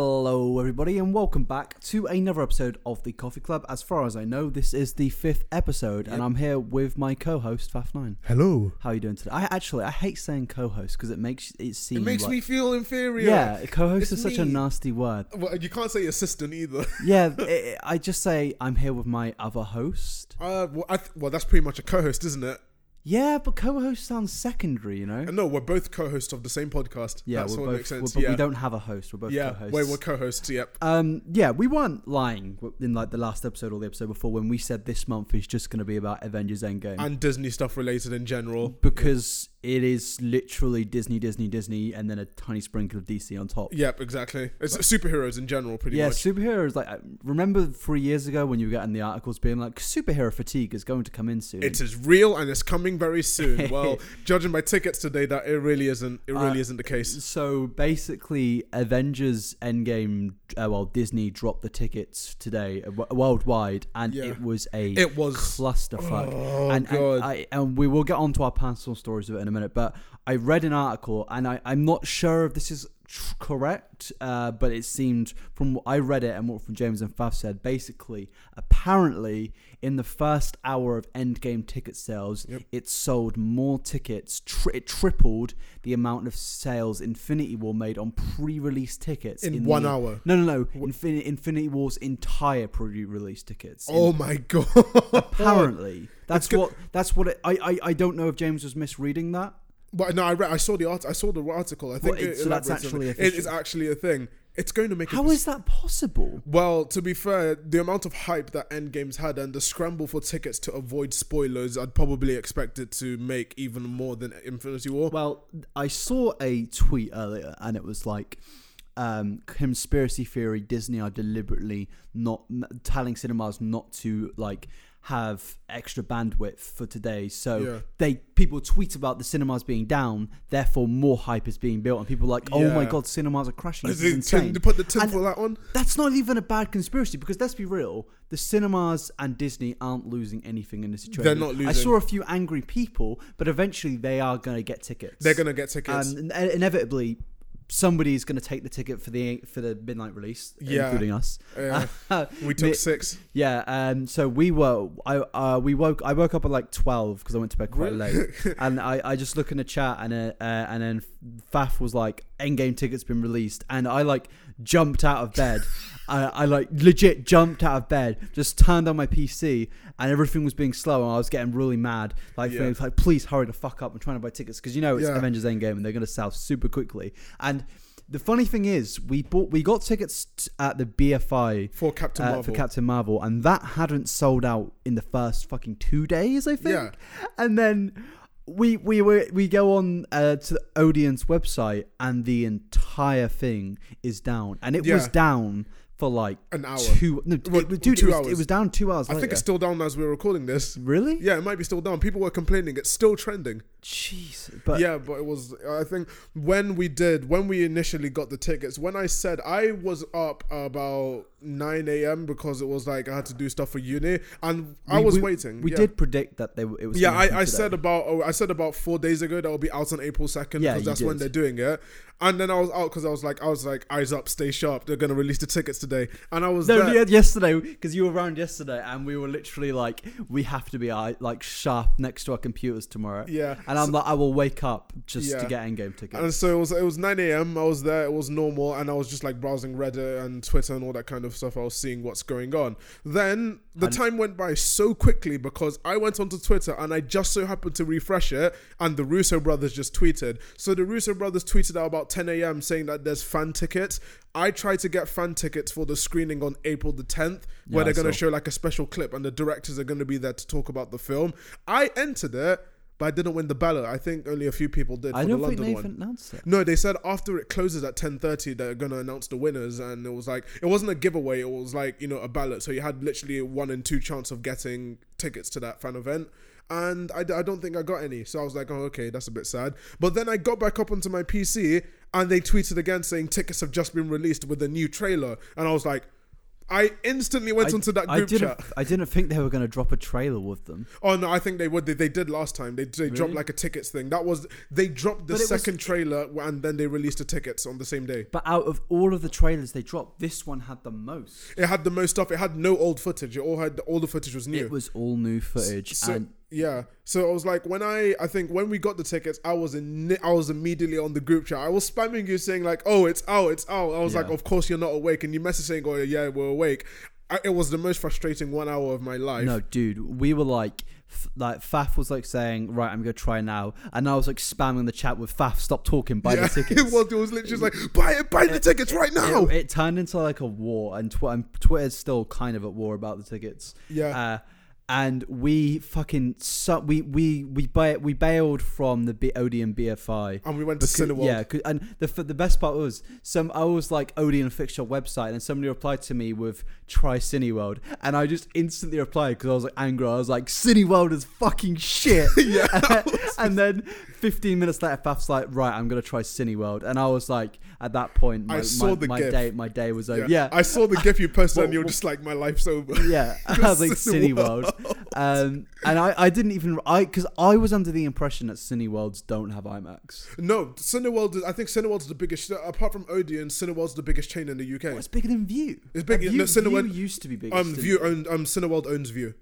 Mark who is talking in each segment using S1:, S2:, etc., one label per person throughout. S1: Hello, everybody, and welcome back to another episode of the Coffee Club. As far as I know, this is the fifth episode, and
S2: Yep.
S1: I'm here with my co-host Faf Nine.
S3: Hello.
S1: How are you doing today? I actually I hate saying co-host because it makes it seem
S2: It makes
S1: like-
S2: me feel inferior.
S1: yeah co-host
S2: It's
S1: is such a
S2: me.
S1: nasty word.
S2: Well, you can't say assistant either.
S1: Yeah, it- it- I just say I'm here with my other host.
S2: Uh, well, I th- well, that's pretty much a co-host, isn't it?
S1: Yeah, but co-host sounds secondary, you know.
S2: And no, we're both co-hosts of the same podcast.
S1: Yeah,
S2: that's
S1: we're
S2: what
S1: both,
S2: makes
S1: we're
S2: sense.
S1: bo-
S2: yeah,
S1: we don't have a host. We're both
S2: yeah,
S1: co-hosts.
S2: wait, we're co-hosts. Yep.
S1: Um, yeah, we weren't lying in like the last episode or the episode before when we said this month is just going to be about Avengers Endgame
S2: And Disney stuff related in general.
S1: because it is literally Disney, Disney, Disney, and then a tiny sprinkle of DC on top.
S2: Yep, exactly. It's superheroes in general, pretty
S1: yeah,
S2: much.
S1: superheroes. Like, I- remember three years ago when you were getting the articles being like, "Superhero fatigue is going to come in soon."
S2: It is real and it's coming very soon. well, judging by tickets today, that it really isn't. It really
S1: Uh,
S2: isn't the case.
S1: so basically, Avengers Endgame. Uh, well, Disney dropped the tickets today uh, w- worldwide, and
S2: Yeah.
S1: it was a
S2: It was.
S1: clusterfuck.
S2: oh
S1: and,
S2: god.
S1: and, I, and we will get onto our personal stories of it in a minute. But I read an article, and I, I'm not sure if this is tr- correct, uh, but it seemed from what I read it and what from James and Faf said, basically, apparently, in the first hour of Endgame ticket sales,
S2: Yep.
S1: it sold more tickets. Tri- it tripled the amount of sales Infinity War made on pre-release tickets
S2: in one
S1: the-
S2: hour.
S1: No, no, no. Infin- Infinity War's entire pre-release tickets. in
S2: Oh my god.
S1: Apparently, that's
S2: go-
S1: what that's what it, I, I I don't know if James was misreading that.
S2: But no, I read, I saw the art. I saw the article. I think
S1: it-
S2: it
S1: so that's
S2: elaborates on
S1: actually
S2: it. It
S1: official.
S2: is actually a thing. It's going to make.
S1: How
S2: a,
S1: is that possible?
S2: well, to be fair, the amount of hype that Endgame's had and the scramble for tickets to avoid spoilers, I'd probably expect it to make even more than Infinity War.
S1: Well, I saw a tweet earlier, and it was like. Um, conspiracy theory Disney are deliberately not m- telling cinemas not to like have extra bandwidth for today so
S2: Yeah.
S1: they people tweet about the cinemas being down therefore more hype is being built and people are like oh my
S2: Yeah.
S1: god cinemas are crashing this
S2: Is
S1: is
S2: it-
S1: insane
S2: Can you put the tin
S1: And-
S2: for that on?
S1: That's not even a bad conspiracy because let's be real, the cinemas and Disney aren't losing anything in this situation.
S2: They're not
S1: I
S2: losing.
S1: saw a few angry people, but eventually they are going to get tickets.
S2: They're gonna get tickets.
S1: and ine- inevitably somebody is going to take the ticket for the for the midnight release,
S2: Yeah.
S1: including us.
S2: Yeah. we took
S1: Mi-
S2: six.
S1: yeah, um, so we were I uh, we woke I woke up at like twelve because I went to bed quite
S2: Really?
S1: late, and I, I just look in the chat and uh, uh, and then Faf was like Endgame tickets been released, and I like jumped out of bed, I, I like legit jumped out of bed, just turned on my PC, and everything was being slow, and I was getting really mad, like
S2: Yeah.
S1: feeling like please hurry the fuck up, I'm trying to buy tickets because you know it's
S2: Yeah.
S1: Avengers Endgame and they're gonna sell super quickly, and. The funny thing is, we bought we got tickets t- at the BFI
S2: For Captain
S1: uh,
S2: Marvel.
S1: for Captain Marvel, and that hadn't sold out in the first fucking two days, I think.
S2: Yeah.
S1: And then we we were we go on uh, to the Odeon's website, and the entire thing is down, and it was
S2: Yeah.
S1: down for like
S2: An hour.
S1: two. No,
S2: Well,
S1: it, dude, it,
S2: two
S1: was, it
S2: hours.
S1: was down two hours.
S2: I think
S1: later.
S2: it's still down as we're recording this.
S1: really.
S2: Yeah, it might be still down. People were complaining. It's still trending.
S1: Jeez. But
S2: yeah, but it was. I think when we did, when we initially got the tickets, when I said I was up about nine a.m. because it was like I had to do stuff for uni, and I
S1: we-
S2: was
S1: we-
S2: waiting.
S1: We
S2: yeah.
S1: did predict that they were- it was.
S2: Yeah,
S1: gonna
S2: I,
S1: happen
S2: I
S1: today.
S2: said about oh, I said about four days ago that will be out on April second
S1: Yeah,
S2: because
S1: you
S2: that's when
S1: did.
S2: they're doing it. And then I was out because I was like I was like eyes up, stay sharp. They're gonna release the tickets today, and I was
S1: No,
S2: there.
S1: yeah, yesterday because you were around yesterday, and we were literally like, we have to be uh, like sharp next to our computers tomorrow.
S2: Yeah.
S1: and I'm like, I will wake up just to
S2: Yeah.
S1: get Endgame tickets.
S2: And so it was. It was nine a.m. I was there. It was normal, and I was just like browsing Reddit and Twitter and all that kind of stuff. I was seeing what's going on. Then the time went by so quickly because I went onto Twitter and I just so happened to refresh it, and the Russo brothers just tweeted. So the Russo brothers tweeted out about ten a.m. saying that there's fan tickets. I tried to get fan tickets for the screening on April the 10th,
S1: Yeah,
S2: where
S1: I
S2: they're going to
S1: saw.
S2: show like a special clip, and the directors are going to be there to talk about the film. I entered it. But I didn't win the ballot. I think only a few people did
S1: I
S2: for
S1: don't
S2: the
S1: think
S2: London
S1: they
S2: one.
S1: even announced it.
S2: No, they said after it closes at ten thirty, they're gonna announce the winners, and it was like it wasn't a giveaway. It was like you know a ballot, so you had literally a one in two chance of getting tickets to that fan event. And I, d- I don't think I got any, so I was like, oh okay, that's a bit sad. But then I got back up onto my PC, and they tweeted again saying tickets have just been released with a new trailer, and I was like, I instantly went
S1: I-
S2: onto that
S1: I
S2: group
S1: didn't.
S2: chat.
S1: I didn't think they were going to drop a trailer with them.
S2: Oh no, I think they would. They, they did last time. They, they dropped
S1: Really?
S2: like a tickets thing. That was they dropped the
S1: But it was-
S2: second trailer and then they released the tickets on the same day.
S1: But out of all of the trailers they dropped, this one had the most.
S2: It had the most stuff. It had no old footage. It all had all the footage was new.
S1: It was all new footage,
S2: so,
S1: and
S2: yeah, so I was like, when I I think when we got the tickets, I was in I was immediately on the group chat. I was spamming you saying like, oh, it's out, it's out. I was like,
S1: Yeah.
S2: of course you're not awake, and you messaged saying, oh yeah, we're awake. I, it was the most frustrating one hour of my life.
S1: No, dude, we were like, f- like Faf was like saying, "Right, I'm gonna try now," and I was like spamming the chat with Faf, stop talking, buy
S2: yeah,
S1: the tickets. Eh,
S2: it was. It was literally just like, buy it, buy the tickets right now.
S1: It, it turned into like a war, and, tw- and Twitter's still kind of at war about the tickets.
S2: Yeah.
S1: Uh, and we fucking su- we we we ba- we bailed from the B- Odeon BFI.
S2: and we went to
S1: Because-
S2: Cineworld.
S1: Yeah, 'cause- and the f- the best part was some I was like Odeon fix your website, and somebody replied to me with try Cineworld, and I just instantly replied because I was like angry. I was like Cineworld is fucking shit. yeah. and then 15 minutes later, Faf's like, right, I'm gonna try Cineworld, and I was like, at that point, my,
S2: I saw
S1: my,
S2: the
S1: my
S2: gif.
S1: day my day was over.
S2: Yeah.
S1: Yeah.
S2: I saw the gif you posted, and
S1: Well,
S2: you were
S1: well-
S2: just like, my life's over.
S1: yeah, I was like Cineworld, um, and I, I didn't even I because I was under the impression that Cineworlds don't have IMAX.
S2: No, Cineworld. Is, I think Cineworld's the biggest. Apart from Odeon, Cineworld's the biggest chain in the UK.
S1: Well, it's bigger than View.
S2: It's big-
S1: View,
S2: no, Cineworld-
S1: View used to be bigger.
S2: um, View owned. Um, Cineworld owns View.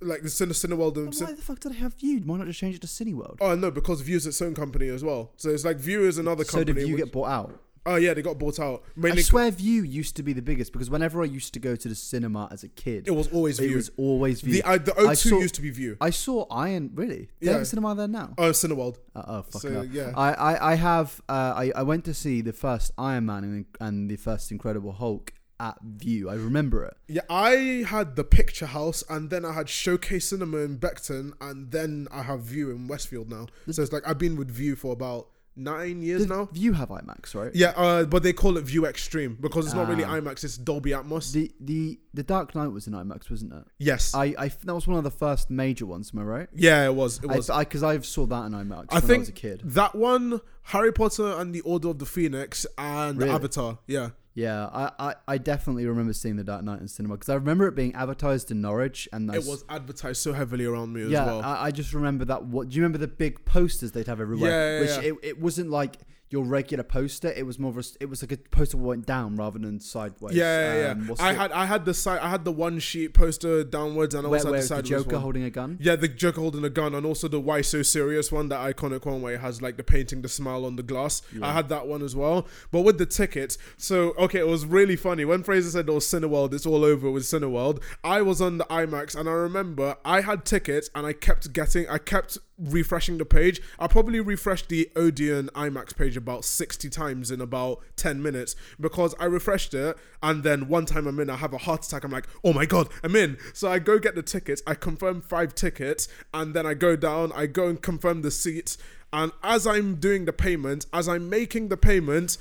S2: Like the Cine, Cineworld. Um,
S1: Why
S2: Cin-
S1: the fuck did I have View? Why not just change it to Cineworld?
S2: oh no, because View's its own company as well. So it's like View is another
S1: so
S2: company.
S1: did View
S2: which-
S1: get bought out?
S2: oh yeah, they got bought out.
S1: I
S2: Mainly,
S1: swear View used to be the biggest because whenever I used to go to the cinema as a kid,
S2: it was always
S1: it
S2: View.
S1: was always View.
S2: the I, the
S1: I
S2: O2
S1: saw-
S2: used to be View.
S1: I saw Iron. Really? They
S2: Yeah.
S1: have a cinema there now.
S2: Oh, Cineworld.
S1: Uh, oh fuck
S2: So, yeah.
S1: I, I I have uh, I I went to see the first Iron Man and, and the first Incredible Hulk at View. I remember it.
S2: Yeah, I had the Picture House, and then I had Showcase Cinema in Beckton, and then I have View in Westfield now. So it's like I've been with View for about nine years
S1: Did
S2: now.
S1: View have IMAX, right?
S2: Yeah, uh, but they call it View Extreme because it's not really
S1: Ah.
S2: IMAX; it's Dolby Atmos.
S1: The the the Dark Knight was in IMAX, wasn't it?
S2: yes.
S1: I, I that was one of the first major ones. Am I right?
S2: yeah, it was. It
S1: I
S2: was.
S1: I because I, have saw that in IMAX
S2: I
S1: when
S2: think
S1: I was a kid.
S2: that one, Harry Potter and the Order of the Phoenix, and
S1: Really?
S2: Avatar. Yeah,
S1: Yeah, I, I, I definitely remember seeing the Dark Knight in cinema because I remember it being advertised in Norwich and I
S2: it
S1: s-
S2: was advertised so heavily around me as
S1: Yeah, uh,
S2: well.
S1: I, I just remember that. What do you remember the big posters they'd have everywhere?
S2: Yeah, yeah,
S1: which
S2: yeah.
S1: It, it wasn't like your regular poster. It was more of a, s- it was like a poster that went down rather than sideways.
S2: yeah, yeah,
S1: Um,
S2: yeah.
S1: what's
S2: I
S1: the-
S2: had I had the side, I had the one sheet poster downwards, and I
S1: where,
S2: also
S1: where
S2: had
S1: is
S2: the
S1: the
S2: side
S1: Joker holding a gun.
S2: Yeah, the Joker holding a gun, and also the "Why So Serious" one, that iconic one where it has like the painting, the smile on the glass. I had that one as well. But with the tickets, so okay, it was really funny when Fraser said, "Oh, Cineworld, it's all over with Cineworld." I was on the IMAX, and I remember I had tickets, and I kept getting, I kept refreshing the page. I probably refreshed the Odeon IMAX page about sixty times in about ten minutes because I refreshed it, and then one time I'm in, I have a heart attack. I'm like, "Oh my god, I'm in!" So I go get the tickets. I confirm five tickets, and then I go down. I go and confirm the seats. And as I'm doing the payment, as I'm making the payment,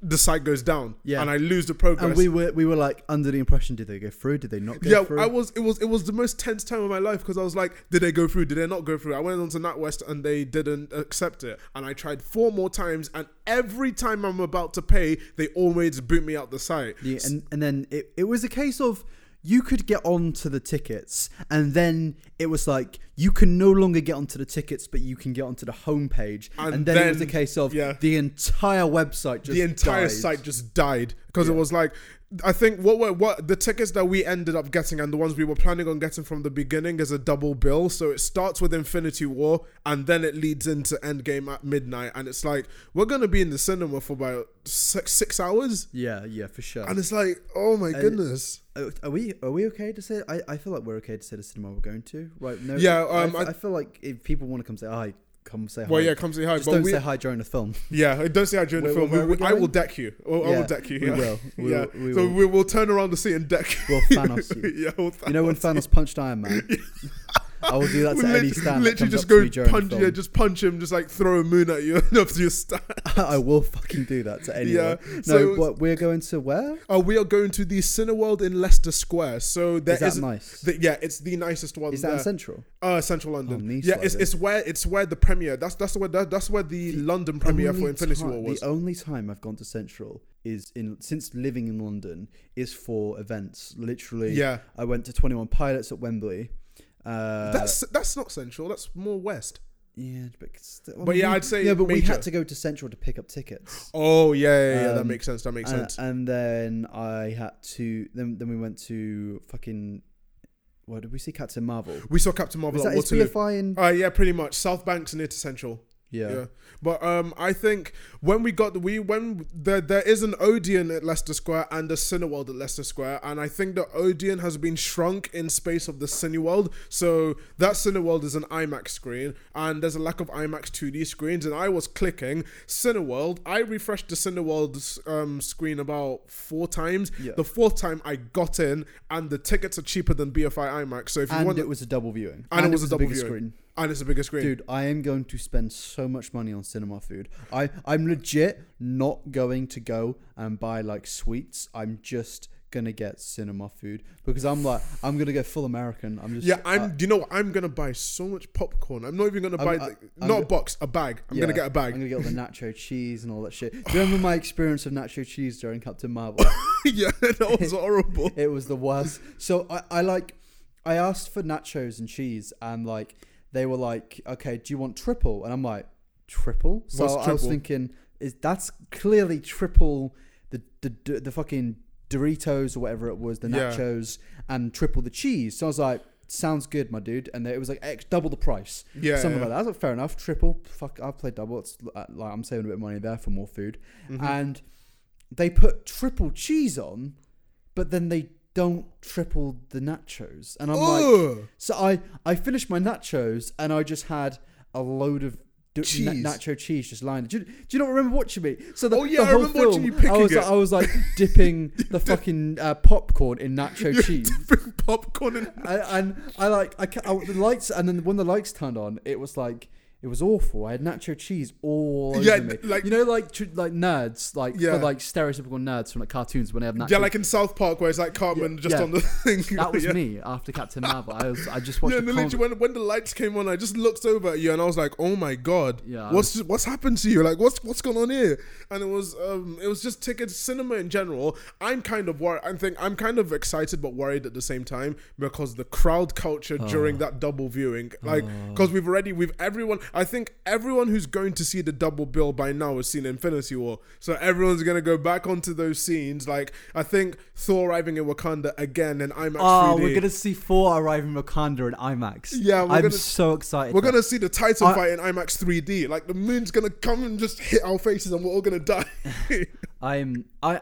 S2: the site goes down,
S1: Yeah.
S2: and I lose the progress.
S1: And we were we were like under the impression: did they go through? Did they not go
S2: yeah,
S1: through?
S2: I was. It was. It was the most tense time of my life because I was like, "Did they go through? Did they not go through?" I went on to NatWest and they didn't accept it, and I tried four more times, and every time I'm about to pay, they always boot me out the site.
S1: Yeah, and, and then it, it was a case of you could get onto the tickets, and then it was like you can no longer get onto the tickets, but you can get onto the homepage.
S2: And
S1: And, then, it was a
S2: then-
S1: case of
S2: yeah.
S1: the entire website just
S2: the entire
S1: died.
S2: site just died because it was like I think what were what the tickets that we ended up getting and the ones we were planning on getting from the beginning is a double bill. So it starts with Infinity War and then it leads into Endgame at midnight, and it's like we're gonna be in the cinema for about six six hours,
S1: Yeah, yeah, for sure.
S2: and it's like oh my goodness.
S1: Uh, are we are we okay to say? I, I feel like we're okay to say the cinema we're going to, right? No.
S2: Yeah,
S1: I
S2: um,
S1: f-
S2: I-
S1: I, feel like if people want to come say hi, come say
S2: Well,
S1: hi.
S2: yeah, come see how.
S1: Just
S2: But
S1: don't
S2: we,
S1: say hi during the film.
S2: yeah, don't see how during the
S1: Where-
S2: film.
S1: where
S2: we,
S1: are we
S2: I will
S1: going?
S2: deck you. Oh, I
S1: Yeah,
S2: will deck you.
S1: we
S2: yeah.
S1: will. We
S2: yeah.
S1: will- we
S2: so
S1: will.
S2: we will turn around the seat and deck.
S1: We'll Thanos you.
S2: yeah, we'll
S1: You know when Thanos punched Iron Man? I will do that to
S2: Lit-
S1: any stand. that
S2: Literally,
S1: comes
S2: just
S1: up to
S2: go
S1: me during the
S2: punch.
S1: film.
S2: Yeah, just punch him. Just like throw a moon at you up to your stand.
S1: I will fucking do that to anyone.
S2: Yeah,
S1: No,
S2: so-
S1: but we're going to where?
S2: Uh, we are going to the Cineworld in Leicester Square. So there
S1: Is that
S2: is-
S1: nice?
S2: the- yeah, it's the nicest one.
S1: Is that in
S2: there.
S1: Central?
S2: uh, Central London?
S1: Oh, nice
S2: yeah, it's,
S1: one.
S2: it's where it's where the premiere. That's that's where that, that's where the, London premiere for
S1: Only
S2: Infinity
S1: ti-
S2: War was.
S1: The only time I've gone to Central is in since living in London is for events. Literally,
S2: Yeah.
S1: I went to Twenty One Pilots at Wembley. Uh,
S2: That's that's not central. That's more west.
S1: yeah, but, st- well,
S2: But yeah,
S1: we-
S2: I'd say
S1: yeah, but we
S2: major.
S1: had to go to Central to pick up tickets.
S2: Oh yeah, yeah, yeah that
S1: Um,
S2: makes sense. That makes
S1: and,
S2: sense.
S1: and then I had to. Then then we went to fucking. What did we see? Captain Marvel.
S2: we saw Captain Marvel
S1: Was
S2: at
S1: that his
S2: Waterloo.
S1: BFI in?
S2: Uh, yeah, pretty much. South Bank's near to Central.
S1: yeah.
S2: Yeah. But um, I think when we got we when there there is an Odeon at Leicester Square and a Cineworld at Leicester Square, and I think the Odeon has been shrunk in space of the Cineworld. So that Cineworld is an IMAX screen, and there's a lack of IMAX 2D screens. And I was clicking Cineworld. I refreshed the Cineworld um, screen about four times.
S1: Yeah.
S2: The fourth time I got in, and the tickets are cheaper than BFI IMAX. So if you
S1: And
S2: want,
S1: it was a double viewing.
S2: and, it was, a double
S1: bigger
S2: viewing,
S1: screen.
S2: and it's a bigger screen.
S1: Dude, I am going to spend so much money on cinema food. I, I'm legit not going to go and buy like sweets. I'm just gonna get cinema food because I'm like I'm gonna go full American. I'm just
S2: Yeah, I'm.
S1: uh,
S2: you know what? I'm gonna buy so much popcorn. I'm not even gonna
S1: I'm-
S2: buy
S1: I-
S2: the-
S1: I'm
S2: not a
S1: go-
S2: box, a bag. I'm gonna
S1: yeah,
S2: get a
S1: I'm
S2: bag.
S1: gonna get all the nacho cheese and all that shit. Do you remember my experience of nacho cheese during Captain Marvel?
S2: yeah, that was horrible.
S1: it was the worst. So I, I like I asked for nachos and cheese and like they were like, Okay, do you want triple? And I'm like, Triple? So
S2: What's
S1: I was
S2: triple?
S1: thinking, is that's clearly triple the the the fucking Doritos or whatever it was, the
S2: Yeah.
S1: nachos and triple the cheese. So I was like, sounds good, my dude. And it was like X double the price.
S2: Yeah,
S1: Something
S2: yeah.
S1: like that. I was like, fair enough. Triple. Fuck, I'll play double. It's uh, like I'm saving a bit of money there for more food.
S2: Mm-hmm.
S1: And they put triple cheese on, but then they don't triple the nachos. And I'm like,
S2: Ugh.
S1: so I I finished my nachos and I just had a load of. d- na-
S2: Cheese.
S1: nacho cheese just lying. Do you, do you not remember watching me? So the,
S2: Oh, yeah,
S1: the
S2: I
S1: whole
S2: remember
S1: film,
S2: watching you
S1: I
S2: picking
S1: was
S2: it.
S1: like, I was like dipping the fucking uh, popcorn in nacho cheese.
S2: Bring popcorn and
S1: and, and I like I, ca- I the lights, and then when the lights turned on, it was like it was awful. I had nacho cheese all over
S2: Yeah,
S1: me.
S2: like-
S1: you know, like tr- like nerds, like
S2: Yeah.
S1: for, like stereotypical nerds from like cartoons when they have nacho.
S2: yeah, like in South Park where it's like Cartman
S1: Yeah,
S2: just
S1: yeah.
S2: on the thing.
S1: that was
S2: yeah.
S1: me after Captain Marvel. I was I just watched.
S2: Yeah,
S1: Yeah,
S2: and then literally when, when the lights came on, I just looked over at you and I was like, "Oh my god,
S1: Yeah, I
S2: what's what's happened to you? Like, what's what's going on here?" And it was um, it was just tickets, cinema in general. I'm kind of worried. I think I'm kind of excited but worried at the same time because the crowd culture during that double viewing, like, because we've already we've everyone. I think everyone who's going to see the double bill by now has seen Infinity War, so everyone's gonna go back onto those scenes. Like, I think Thor arriving in Wakanda again in IMAX
S1: Oh,
S2: 3D.
S1: we're gonna see four arriving Wakanda in IMAX.
S2: Yeah, we're
S1: I'm
S2: gonna-
S1: so excited.
S2: We're
S1: for that.
S2: gonna see the Titan
S1: I-
S2: fight in IMAX 3D. Like the moon's gonna come and just hit our faces, and we're all gonna die.
S1: I'm I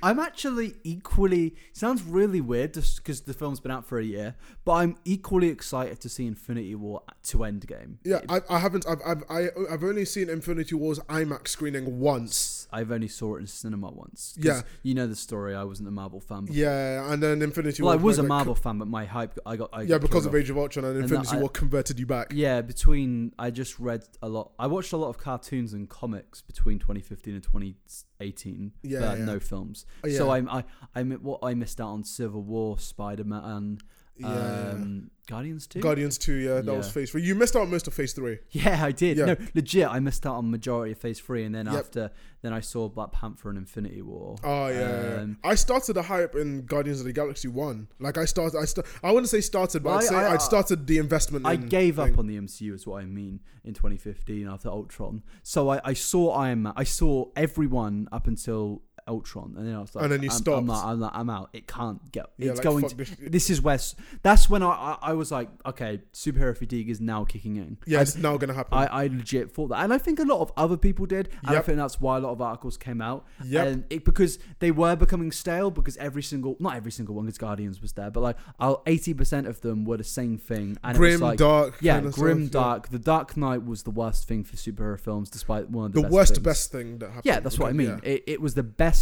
S1: I'm actually equally sounds really weird just because the film's been out for a year, but I'm equally excited to see Infinity War to Endgame.
S2: yeah, I, I haven't. I've, I've I, I've only seen Infinity War's IMAX screening once.
S1: I've only saw it in cinema once. 'cause
S2: Yeah.
S1: you know the story. I wasn't a Marvel fan. Before.
S2: Yeah, and then Infinity
S1: well, I
S2: War.
S1: was a
S2: like,
S1: Marvel fan, but my hype I got. I
S2: Yeah,
S1: got
S2: because
S1: killed
S2: of
S1: off.
S2: Age of Ultron, and
S1: And
S2: Infinity
S1: that I-
S2: War converted you back.
S1: Yeah, between I just read a lot. I watched a lot of cartoons and comics between 2015 and 2018.
S2: Yeah,
S1: but
S2: yeah.
S1: no films.
S2: Oh, yeah.
S1: So I'm I I mi- what I missed out on Civil War, Spider Man,
S2: Yeah.
S1: um, Guardians too.
S2: Guardians 2, yeah, that was
S1: Yeah.
S2: Phase 3. You missed out on most of Phase 3.
S1: yeah, I did.
S2: Yeah.
S1: No, legit, I missed out on majority of Phase Three, and then
S2: Yep.
S1: after then I saw Black Panther and Infinity War.
S2: Oh yeah, yeah,
S1: Um,
S2: yeah. I started the hype in Guardians of the Galaxy One. Like I started, I st- I wouldn't say started, but
S1: Well,
S2: I'd
S1: I-
S2: say I,
S1: I-
S2: would started the investment.
S1: I
S2: in
S1: gave
S2: thing.
S1: up on the MCU, is what I mean, in 2015 after Ultron. So I, I saw Iron Man. I saw everyone up until Ultron, and then I was like,
S2: And then you
S1: I'm,
S2: stopped.
S1: I'm, like, I'm, like, I'm out. It can't get.
S2: Yeah,
S1: it's
S2: like,
S1: going.
S2: fuck
S1: To,
S2: this
S1: this.
S2: shit.
S1: is where. s- That's when I, I I was like, okay, superhero fatigue is now kicking in.
S2: Yeah,
S1: I,
S2: it's now gonna happen.
S1: I, I legit thought that, and I think a lot of other people did, and
S2: Yep.
S1: I think that's why a lot of articles came out,
S2: Yep.
S1: and it, because they were becoming stale. Because every single, not every single one, because Guardians was there, but like, uh, eighty percent of them were the same thing, and it
S2: grim,
S1: was like,
S2: dark.
S1: yeah,
S2: kinda stuff,
S1: grim dark. The Dark Knight was the worst thing for superhero films, despite one of the,
S2: the
S1: best
S2: worst
S1: things.
S2: best thing that happened.
S1: Yeah, that's what I mean.
S2: because- yeah.
S1: It, it was the best,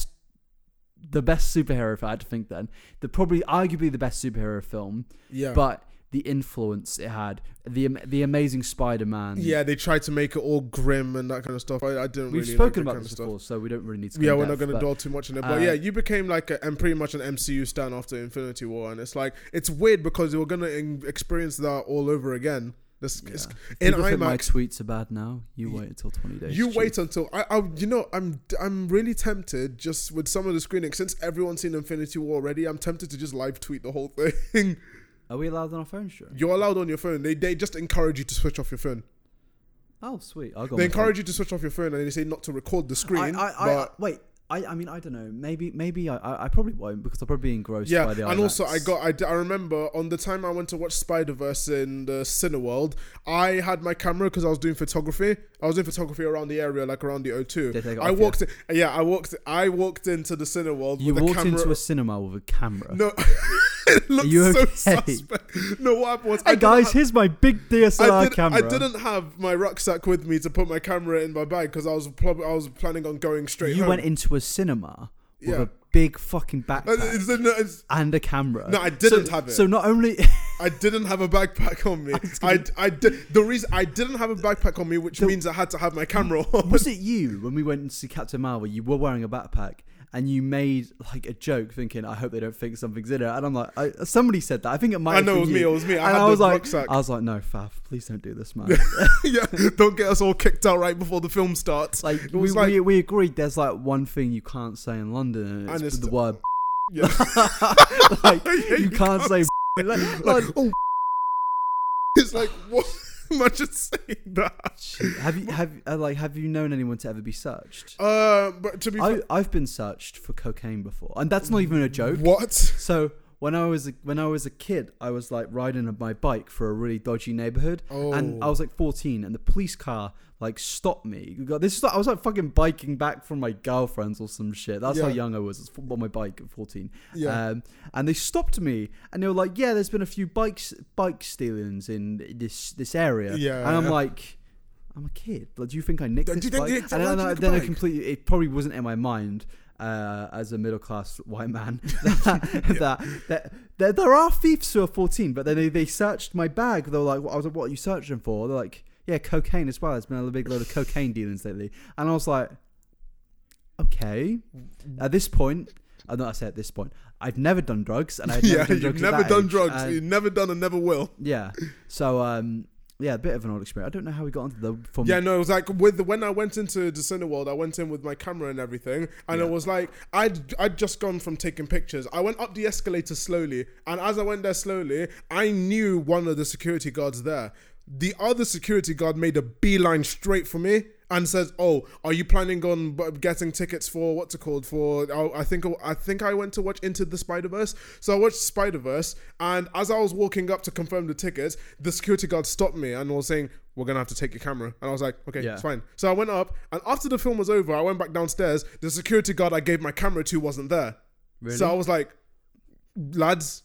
S1: the best superhero. If I had to think, then the probably arguably the best superhero film,
S2: Yeah.
S1: but the influence it had, the am- the Amazing Spider Man.
S2: yeah, they tried to make it all grim and that kind of stuff. I, I didn't.
S1: we've
S2: really
S1: spoken
S2: like that
S1: about this
S2: kind of
S1: before, so we don't really need to.
S2: Stuff.
S1: Go
S2: Yeah,
S1: in
S2: we're not
S1: depth,
S2: going to
S1: but-
S2: dwell too much in it, but
S1: uh,
S2: yeah, you became like a, and pretty much an MCU stan after Infinity War, and it's like it's weird because you're going to experience that all over again. This is
S1: In
S2: in
S1: People think my
S2: IMAX.
S1: tweets are bad now. You wait until 20 days.
S2: You
S1: Stu.
S2: wait until I, I, you know, I'm, I'm really tempted just with some of the screening since everyone's seen Infinity War already. I'm tempted to just live tweet the whole thing.
S1: Are we allowed on our phone? Sure.
S2: You're allowed on your phone. They, they just encourage you to switch off your phone.
S1: Oh, sweet. I'll go.
S2: They encourage you to switch off your phone, and they say not to record the screen.
S1: I, I, I,
S2: but
S1: wait. I, I mean, I don't know. Maybe, maybe I, I, I probably won't because I'll probably be engrossed
S2: yeah,
S1: by the IMAX.
S2: and also I got I, d- I remember on the time I went to watch Spider Verse in the Cineworld, I had my camera because I was doing photography. I was doing photography around the area, like around the
S1: They take it
S2: O2. I
S1: off,
S2: walked, in, yeah, I walked, I walked into the Cineworld
S1: You
S2: with
S1: walked
S2: a camera.
S1: into a cinema with a camera.
S2: no, it looked
S1: you
S2: so
S1: okay?
S2: suspect. No, what happened was I
S1: Hey
S2: didn't
S1: guys,
S2: have-
S1: here's my big DSLR
S2: I, did,
S1: camera.
S2: I didn't have my rucksack with me to put my camera in my bag because I was pl- I was planning on going straight.
S1: You
S2: home.
S1: went into a cinema with
S2: Yeah.
S1: a big fucking
S2: Uh,
S1: backpack
S2: it's- it's-
S1: and a camera.
S2: No, I didn't
S1: So-
S2: have it.
S1: So not only
S2: I didn't have a backpack on me. I, I, di- the reason I didn't have a backpack on me, which means I had to have my camera on.
S1: was it you when we went to see Captain Marvel, you were wearing a backpack. And you made like a joke, thinking, "I hope they don't think something's in it." And I'm like, I, "Somebody said that. I think it might."
S2: I
S1: have
S2: know
S1: been
S2: it was me.
S1: you."
S2: It was me. I
S1: and
S2: had
S1: I
S2: the
S1: was like,
S2: rucksack.
S1: "I was like, no, Faf, please don't do this, man."
S2: yeah, don't get us all kicked out right before the film starts.
S1: like,
S2: It
S1: we,
S2: was like-
S1: we we agreed. There's like one thing you can't say in London, and
S2: And
S1: it's
S2: it's-
S1: the word.
S2: Yeah.
S1: like
S2: Yeah,
S1: you,
S2: you
S1: can't, say. like, like,
S2: oh, it's like what? Am I just saying that?
S1: Shit. Have you have uh, like have you known anyone to ever be searched?
S2: Uh, but to be
S1: I
S2: fair,
S1: I've been searched for cocaine before, and that's not even a joke.
S2: what?
S1: So when I was a, when I was a kid, I was like riding my bike for a really dodgy neighborhood, and I
S2: Oh.
S1: was like 14, and the police car like stopped me. You got- This is like, I was like fucking biking back from my girlfriend's or some shit. That's how
S2: Yeah.
S1: young I was. I was f- on my bike at 14.
S2: Yeah.
S1: Um, and they stopped me, and they were like, "Yeah, there's been a few bikes bike stealings in this this area."
S2: Yeah.
S1: And I'm like. I'm a kid. Like, do you think I nicked
S2: Do you
S1: this
S2: think-
S1: bike?
S2: yeah,
S1: and
S2: why'd
S1: then,
S2: you
S1: I,
S2: nick a
S1: then I
S2: bike?
S1: completely. It probably wasn't in my mind uh, as a middle class white man that, that, that there, there are thieves who are 14. But then they, they searched my bag. They were like, well, I was like, what are you searching for? They're like, yeah, cocaine as well. There's been a big load of cocaine dealings lately. And I was like, okay.
S2: Mm.
S1: At this point, I'm not. I say at this point, I've never done drugs, and I've never
S2: yeah,
S1: done drugs.
S2: you've
S1: at
S2: never
S1: that
S2: done
S1: age. Um,
S2: drugs.
S1: And-
S2: You've never done and never will.
S1: yeah. So um yeah, a bit of an odd experience. I don't know how we got onto the from
S2: Yeah, no, it was like with the, when I went into the Cineworld, I went in with my camera and everything, and
S1: Yeah.
S2: it was like I'd I'd just gone from taking pictures. I went up the escalator slowly, and as I went there slowly, I knew one of the security guards there. The other security guard made a beeline straight for me and says, "Oh, are you planning on b- getting tickets for what's it called for? oh, I think I think I went to watch Into the Spider Verse. So I watched Spider Verse, and as I was walking up to confirm the tickets, the security guard stopped me and was saying." We're gonna have to take your camera, and I was like, "Okay,
S1: Yeah.
S2: it's fine." So I went up, and after the film was over, I went back downstairs. The security guard I gave my camera to wasn't there,
S1: Really?
S2: so I was like, "Lads,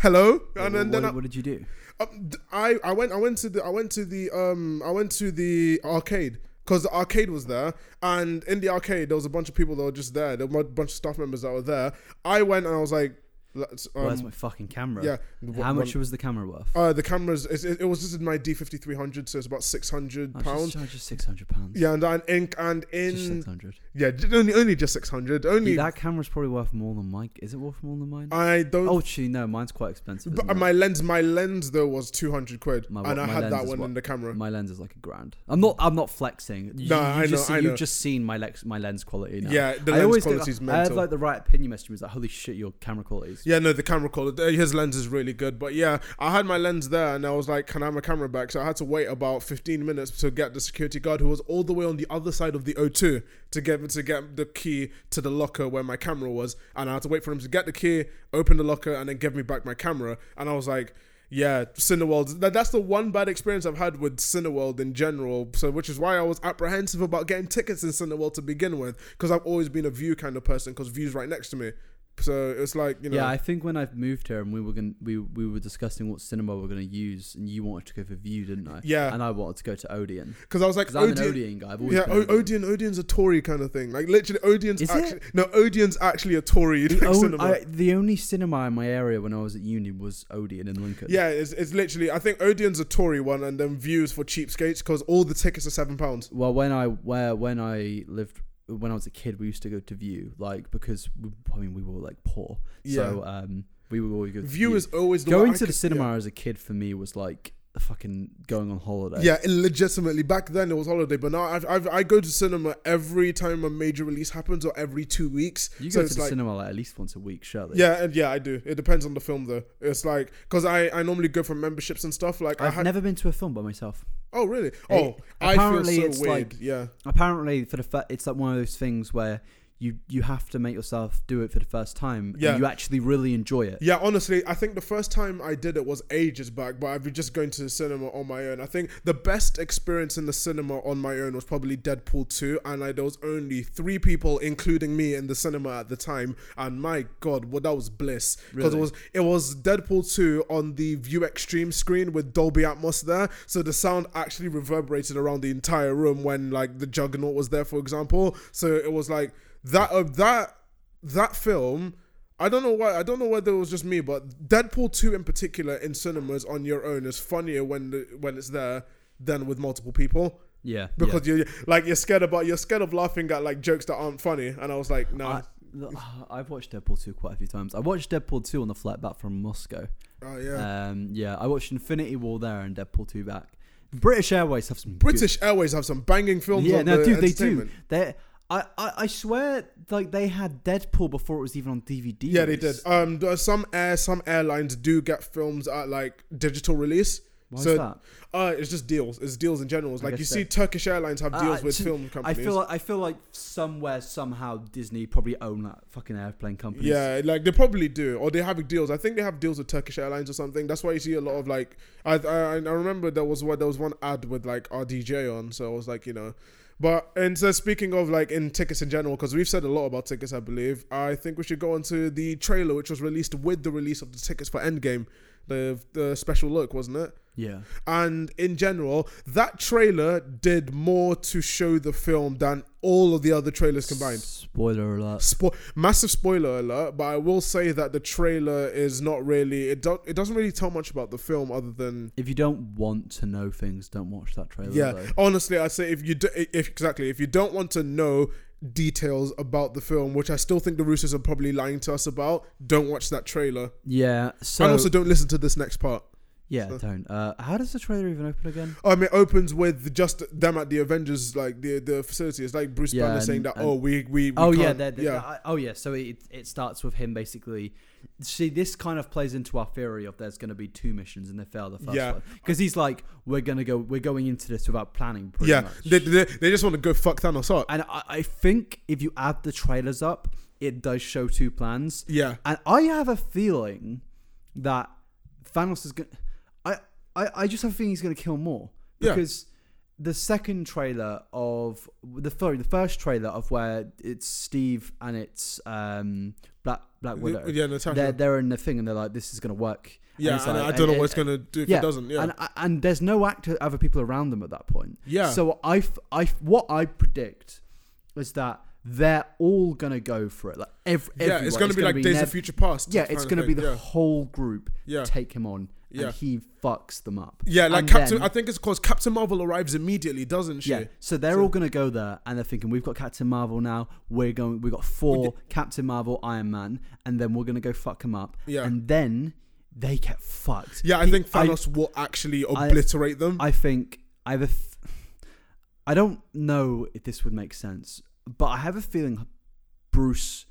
S2: hello,"
S1: Wha-
S2: and then, then
S1: what,
S2: I,
S1: what did you do?
S2: um, d- I I went I went to the I went to the um I went to the arcade because the arcade was there and in the arcade there was a bunch of people that were just there there were a bunch of staff members that were there I went and I was like let's
S1: Where's
S2: um,
S1: my fucking camera?
S2: yeah
S1: How much was the camera worth?
S2: uh, the cameras it, it, it was just in my D fifty three hundred so it's about six hundred
S1: I just
S2: pounds
S1: charged you six hundred pounds.
S2: yeah and and in, and
S1: Just
S2: in
S1: six hundred.
S2: yeah j- only only just six hundred only
S1: That camera's probably worth more than mine. Is it worth more than mine?
S2: I don't
S1: oh, actually, no. Mine's quite expensive.
S2: Um, but
S1: isn't it?
S2: my lens my lens though was two hundred quid
S1: My-
S2: and I
S1: my
S2: had
S1: lens
S2: that
S1: is
S2: one
S1: what-
S2: in the camera
S1: My lens is like a grand. I'm not. I'm not flexing. You,
S2: No,
S1: you
S2: I
S1: just,
S2: know, I
S1: You've
S2: know.
S1: just seen my lex, my lens quality. Now.
S2: yeah the
S1: I
S2: lens
S1: always
S2: quality
S1: get,
S2: is
S1: I had
S2: mental
S1: like the right opinion message. Was like, holy shit, your camera quality is
S2: Yeah, no, the camera quality. uh, His lens is really good. But yeah, I had my lens there and I was like, can I have my camera back? So I had to wait about 15 minutes to get the security guard who was all the way on the other side of the O2 to get, to get the key to the locker where my camera was. And I had to wait for him to get the key, open the locker, and then give me back my camera. And I was like, yeah, Cineworld. That, that's the one bad experience I've had with Cineworld in general. So, which is why I was apprehensive about getting tickets in Cineworld to begin with, because I've always been a view kind of person, because view's right next to me. So it's like you know.
S1: Yeah, I think when I moved here and we were going we we were discussing what cinema we are gonna use, and you wanted to go for View, didn't I?
S2: Yeah.
S1: and I wanted to go to Odeon
S2: Because I was like,
S1: because I'm an
S2: Odeon.
S1: Odeon guy. I've always
S2: Yeah,
S1: been
S2: o- Odeon, Odeon's a Tory kind of thing. Like literally, Odeon's
S1: Is it?
S2: actually no, Odeon's actually a Tory
S1: The,
S2: like,
S1: on-
S2: cinema.
S1: I- the only cinema in my area when I was at uni was Odeon in Lincoln.
S2: yeah, it's, it's literally. I think Odeon's a Tory one, and then views for cheapskates because all the tickets are seven pounds.
S1: Well, when I where when I lived when I was a kid, we used to go to View, like because we, I mean we were like poor, so um we would always go to
S2: View is always the
S1: going
S2: one I
S1: to the
S2: could-
S1: cinema as a kid for me was like fucking going on holiday.
S2: Yeah, illegitimately. Back then it was holiday, but now I've, I've, I go to cinema every time a major release happens or every two weeks.
S1: You go
S2: So
S1: to
S2: it's
S1: the
S2: like-
S1: cinema like at least once a week, surely.
S2: Yeah, and yeah, I do. It depends on the film though. It's like because I I normally go for memberships and stuff. Like I
S1: I've
S2: had.
S1: never been to a film by myself.
S2: oh really? Oh, I feel so
S1: apparently it's
S2: weird.
S1: like-
S2: yeah.
S1: Apparently, for the fir- it's like one of those things where you you have to make yourself do it for the first time. and
S2: Yeah.
S1: you actually really enjoy it.
S2: Yeah, honestly, I think the first time I did it was ages back, but I've been just going to the cinema on my own. I think the best experience in the cinema on my own was probably Deadpool 2, and I, there was only three people, including me, in the cinema at the time. And my God, well, that was bliss. Because
S1: Really?
S2: it, was, it was Deadpool 2 on the View Extreme screen with Dolby Atmos there, so the sound actually reverberated around the entire room when, like, the Juggernaut was there, for example. So it was like, that, uh, that, that film... I don't know why. I don't know whether it was just me, but Deadpool two in particular in cinemas on your own is funnier when the, when it's there than with multiple people
S1: Yeah,
S2: because you like you're scared about you're scared of laughing at like jokes that aren't funny. And I was like, no,
S1: I, I've watched Deadpool 2 quite a few times. I watched Deadpool 2 on the flight back from Moscow.
S2: oh yeah.
S1: Um, yeah, I watched Infinity War there and Deadpool 2 back. British Airways have some good-
S2: British Airways have some banging films.
S1: yeah,
S2: on
S1: no,
S2: the
S1: dude, they do.
S2: entertainment.
S1: They, I, I, I swear, like they had Deadpool before it was even on DVD.
S2: Yeah, they did.
S1: release.
S2: Um, there are some air some airlines do get films at like digital release.
S1: Why
S2: so
S1: is that?
S2: Uh, it's just deals. It's deals in general. It's
S1: I
S2: like you
S1: guess
S2: see,
S1: that-
S2: Turkish Airlines have deals
S1: Uh,
S2: with
S1: t-
S2: film companies.
S1: I feel, like, I feel like somewhere, somehow, Disney probably own that fucking airplane company.
S2: Yeah, like they probably do, or they have deals. I think they have deals with Turkish Airlines or something. That's why you see a lot of like. I I, I remember there was what there was one ad with like RDJ on, so I was like, you know, but and so speaking of like in tickets in general, because we've said a lot about tickets, I believe. I think we should go on to the trailer, which was released with the release of the tickets for Endgame, the the special look, wasn't it?
S1: yeah.
S2: and in general, that trailer did more to show the film than all of the other trailers combined.
S1: Spoiler alert.
S2: Spo- massive spoiler alert, but I will say that the trailer is not really it. Don't it doesn't really tell much about the film other than
S1: If you don't want to know things, don't watch that trailer.
S2: yeah.
S1: though.
S2: Honestly, I'd say if you do, if exactly if you don't want to know details about the film, which I still think the Russos are probably lying to us about, don't watch that trailer,
S1: yeah. So
S2: and also don't listen to this next part.
S1: yeah,
S2: so-
S1: don't. Uh, how does the trailer even open again?
S2: Um, it opens with just them at the Avengers, like the the facility. It's like Bruce
S1: Yeah,
S2: Banner
S1: and-
S2: saying that,
S1: and-
S2: "Oh, we we, we
S1: oh yeah,
S2: can't-
S1: they're, they're- I- oh yeah. So it it starts with him basically. See, this kind of plays into our theory of there's going to be two missions and they fail the first
S2: Yeah.
S1: one because he's like, we're gonna go, we're going into this without planning. Pretty
S2: yeah,
S1: much.
S2: they, they, they just want to go fuck Thanos up."
S1: and I, I think if you add the trailers up, it does show two plans.
S2: yeah,
S1: And I have a feeling that Thanos is going. I I I just have a feeling he's going to kill more
S2: Yeah.
S1: because the second trailer of the sorry the first trailer of where it's Steve and it's um Black Black Widow.
S2: yeah, Natasha.
S1: They're they're in the thing and they're like this is going to work.
S2: Yeah,
S1: it's
S2: and
S1: like-
S2: I don't know
S1: and-
S2: what it's gonna do if
S1: yeah,
S2: it doesn't. Yeah,
S1: And, uh, and there's no actor, other people around them at that point.
S2: Yeah.
S1: So I, f- I f- what I predict is that they're all gonna go for it. Like every,
S2: yeah, it's gonna be like Days of
S1: Future.
S2: Future Past.
S1: Yeah,
S2: kind
S1: it's
S2: of
S1: gonna be
S2: thing.
S1: the
S2: yeah.
S1: whole group
S2: Yeah.
S1: take him on,
S2: Yeah.
S1: and he fucks them up.
S2: yeah, like
S1: And
S2: Captain.
S1: then-
S2: I think it's called Captain Marvel arrives immediately, doesn't she?
S1: yeah, so they're all gonna go there, and they're thinking we've got Captain Marvel now. We're going, we got four Captain Marvel, Iron Man, and then we're gonna go fuck him up.
S2: Yeah.
S1: and then they get fucked.
S2: Yeah, I
S1: He-
S2: think Thanos will actually
S1: I-
S2: obliterate them.
S1: I think I have a. F- I don't know if this would make sense, but I have a feeling Bruce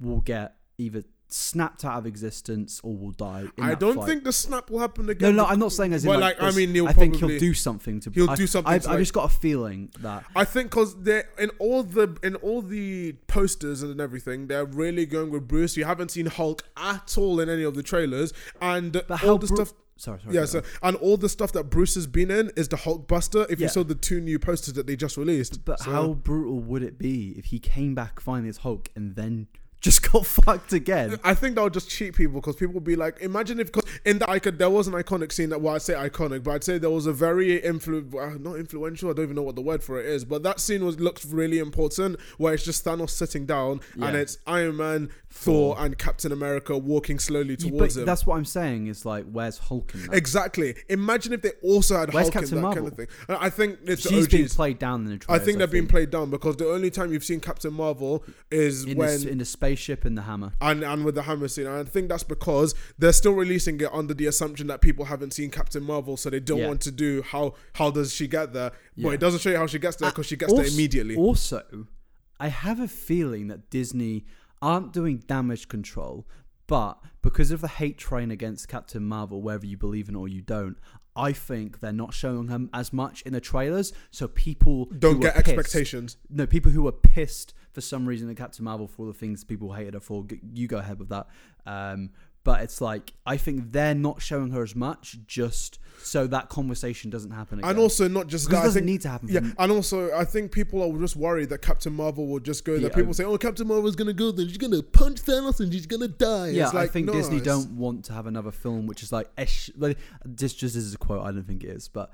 S1: will get either snapped out of existence or will die. In
S2: I
S1: that
S2: don't
S1: fight.
S2: think the snap will happen
S1: No,
S2: again.
S1: no, I'm not saying as in.
S2: Well,
S1: like,
S2: like, I
S1: this.
S2: mean, he'll
S1: I think
S2: probably-
S1: he'll do something to.
S2: he'll
S1: I,
S2: do something
S1: I've,
S2: to,
S1: I've
S2: like-
S1: just got a feeling that.
S2: I think because they in all the in all the posters and everything, they're really going with Bruce. You haven't seen Hulk at all in any of the trailers, and
S1: But how
S2: all the
S1: Bru-
S2: stuff.
S1: Sorry, sorry.
S2: Yeah,
S1: go
S2: so
S1: on.
S2: and all the stuff that Bruce has been in is the Hulkbuster. If
S1: Yeah.
S2: you saw the two new posters that they just released,
S1: But
S2: So-
S1: how brutal would it be if he came back finally as Hulk and then just got fucked again?
S2: I think that would just cheat people because people would be like, imagine if 'cause in that icon there was an iconic scene that well, I'd say iconic, but I'd say there was a very influ uh, not influential. I don't even know what the word for it is, but that scene was looked really important where it's just Thanos sitting down and
S1: Yeah.
S2: it's Iron Man, Thor, and Captain America walking slowly
S1: You-
S2: towards
S1: but
S2: him.
S1: that's what I'm saying is like, where's Hulk in that?
S2: Exactly. Imagine if they also had
S1: Where's
S2: Hulk in
S1: Captain
S2: that
S1: Marvel?
S2: kind of thing. And I think it's
S1: She's
S2: the
S1: being
S2: OGs.
S1: played down in the
S2: I
S1: trailers.
S2: think they're being played down because the only time you've seen Captain Marvel is
S1: in,
S2: when
S1: the, s- in the space spaceship and the hammer.
S2: and and with the hammer scene. And I think that's because they're still releasing it under the assumption that people haven't seen Captain Marvel, so they don't
S1: Yeah.
S2: want to do how how does she get there. But
S1: Yeah. Uh,
S2: it doesn't show you how she gets there because she gets there
S1: Also-
S2: immediately.
S1: Also, I have a feeling that Disney aren't doing damage control, but because of the hate train against Captain Marvel, whether you believe in it or you don't, I think they're not showing him as much in the trailers, so people who
S2: don't
S1: were
S2: get
S1: pissed-
S2: expectations.
S1: No, people who were pissed for some reason at Captain Marvel for all the things people hated her for. g- You go ahead with that. Um, but it's like I think they're not showing her as much, just so that conversation doesn't happen again.
S2: And also not just
S1: because it
S2: that. I
S1: doesn't
S2: think
S1: need to happen. for
S2: Yeah, and also I think people are just worried that Captain Marvel will just go there.
S1: Yeah,
S2: people
S1: I-
S2: say, "Oh, Captain Marvel's gonna go there. She's gonna punch Thanos and she's gonna die."
S1: Yeah,
S2: it's like,
S1: I think
S2: no,
S1: Disney
S2: it's-
S1: don't want to have another film which is like Esh. Like, this just is a quote. I don't think it is, but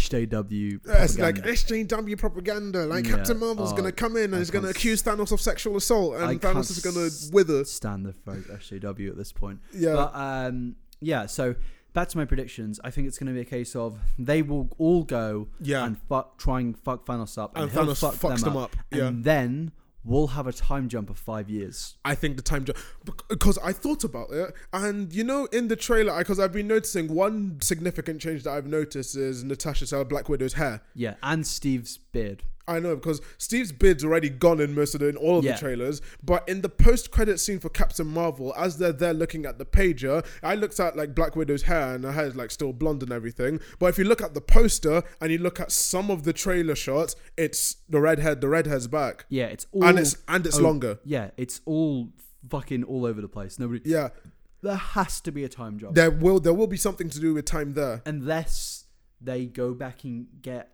S1: SJW.
S2: Yeah, It's like
S1: propaganda.
S2: SJW propaganda. Like
S1: Yeah,
S2: Captain Marvel's
S1: oh,
S2: gonna come in and
S1: I
S2: he's gonna
S1: can't s-
S2: accuse Thanos of sexual assault, and
S1: I can't
S2: Thanos is gonna
S1: s-
S2: wither.
S1: stand the phrase SJW at this point.
S2: Yeah,
S1: But um, yeah. So back to my predictions. I think it's going to be a case of they will all go
S2: yeah.
S1: and fuck, try and fuck Thanos up, and,
S2: and
S1: he'll
S2: Thanos
S1: fuck
S2: fucks them, up. Yeah,
S1: and then we'll have a time jump of five years.
S2: I think the time jump because I thought about it, and you know, in the trailer, because I've been noticing one significant change that I've noticed is Natasha Sal Black Widow's hair.
S1: Yeah, and Steve's beard.
S2: I know because Steve's beard's already gone in most of the, in all of
S1: Yeah.
S2: the trailers, but in the post-credit scene for Captain Marvel, as they're there looking at the pager, I looked at like Black Widow's hair and her hair's like still blonde and everything. But if you look at the poster and you look at some of the trailer shots, it's the red head. The red head's back,
S1: Yeah, it's all.
S2: and it's and it's
S1: oh.
S2: longer.
S1: yeah, it's all fucking all over the place. Nobody.
S2: Yeah,
S1: There has to be a time jump.
S2: there will there will be something to do with time there.
S1: unless they go back and get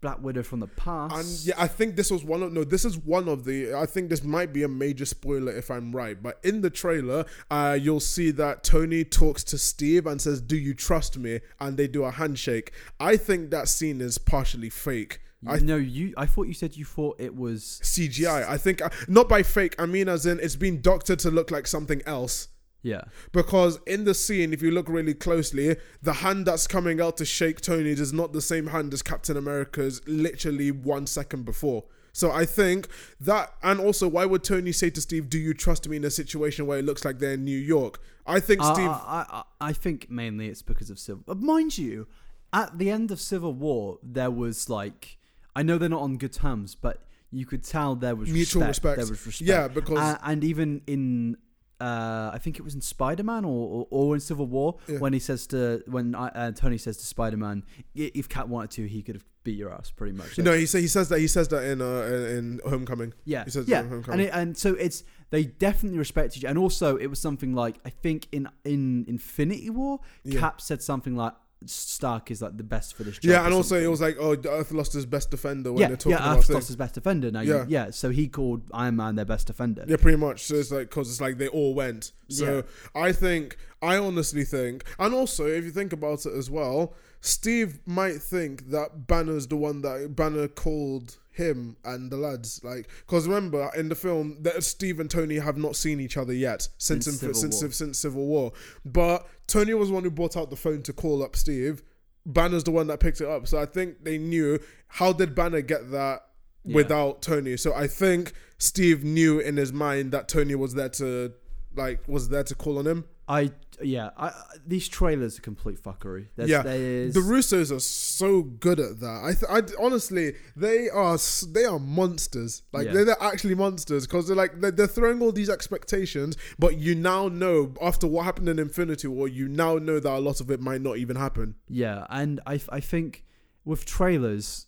S1: Black Widow from the past.
S2: And yeah, I think this was one of no, this is one of the. I think this might be a major spoiler if I'm right, but in the trailer, uh, you'll see that Tony talks to Steve and says, "Do you trust me?" And they do a handshake. I think that scene is partially fake. I
S1: no, you. I thought you said you thought it was.
S2: CGI. I think uh, not by fake. I mean, as in it's been doctored to look like something else.
S1: Yeah,
S2: Because in the scene, if you look really closely, the hand that's coming out to shake Tony is not the same hand as Captain America's literally one second before. So I think that, and also, why would Tony say to Steve, "Do you trust me?" in a situation where it looks like they're in New York? I think
S1: I,
S2: Steve.
S1: I, I, I think mainly it's because of Civil. But mind you, at the end of Civil War, there was like, I know they're not on good terms, but you could tell there was
S2: Mutual respect.
S1: There was respect.
S2: yeah, because
S1: A- and even in uh, I think it was in Spider Man or, or or in Civil War
S2: Yeah.
S1: when he says to when I, uh, Tony says to Spider Man, if Cat wanted to, he could have beat your ass pretty much.
S2: you know he say, he says that he says that in uh, in in Homecoming.
S1: yeah,
S2: he says
S1: yeah,
S2: that
S1: and
S2: in Homecoming.
S1: it, and so it's they definitely respected you, and also it was something like I think in in Infinity War,
S2: Yeah.
S1: Cap said something like Stark is like the best for this job.
S2: yeah,
S1: or
S2: and also
S1: something.
S2: it was like, oh, the Earth lost his best defender when
S1: yeah,
S2: they're talking
S1: yeah,
S2: about
S1: Earth's
S2: things.
S1: lost his best defender now.
S2: Yeah.
S1: Yeah, yeah, so he called Iron Man their best defender.
S2: Yeah, pretty much. So it's like because it's like they all went. So I think I honestly think, and also if you think about it as well, Steve might think that Banner's the one that Banner called him and the lads. Like, because remember in the film that Steve and Tony have not seen each other yet since
S1: Since
S2: since
S1: Civil
S2: since,
S1: War.
S2: since, Civil War, but Tony was the one who brought out the phone to call up Steve. Banner's the one that picked it up. So I think they knew how did Banner get that
S1: Yeah.
S2: without Tony. So I think Steve knew in his mind that Tony was there to like was there to call on him.
S1: I yeah, I, these trailers are complete fuckery. There's,
S2: Yeah,
S1: there's,
S2: The Russos are so good at that. I, th- I honestly, they are s- they are monsters. Like
S1: Yeah.
S2: they're, they're actually monsters because they're like they're, they're throwing all these expectations, but you now know after what happened in Infinity War, you now know that a lot of it might not even happen.
S1: yeah, and I I think with trailers,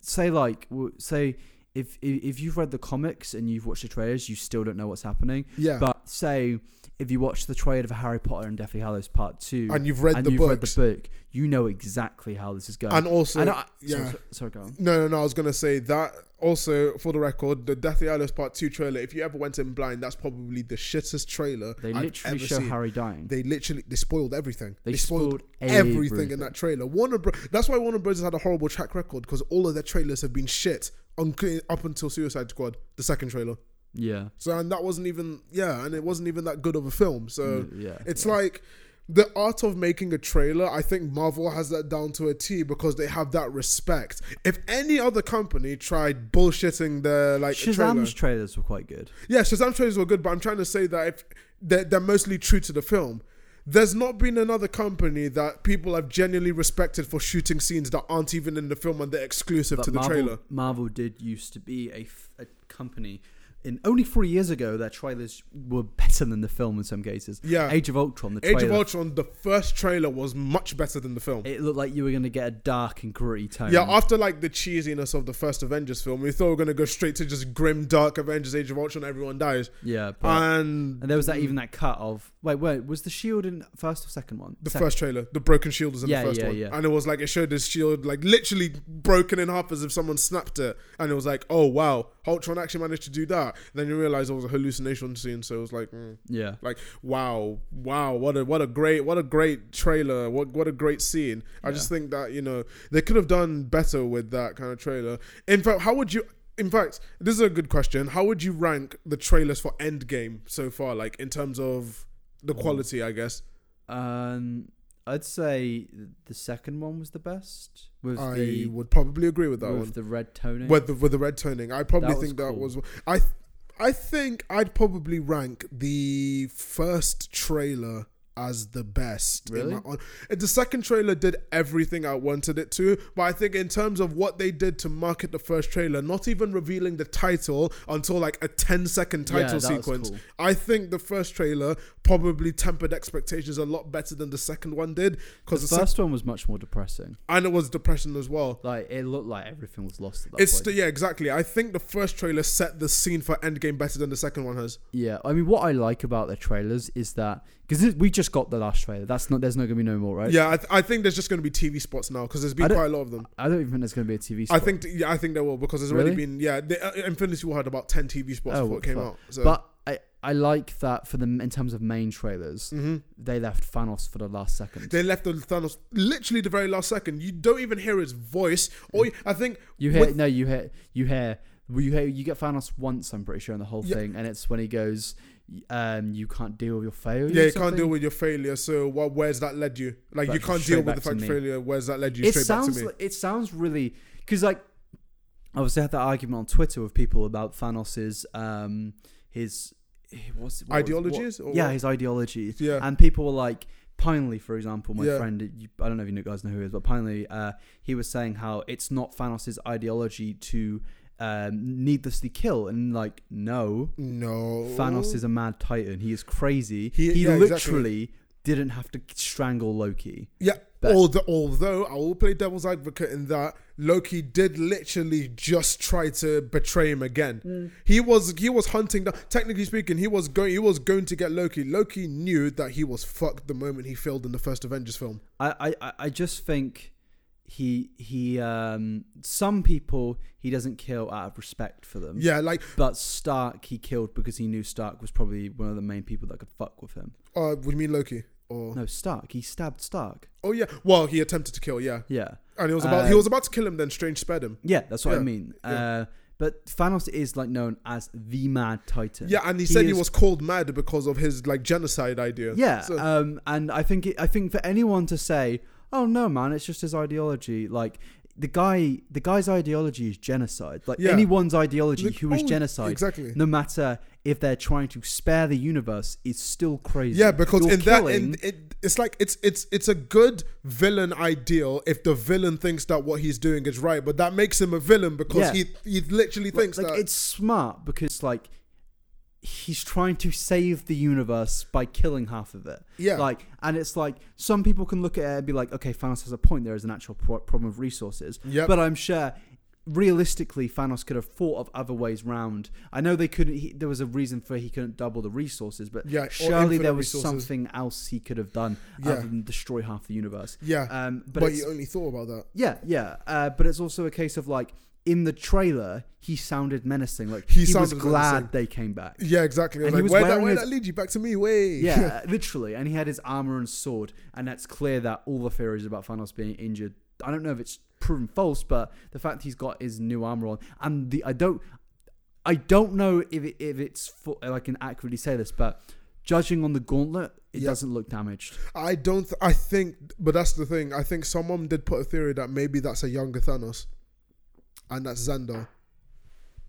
S1: say like w- say if if if you've read the comics and you've watched the trailers, you still don't know what's happening.
S2: Yeah,
S1: But say if you watch the trailer for Harry Potter and Deathly Hallows Part Two,
S2: and you've read
S1: and
S2: the
S1: you've read the
S2: books,
S1: book, you know exactly how this is going.
S2: and also
S1: And I-
S2: yeah.
S1: sorry, sorry, go on.
S2: No, no, no. I was gonna say that. Also, for the record, the Deathly Hallows Part Two trailer. If you ever went in blind, that's probably the shittest trailer
S1: They
S2: I've
S1: literally
S2: ever
S1: show
S2: seen.
S1: Harry dying.
S2: They literally they spoiled everything. They,
S1: They spoiled
S2: spoiled, everything, in
S1: everything.
S2: that trailer. Warner Bro- That's why Warner Brothers had a horrible track record because all of their trailers have been shit on, up until Suicide Squad, the second trailer.
S1: yeah,
S2: So and that wasn't even yeah, and it wasn't even that good of a film. So
S1: yeah.
S2: it's
S1: yeah.
S2: like the art of making a trailer, I think Marvel has that down to a T because they have that respect. If any other company tried bullshitting their like trailer,
S1: Shazam's trailers were quite good.
S2: yeah, Shazam trailers were good, but I'm trying to say that if they're, they're mostly true to the film. There's not been another company that people have genuinely respected for shooting scenes that aren't even in the film and they're exclusive
S1: But
S2: to the
S1: Marvel,
S2: trailer.
S1: Marvel did used to be a, f- a company. In only three years ago, their trailers were better than the film in some cases.
S2: Yeah.
S1: Age of Ultron, the
S2: Age
S1: trailer.
S2: of Ultron, the first trailer was much better than the film.
S1: it looked like you were going to get a dark and gritty tone.
S2: Yeah, after like the cheesiness of the first Avengers film, we thought we were gonna go straight to just grim, dark Avengers: Age of Ultron, everyone dies,
S1: yeah. But,
S2: and
S1: and there was that even that cut of wait, wait, was the shield in first or second one?
S2: the
S1: Sec-
S2: first trailer, the broken shield was in
S1: Yeah,
S2: the first
S1: yeah,
S2: one,
S1: yeah.
S2: and it was like it showed this shield like literally broken in half as if someone snapped it, and it was like, oh wow, Ultron actually managed to do that. Then you realize it was a hallucination scene, so it was like, mm,
S1: Yeah.
S2: like wow, wow, what a what a great what a great trailer, what what a great scene. I just think that you know they could have done better with that kind of trailer. In fact, how would you? In fact, this is a good question. How would you rank the trailers for Endgame so far, like in terms of the quality, I guess?
S1: Um, I'd say the second one was the best. With
S2: I
S1: the
S2: would probably agree with that
S1: with
S2: one.
S1: the red toning.
S2: With the, with the red toning, I probably
S1: That was
S2: think that
S1: cool.
S2: was. I th- I think I'd probably rank the first trailer as the best. in
S1: Really?
S2: my hon- And the second trailer did everything I wanted it to, but I think in terms of what they did to market the first trailer, not even revealing the title until like a 10 second
S1: Yeah,
S2: title
S1: that was
S2: sequence,
S1: cool.
S2: I think the first trailer probably tempered expectations a lot better than the second one did because
S1: the first one was much more depressing.
S2: and it was depression as well.
S1: Like it looked like everything was lost at that
S2: It's
S1: point.
S2: the, yeah, exactly. I think the first trailer set the scene for Endgame better than the second one has.
S1: Yeah, I mean, what I like about the trailers is that because we just got the last trailer. That's not. There's not going to be no more, right?
S2: Yeah, I, th- I think there's just going to be TV spots now because there's
S1: I
S2: been
S1: don't-
S2: quite a lot of them.
S1: I don't even think there's going to be a TV.
S2: I
S1: Spot.
S2: think yeah, I think there will because there's already
S1: Really?
S2: been yeah. The, uh, Infinity War had about ten TV spots
S1: Oh,
S2: before
S1: what
S2: it
S1: the
S2: came
S1: fuck.
S2: out. So.
S1: but I I like that for the in terms of main trailers,
S2: Mhm.
S1: they left Thanos for the last second.
S2: They left the Thanos literally the very last second. You don't even hear his voice. Or you- I think
S1: you hear
S2: with-
S1: no, you hear you hear well, you hear you get Thanos once. I'm pretty sure in the whole
S2: Yeah.
S1: thing, and it's when he goes, um, you can't deal with your failure.
S2: yeah, you can't deal with your failure. So what? Where's that led you? Like
S1: Back-
S2: you can't
S1: straight
S2: deal with
S1: back
S2: the
S1: to
S2: fact of
S1: me.
S2: failure. Where's that led you?
S1: It
S2: straight back
S1: sounds
S2: to me.
S1: like, it sounds really because like obviously I had that argument on Twitter with people about Thanos's um his what's, what was-
S2: Ideologies
S1: what-
S2: or
S1: yeah
S2: what?
S1: his ideologies
S2: yeah.
S1: and people were like Pinely, for example, my
S2: Yeah.
S1: friend, you, I don't know if you guys know who he is, but Pinely, uh, he was saying how it's not Thanos' ideology to um, needlessly kill, and like, no,
S2: no.
S1: Thanos is a mad titan. He is crazy.
S2: Oh. He-
S1: He,
S2: yeah, exactly.
S1: literally didn't have to strangle Loki.
S2: Yeah.
S1: But-
S2: although, although I will play devil's advocate in that Loki did literally just try to betray him again. He was he was hunting down. Technically speaking, he was going he was going to get Loki. Loki knew that he was fucked the moment he failed in the first Avengers film.
S1: I, I- I, I just think he he um some people he doesn't kill out of respect for them.
S2: Yeah, like
S1: But Stark he killed because he knew Stark was probably one of the main people that could fuck with him.
S2: uh, would you mean Loki? Or
S1: No, Stark. He stabbed Stark.
S2: oh yeah, well he attempted to kill yeah,
S1: Yeah.
S2: and he was about
S1: Uh,
S2: he was about to kill him. Then Strange spared him.
S1: Yeah, that's what I
S2: Yeah,
S1: mean.
S2: yeah.
S1: Uh but Thanos is like known as the mad titan.
S2: Yeah, and he, said he
S1: is-
S2: was called mad because of his like genocide idea.
S1: Yeah,
S2: So-
S1: um, and I think it, I think for anyone to say, "Oh no, man, it's just his ideology," like the guy, the guy's ideology is genocide. Like
S2: Yeah.
S1: anyone's ideology
S2: Like,
S1: who is
S2: oh,
S1: genocide,
S2: exactly.
S1: no matter if they're trying to spare the universe, is still crazy.
S2: Yeah, because
S1: You're
S2: in that,
S1: killing-
S2: in, it, it's like it's it's it's a good villain ideal if the villain thinks that what he's doing is right, but that makes him a villain because
S1: Yeah.
S2: he he literally thinks
S1: like
S2: that.
S1: it's smart because like he's trying to save the universe by killing half of it.
S2: Yeah.
S1: Like, and it's like some people can look at it and be like, okay, Thanos has a point. There is an actual pro- problem of resources.
S2: Yep.
S1: But I'm sure. Realistically, Thanos could have thought of other ways round. I know they couldn't. He, there was a reason for he couldn't double the resources, but
S2: Yeah, or
S1: surely
S2: infinite
S1: there was
S2: resources.
S1: something else he could have done
S2: Yeah.
S1: other than destroy half the universe.
S2: yeah,
S1: Um,
S2: but,
S1: but it's-
S2: he only thought about that.
S1: yeah, yeah. Uh, but it's also a case of like in the trailer, he sounded menacing. Like he,
S2: He
S1: was
S2: sounded
S1: glad
S2: menacing.
S1: they came back.
S2: Yeah, exactly. It was
S1: And he
S2: like,
S1: was
S2: where that,
S1: wearing
S2: where
S1: his-
S2: that lead you back to me, way.
S1: Yeah, literally. And he had his armor and sword, and that's clear that all the theories about Thanos being injured. I don't know if it's proven false, but the fact he's got his new armor on, and the I don't, I don't know if it, if it's fu- like I can accurately say this, but judging on the gauntlet, it
S2: Yeah.
S1: doesn't look damaged.
S2: I don't. Th- I think, but that's the thing. I think someone did put a theory that maybe that's a younger Thanos, and that's Xandar.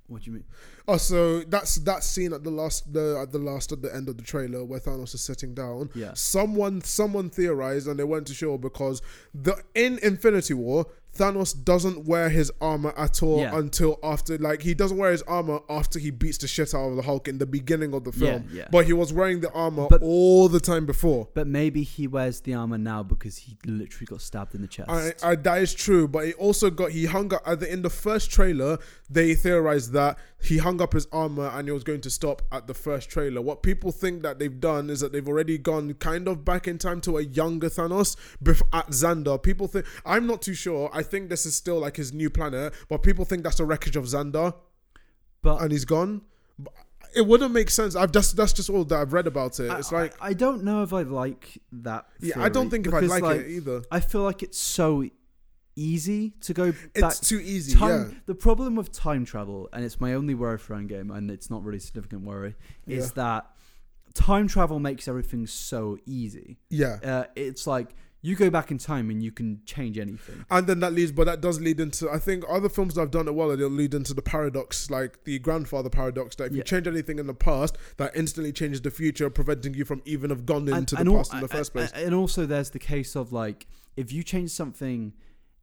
S1: What do you mean?
S2: Oh, so that's that scene at the last, the at the last, at the end of the trailer where Thanos is sitting down.
S1: Yeah.
S2: Someone, someone theorized, and they weren't too sure because the in Infinity War, Thanos doesn't wear his armor at all
S1: Yeah.
S2: until after, like he doesn't wear his armor after he beats the shit out of the Hulk in the beginning of the
S1: Yeah,
S2: film.
S1: yeah.
S2: But he was wearing the armor
S1: But-
S2: all the time before.
S1: But maybe he wears the armor now because he literally got stabbed in the chest.
S2: I, I, that is true, but he also got he hung up at the, in the first trailer. They theorized that he hung up his armor and he was going to stop at the first trailer. What people think that they've done is that they've already gone kind of back in time to a younger Thanos bef- at Xander. People think I'm not too sure. I think this is still like his new planet, but people think that's the wreckage of Xander
S1: but
S2: and he's gone. But It wouldn't make sense. I've just that's just all that I've read about it. It's
S1: I-
S2: like
S1: I, I don't know if I like that.
S2: yeah, I don't
S1: theory,
S2: think if I
S1: because,
S2: like, it either.
S1: I feel like it's so easy to go back.
S2: It's too easy.
S1: time,
S2: yeah.
S1: The problem with time travel, and it's my only worry for Endgame, and it's not really a significant worry, is
S2: Yeah.
S1: that time travel makes everything so easy.
S2: Yeah.
S1: Uh, it's like you go back in time and you can change anything.
S2: And then that leads, but that does lead into. I think other films that have done it well, it'll lead into the paradox, like the grandfather paradox, that if you
S1: Yeah.
S2: change anything in the past, that instantly changes the future, preventing you from even have gone into the
S1: al-
S2: past in the first place.
S1: and also, there's the case of like, if you change something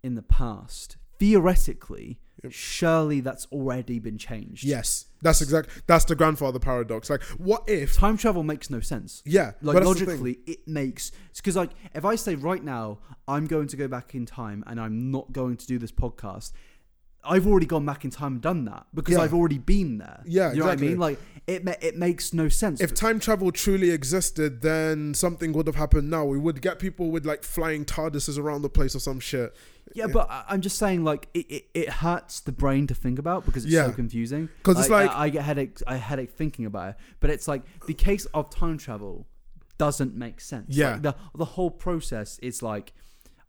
S1: in the past, theoretically, surely that's already been changed.
S2: yes, that's exact. That's the grandfather paradox. Like, what if?
S1: Time travel makes no sense.
S2: Yeah,
S1: Like
S2: but that's the thing.
S1: logically, it makes because like if I say right now I'm going to go back in time and I'm not going to do this podcast, I've already gone back in time and done that because
S2: Yeah.
S1: I've already been there.
S2: Yeah,
S1: you know
S2: exactly.
S1: what I mean. Like it ma- it makes no sense.
S2: If time travel truly existed, then something would have happened now. We would get people with like flying TARDISes around the place or some shit.
S1: yeah, but I- I'm just saying like it, it, it hurts the brain to think about because it's
S2: Yeah.
S1: so confusing.
S2: 'Cause it's like-
S1: I, I get headache I headache thinking about it, but it's like the case of time travel doesn't make sense.
S2: Yeah.
S1: like the the whole process is like,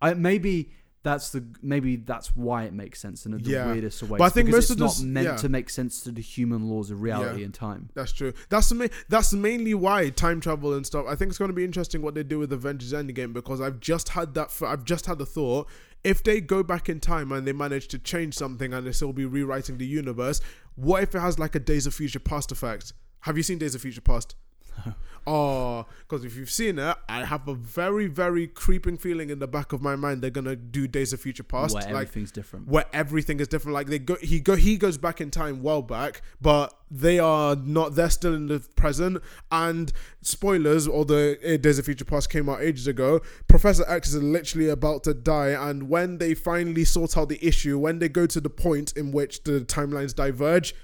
S1: I maybe. That's the maybe that's why it makes sense in the
S2: Yeah.
S1: weirdest of ways.
S2: But I think
S1: because it's
S2: most of
S1: not
S2: this-
S1: meant
S2: yeah.
S1: to make sense to the human laws of reality
S2: Yeah.
S1: and time.
S2: That's true. That's the ma- that's mainly why time travel and stuff. I think it's going to be interesting what they do with Avengers Endgame because I've just had that. i I've just had the thought: if they go back in time and they manage to change something and they still be rewriting the universe, what if it has like a Days of Future Past effect? Have you seen Days of Future Past? Oh, because if you've seen it, I have a very, very creeping feeling in the back of my mind they're gonna do Days of Future Past,
S1: where
S2: like
S1: everything's different.
S2: where everything is different. Like they go, he go, he goes back in time, well back, but they are not. They're still in the present. And spoilers, although eh, Days of Future Past came out ages ago, Professor X is literally about to die. And when they finally sort out the issue, when they go to the point in which the timelines diverge.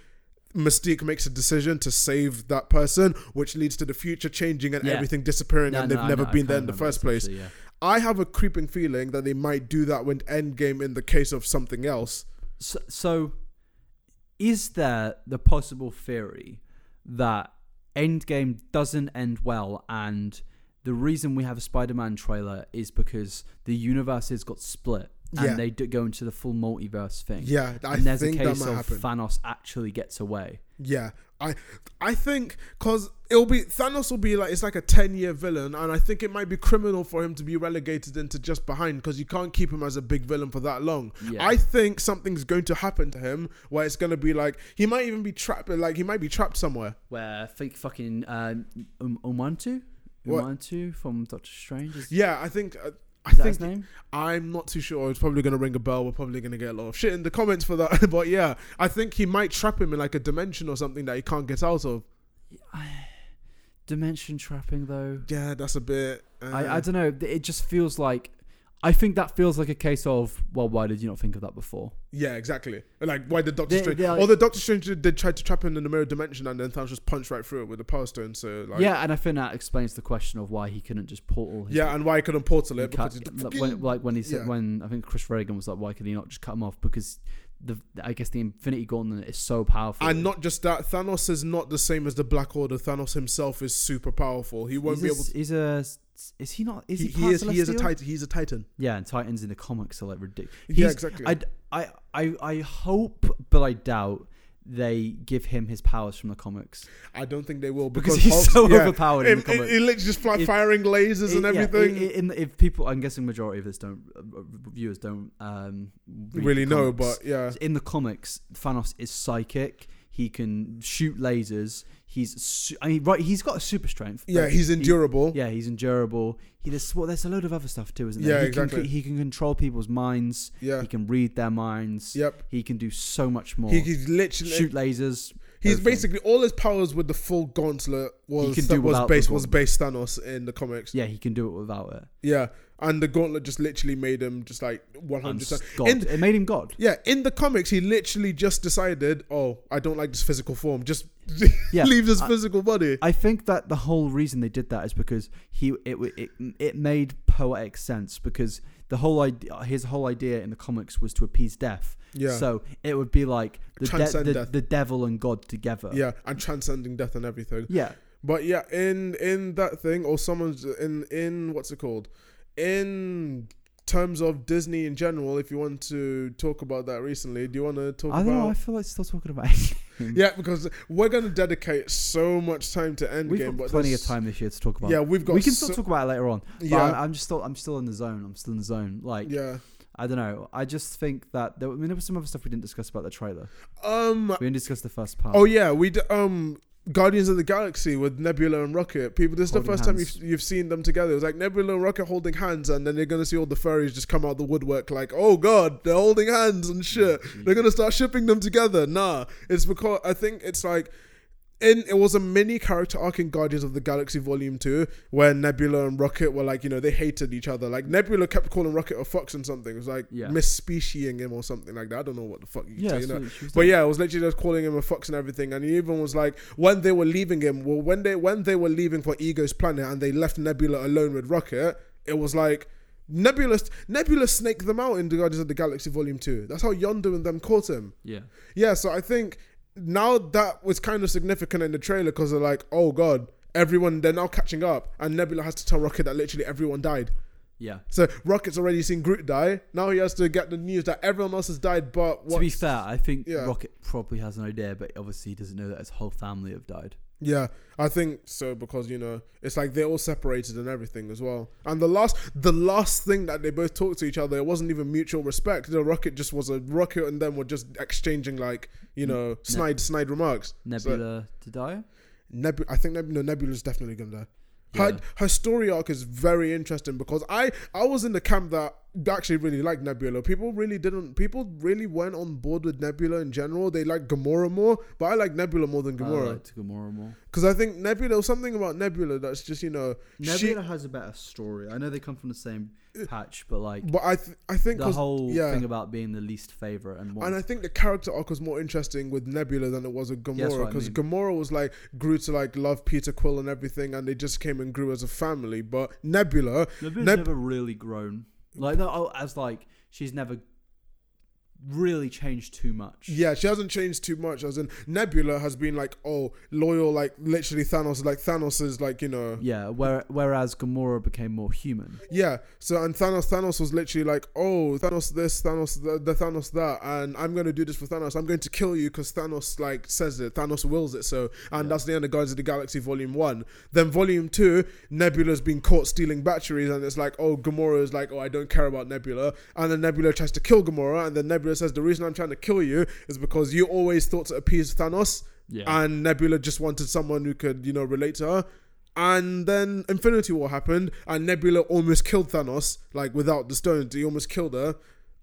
S2: Mystique makes a decision to save that person, which leads to the future changing and
S1: Yeah.
S2: everything disappearing,
S1: No,
S2: and
S1: no,
S2: they've
S1: I
S2: never
S1: know, I
S2: been there
S1: can't
S2: in the
S1: remember
S2: first
S1: this
S2: place.
S1: actually, yeah.
S2: I have a creeping feeling that they might do that with Endgame in the case of something else.
S1: so, so is there the possible theory that Endgame doesn't end well and the reason we have a Spider-Man trailer is because the universes got split and
S2: Yeah.
S1: they do go into the full multiverse thing.
S2: Yeah, I
S1: and there's
S2: think
S1: a
S2: that
S1: case
S2: might
S1: of
S2: happen.
S1: Thanos actually gets away.
S2: yeah, I, I think because it'll be Thanos will be like it's like a ten year villain, and I think it might be criminal for him to be relegated into just behind because you can't keep him as a big villain for that long.
S1: Yeah.
S2: I think something's going to happen to him where it's going to be like he might even be trapped, like he might be trapped somewhere.
S1: Where fake fucking um, um, Umantu,
S2: What?
S1: Umantu from Doctor Strange is,
S2: Yeah, I think. Uh, I
S1: is that
S2: think
S1: his name?
S2: I'm not too sure. It's probably going to ring a bell. We're probably going to get a lot of shit in the comments for that. but yeah, I think he might trap him in like a dimension or something that he can't get out of.
S1: Dimension trapping though.
S2: Yeah, that's a bit. Uh,
S1: I, I don't know. It just feels like. I think that feels like a case of, well, why did you not think of that before?
S2: yeah, exactly. Like why the Doctor
S1: They-
S2: Strange?
S1: they are-
S2: Or the Doctor Strange did, did try to trap him in the mirror dimension, and then Thanos just punched right through it with the power stone. So like,
S1: yeah, and I think that explains the question of why he couldn't just portal. His
S2: yeah, and why he couldn't portal
S1: he
S2: it because
S1: cut,
S2: he
S1: like,
S2: fucking-
S1: when, like when he said
S2: yeah.
S1: when I think Chris Reagan was like, why could he not just cut him off? Because the I guess the Infinity Gauntlet is so powerful.
S2: And not just that, Thanos is not the same as the Black Order. Thanos himself is super powerful. He won't
S1: he's
S2: be
S1: a,
S2: able. To,
S1: He's a. Is he not? Is he?
S2: he, he is. He is a
S1: Titan.
S2: titan. He's a titan.
S1: Yeah, and Titans in the comics are like ridiculous.
S2: Yeah, exactly.
S1: I, I, I hope, but I doubt they give him his powers from the comics
S2: I don't think they will
S1: because,
S2: because,
S1: he's
S2: Hulk's-
S1: so
S2: yeah.
S1: overpowered in the
S2: It, it,
S1: comics.
S2: it literally just fly
S1: If-
S2: firing lasers and
S1: It- yeah,
S2: everything.
S1: i- i- in the- if people, I'm guessing majority of this don't uh, uh, viewers don't um, read
S2: really
S1: the
S2: know,
S1: comics.
S2: but yeah,
S1: in the comics, Thanos is psychic. He can shoot lasers. He's su- I mean, right. He's got super strength.
S2: yeah,
S1: but
S2: he's
S1: he-
S2: endurable.
S1: yeah, he's endurable. He there's well, there's a load of other stuff too, isn't there?
S2: Yeah,
S1: he Can,
S2: exactly.
S1: he can control people's minds.
S2: yeah,
S1: He can read their minds.
S2: yep.
S1: He can do so much more.
S2: He, he's literally
S1: shoot lasers.
S2: He's
S1: everything.
S2: basically all his powers with the full gauntlet was
S1: can
S2: that
S1: do
S2: was
S1: without the
S2: based was
S1: gauntlet.
S2: based Thanos in the comics. Yeah.
S1: Yeah, he can do it without it.
S2: and the gauntlet just literally made him just like one
S1: And
S2: hundred. percent
S1: God,
S2: in-
S1: it made him God.
S2: Yeah, in the comics, he literally just decided, "Oh, I don't like this physical form. Just
S1: Yeah,
S2: leave this
S1: I-
S2: physical body."
S1: I think that the whole reason they did that is because he it w- it, it made poetic sense because the whole idea his whole idea in the comics was to appease death.
S2: Yeah,
S1: So it would be like the de-
S2: Transcend
S1: the,
S2: death.
S1: the devil and God together.
S2: yeah, and transcending death and everything.
S1: Yeah.
S2: But yeah, in in that thing, or someone's in in what's it called? In terms of Disney in general, if you want to talk about that recently, do you want to talk
S1: I don't
S2: about?
S1: know. I feel like still talking about. Endgame.
S2: Yeah, because we're gonna dedicate so much time to Endgame.
S1: We've got
S2: but
S1: plenty of
S2: there's-
S1: time this year to talk about.
S2: Yeah, we've got.
S1: we can still
S2: so-
S1: talk about it later on. But
S2: Yeah,
S1: I'm, I'm just still I'm still in the zone. I'm still in the zone. Like
S2: yeah.
S1: I don't know. I just think that there, I mean there was some other stuff we didn't discuss about the trailer.
S2: Um.
S1: We didn't discuss the first part.
S2: Oh yeah, we d- um Guardians of the Galaxy with Nebula and Rocket. People, this is the
S1: Holding
S2: first time
S1: hands.
S2: you've you've seen them together. It was like Nebula and Rocket holding hands, and then they're gonna see all the furries just come out the woodwork. Like, oh god, they're holding hands and shit. They're gonna start shipping them together. Nah, it's because I think it's like. In, it was a mini character arc in Guardians of the Galaxy Volume 2 where Nebula and Rocket were like, you know, they hated each other. Like, Nebula kept calling Rocket a fox and something. It was like
S1: Yeah.
S2: misspeciing him or something like that. I don't know what the fuck you
S1: yeah.
S2: say.
S1: that's
S2: you know?
S1: what she was
S2: But
S1: saying.
S2: yeah, I was literally just calling him a fox and everything, and he even was like, when they were leaving him, well, when they when they were leaving for Ego's planet, and they left Nebula alone with Rocket, it was like Nebula Nebula snaked them out in the Guardians of the Galaxy Volume Two. That's how Yondu and them caught him.
S1: yeah.
S2: Yeah, so I think now that was kind of significant in the trailer because they're like, oh god, everyone they're now catching up, and Nebula has to tell Rocket that literally everyone died.
S1: Yeah.
S2: So Rocket's already seen Groot die. Now he has to get the news that everyone else has died, but
S1: To be
S2: what's-
S1: fair, I think
S2: Yeah.
S1: Rocket probably has an idea, but obviously he doesn't know that his whole family have died.
S2: Yeah, I think so because you know it's like they're all separated and everything as well. And the last, the last thing that they both talked to each other, it wasn't even mutual respect. The rocket just was a rocket, and them were just exchanging like you know snide, snide remarks.
S1: Nebula to die.
S2: Nebu- I think Nebula, no, Nebula's definitely gonna die. Her
S1: Yeah.
S2: her story arc is very interesting because I I was in the camp that actually really liked Nebula. People really didn't. People really weren't on board with Nebula in general. They like Gamora more, but I like Nebula more than Gamora.
S1: I liked Uh, Gamora more.
S2: Because I think Nebula, there's something about Nebula that's just you know,
S1: Nebula has a better story. I know they come from the same patch, but like
S2: she. Uh, But I th- I think
S1: the
S2: 'cause-
S1: whole
S2: yeah,
S1: thing about being the least favorite and,
S2: and I think the character arc was more interesting with Nebula than it was with
S1: Yeah, that's
S2: Gamora
S1: what I
S2: because
S1: mean.
S2: Gamora was like grew to like love Peter Quill and everything, and they just came and grew as a family. But Nebula,
S1: Nebula's
S2: Neb-
S1: never really grown. Like no, oh, as like she's never really changed too much.
S2: yeah, she hasn't changed too much. As in Nebula has been like oh loyal, like literally Thanos, like Thanos is like you know
S1: Yeah, where, whereas Gamora became more human.
S2: Yeah. So and Thanos, Thanos was literally like, "Oh, Thanos this, Thanos the, the Thanos that," and I'm going to do this for Thanos. I'm going to kill you because Thanos like says it. Thanos wills it. So and
S1: Yeah.
S2: that's the end of Guardians of the Galaxy Volume One. Then Volume Two, Nebula's been caught stealing batteries, and it's like, "Oh, Gamora is like, oh, I don't care about Nebula," and then Nebula tries to kill Gamora, and then Nebula says, "The reason I'm trying to kill you is because you always thought to appease Thanos."
S1: Yeah,
S2: and Nebula just wanted someone who could, you know, relate to her. And then Infinity War happened, and Nebula almost killed Thanos, like without the stones, he almost killed her.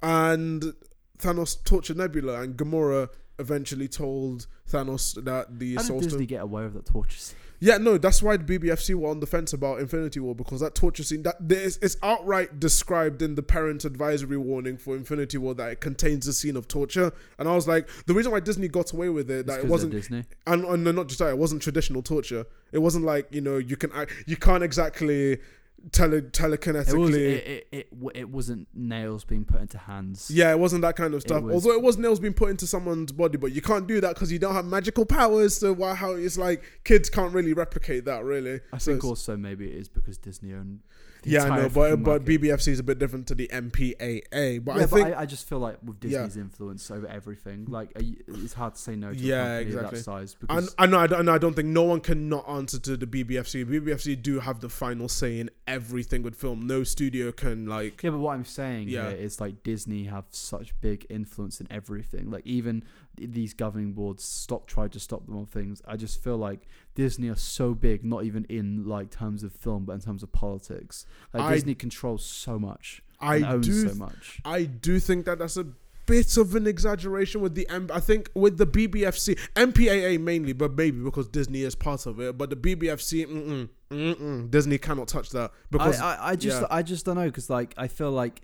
S2: And Thanos tortured Nebula, and Gamora eventually told Thanos that the
S1: how did
S2: soul
S1: Disney
S2: stone.
S1: get away with that torture? scene?
S2: Yeah, no, that's why the BBFC were on the fence about Infinity War because that torture scene that it's, it's outright described in the parent advisory warning for Infinity War that it contains a scene of torture. And I was like, the reason why Disney got away with it
S1: It's
S2: that
S1: 'cause
S2: it
S1: they're
S2: wasn't
S1: Disney.
S2: and, and no, not just that, it wasn't traditional torture. It wasn't like you know you can act, you can't exactly tele telekinetically.
S1: It was it, it, it, w- it wasn't nails being put into hands.
S2: yeah, it wasn't that kind of stuff.
S1: was-
S2: Although it was nails being put into someone's body, but you can't do that because you don't have magical powers. So why? How it's like kids can't really replicate that, really.
S1: I
S2: So
S1: think
S2: it's-
S1: also maybe it is because Disney owned the
S2: yeah, I
S1: entire
S2: know, but
S1: fucking
S2: but
S1: market.
S2: BBFC is a bit different to the MPAA. But
S1: yeah,
S2: I think
S1: but I, I just feel like with
S2: Yeah.
S1: Disney's influence over everything, like are you- it's hard to say no to
S2: Yeah,
S1: a company
S2: exactly.
S1: of that size
S2: And
S1: because
S2: I know, I don't, and I don't think no one can not answer to the BBFC. BBFC do have the final say in everything with film. No studio can like.
S1: yeah, but what I'm saying
S2: Yeah.
S1: here is like Disney have such big influence in everything. Like even these governing boards stop try to stop them on things. I just feel like Disney are so big, not even in like terms of film, but in terms of politics. Like
S2: I-
S1: Disney controls so much, and
S2: I
S1: owns
S2: do,
S1: so much.
S2: I do think that that's a bit of an exaggeration with the M. I think with the BBFC, MPAA mainly, but maybe because Disney is part of it. But the BBFC, mm-mm, mm-mm, Disney cannot touch that because
S1: I, I, I just
S2: yeah.
S1: I just don't know because like I feel like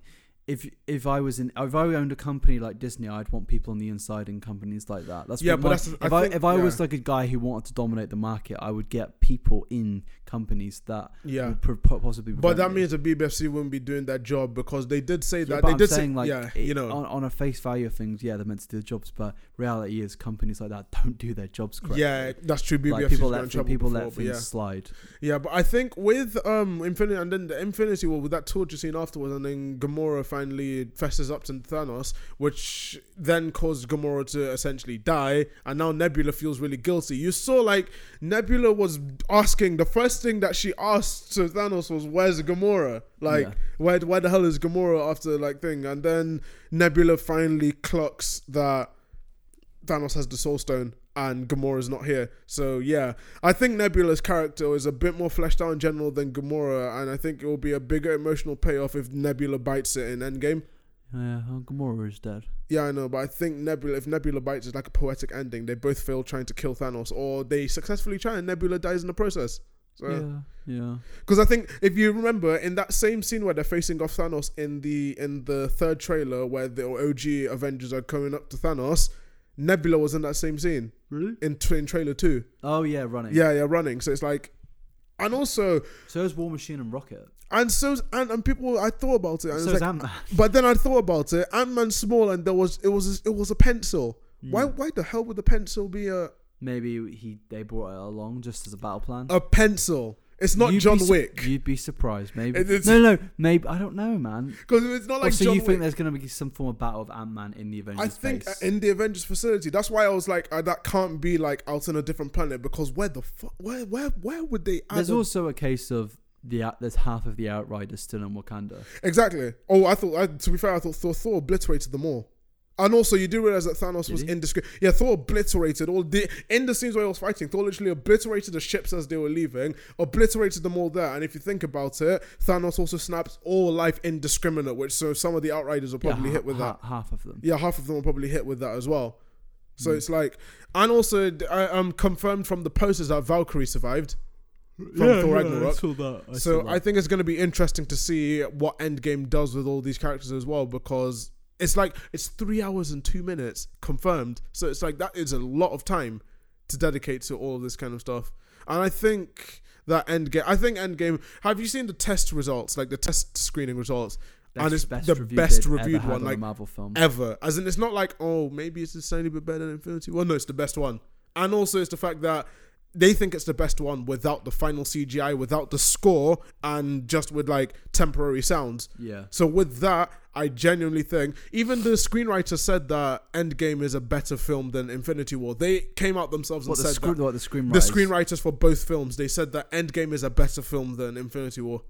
S1: if if I was in if I owned a company like Disney, I'd want people on the inside in companies like that. That's
S2: Yeah,
S1: what
S2: but
S1: my-
S2: that's the- I
S1: if I,
S2: think-
S1: if I was
S2: yeah.
S1: like a guy who wanted to dominate the market, I would get people in companies that
S2: yeah.
S1: would pro- po- possibly.
S2: But
S1: prevent
S2: that
S1: me.
S2: means the BBFC wouldn't be doing that job because they did say
S1: Yeah,
S2: that
S1: but
S2: they
S1: I'm
S2: did say
S1: saying like
S2: yeah,
S1: it-
S2: you know
S1: on, on a face value of things, yeah, they're meant to do the jobs, but reality is companies like that don't do their jobs correctly.
S2: yeah that's true. BBFC
S1: Like
S2: 's
S1: people
S2: got in
S1: let thi-
S2: trouble
S1: people
S2: before,
S1: let
S2: but
S1: things
S2: yeah.
S1: slide.
S2: Yeah, but I think with um Infinity and then the Infinity War with that torture scene afterwards, and then Gamora finally fesses up to Thanos, which then caused Gamora to essentially die, and now Nebula feels really guilty. You saw like Nebula was asking the first thing that she asked to Thanos was, "Where's Gamora? Like,
S1: Yeah.
S2: where where the hell is Gamora after like thing?" And then Nebula finally clocks that Thanos has the Soul Stone and Gamora's not here. So yeah, I think Nebula's character is a bit more fleshed out in general than Gamora, and I think it will be a bigger emotional payoff if Nebula bites it in Endgame.
S1: Yeah, oh, Gamora is dead.
S2: Yeah, I know, but I think Nebula, if Nebula bites, it's like a poetic ending. They both fail trying to kill Thanos, or they successfully try and Nebula dies in the process. So.
S1: yeah, yeah.
S2: Because I think if you remember in that same scene where they're facing off Thanos in the in the third trailer where the OG Avengers are coming up to Thanos, Nebula was in that same scene
S1: Really?
S2: in, tra- in trailer two.
S1: Oh yeah, running.
S2: Yeah, yeah, running. So it's like, and also
S1: So is War Machine and Rocket.
S2: and so and, and people. I thought about it, and
S1: So
S2: it's
S1: is
S2: Oh, like,
S1: Ant Man.
S2: but then I thought about it. Ant Man's small, and there was it was it was a pencil.
S1: Mm.
S2: Why why the hell would the pencil be a
S1: Maybe he they brought it along just as a battle plan.
S2: a pencil? It's Oh, not
S1: You'd be
S2: John
S1: su-
S2: Wick
S1: You'd be surprised, maybe.
S2: It- it's-
S1: no, no, maybe I don't know, man.
S2: because it's not
S1: Like
S2: like
S1: Oh, so
S2: John
S1: you
S2: Wick.
S1: think there's gonna be some form of battle of Ant Man in the Avengers?
S2: I think uh,
S1: base?
S2: in the Avengers facility. That's why I was like, uh, that can't be like out on a different planet because where the fuck, where, where, where would they? add
S1: there's
S2: a-
S1: also a case of the out- there's half of the Outriders still in Wakanda.
S2: exactly. Oh, I thought. I, to be fair, I thought Thor, Thor obliterated them all. And also, you do realize that Thanos
S1: Did
S2: was
S1: he?
S2: indiscreet. Yeah, Thor obliterated all the in the scenes where he was fighting. Thor literally obliterated the ships as they were leaving, obliterated them all there. And if you think about it, Thanos also snaps all life indiscriminate, which so some of the Outriders will probably
S1: yeah,
S2: hit with
S1: ha-
S2: that.
S1: ha- Half of them.
S2: Yeah, half of them will probably hit with that as well. So it's like, and also, d- I, um, confirmed from the posters that Valkyrie survived. From Yeah, Thor yeah, I Ragnarok.
S1: saw that. I
S2: so I think it's going to be interesting to see what Endgame does with all these characters as well, because it's like it's three hours and two minutes confirmed. So it's like that is a lot of time to dedicate to all of this kind of stuff. And I think that Endgame, I think Endgame. Have you seen the test results, like the test screening results? and it's the best reviewed one, like,
S1: Marvel film.
S2: ever. As in, it's not like oh, maybe it's a slightly bit better than Infinity. Well, no, it's the best one. And also, it's the fact that they think it's the best one without the final CGI, without the score, and just with like temporary sounds.
S1: yeah.
S2: So with that, I genuinely think even the screenwriter said that Endgame is a better film than Infinity War. They came out themselves
S1: What
S2: and
S1: the,
S2: said
S1: screen,
S2: that.
S1: what the screenwriters?
S2: The screenwriters for both films, they said that Endgame is a better film than Infinity War.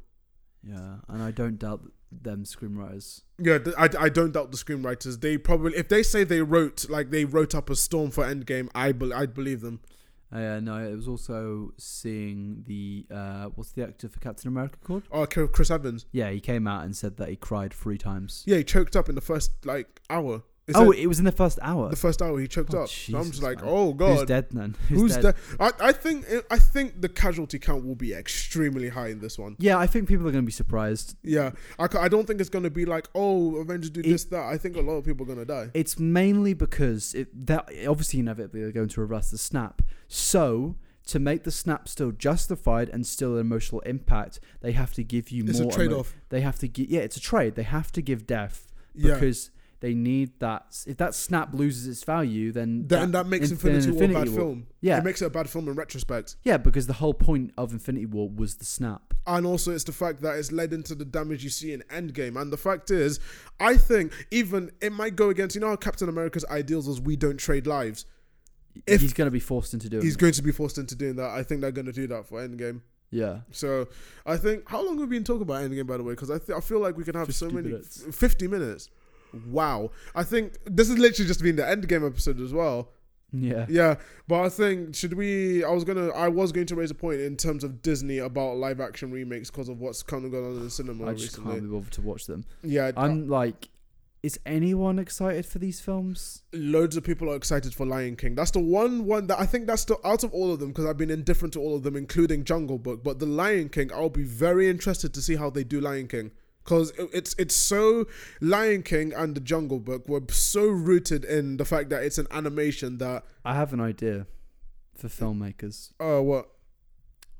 S1: Yeah, and I don't doubt them screenwriters.
S2: Yeah, th- I, I don't doubt the screenwriters. They probably, if they say they wrote like they wrote up a storm for Endgame, I bel I'd believe them.
S1: Uh, no, it was also seeing the uh, what's the actor for Captain America called?
S2: Oh, K- Chris Evans.
S1: Yeah, he came out and said that he cried three times.
S2: Yeah, he choked up in the first like hour. It
S1: oh,
S2: said
S1: it was in the first hour.
S2: the first hour he choked
S1: Oh,
S2: up. So I'm
S1: Jesus,
S2: just like,
S1: man.
S2: oh
S1: Who's
S2: god,
S1: dead then?
S2: who's that? I, I think I think the casualty count will be extremely high in this one.
S1: Yeah, I think people are going to be surprised.
S2: Yeah, I, ca- I don't think it's gonna be like oh Avengers do
S1: It-
S2: this that. I think a lot of people are gonna die.
S1: It's mainly because it, that obviously inevitably they're going to reverse the snap. So to make the snap still justified and still an emotional impact, they have to give you
S2: It's
S1: more.
S2: a
S1: emo-
S2: trade off.
S1: they have to give. Yeah, it's a trade. They have to give death
S2: Yeah,
S1: because They need that. If that snap loses its value, then
S2: Then that, makes
S1: in- then
S2: Infinity, War a bad
S1: War-
S2: film.
S1: Yeah.
S2: It makes it a bad film in retrospect.
S1: Yeah, because the whole point of Infinity War was the snap.
S2: And also, it's the fact that it's led into the damage you see in Endgame. And the fact is, I think even it might go against, you know, how Captain America's ideals was we don't trade lives. If-
S1: he's going to be forced into doing
S2: He's
S1: it.
S2: going to be forced into doing that. I think they're going to do that for Endgame.
S1: yeah.
S2: So I think, how long have we been talking about Endgame, by the way? Because I, th- I feel like we can have so
S1: 50
S2: many.
S1: minutes.
S2: 50 minutes. Wow. I think this has literally just been the Endgame episode as well.
S1: Yeah.
S2: Yeah, but I think should we? I was gonna, I was going to raise a point in terms of Disney about live action remakes because of what's kind of gone on in the cinema
S1: I just
S2: recently.
S1: can't be bothered to watch them.
S2: Yeah, uh,
S1: I'm like, is anyone excited for these films?
S2: loads of people are excited for Lion King. That's the one one that I think that's the out of all of them because I've been indifferent to all of them, including Jungle Book. But the Lion King, I'll be very interested to see how they do Lion King. Cause it- it's it's so Lion King and the Jungle Book were so rooted in the fact that it's an animation that
S1: I have an idea for filmmakers.
S2: oh what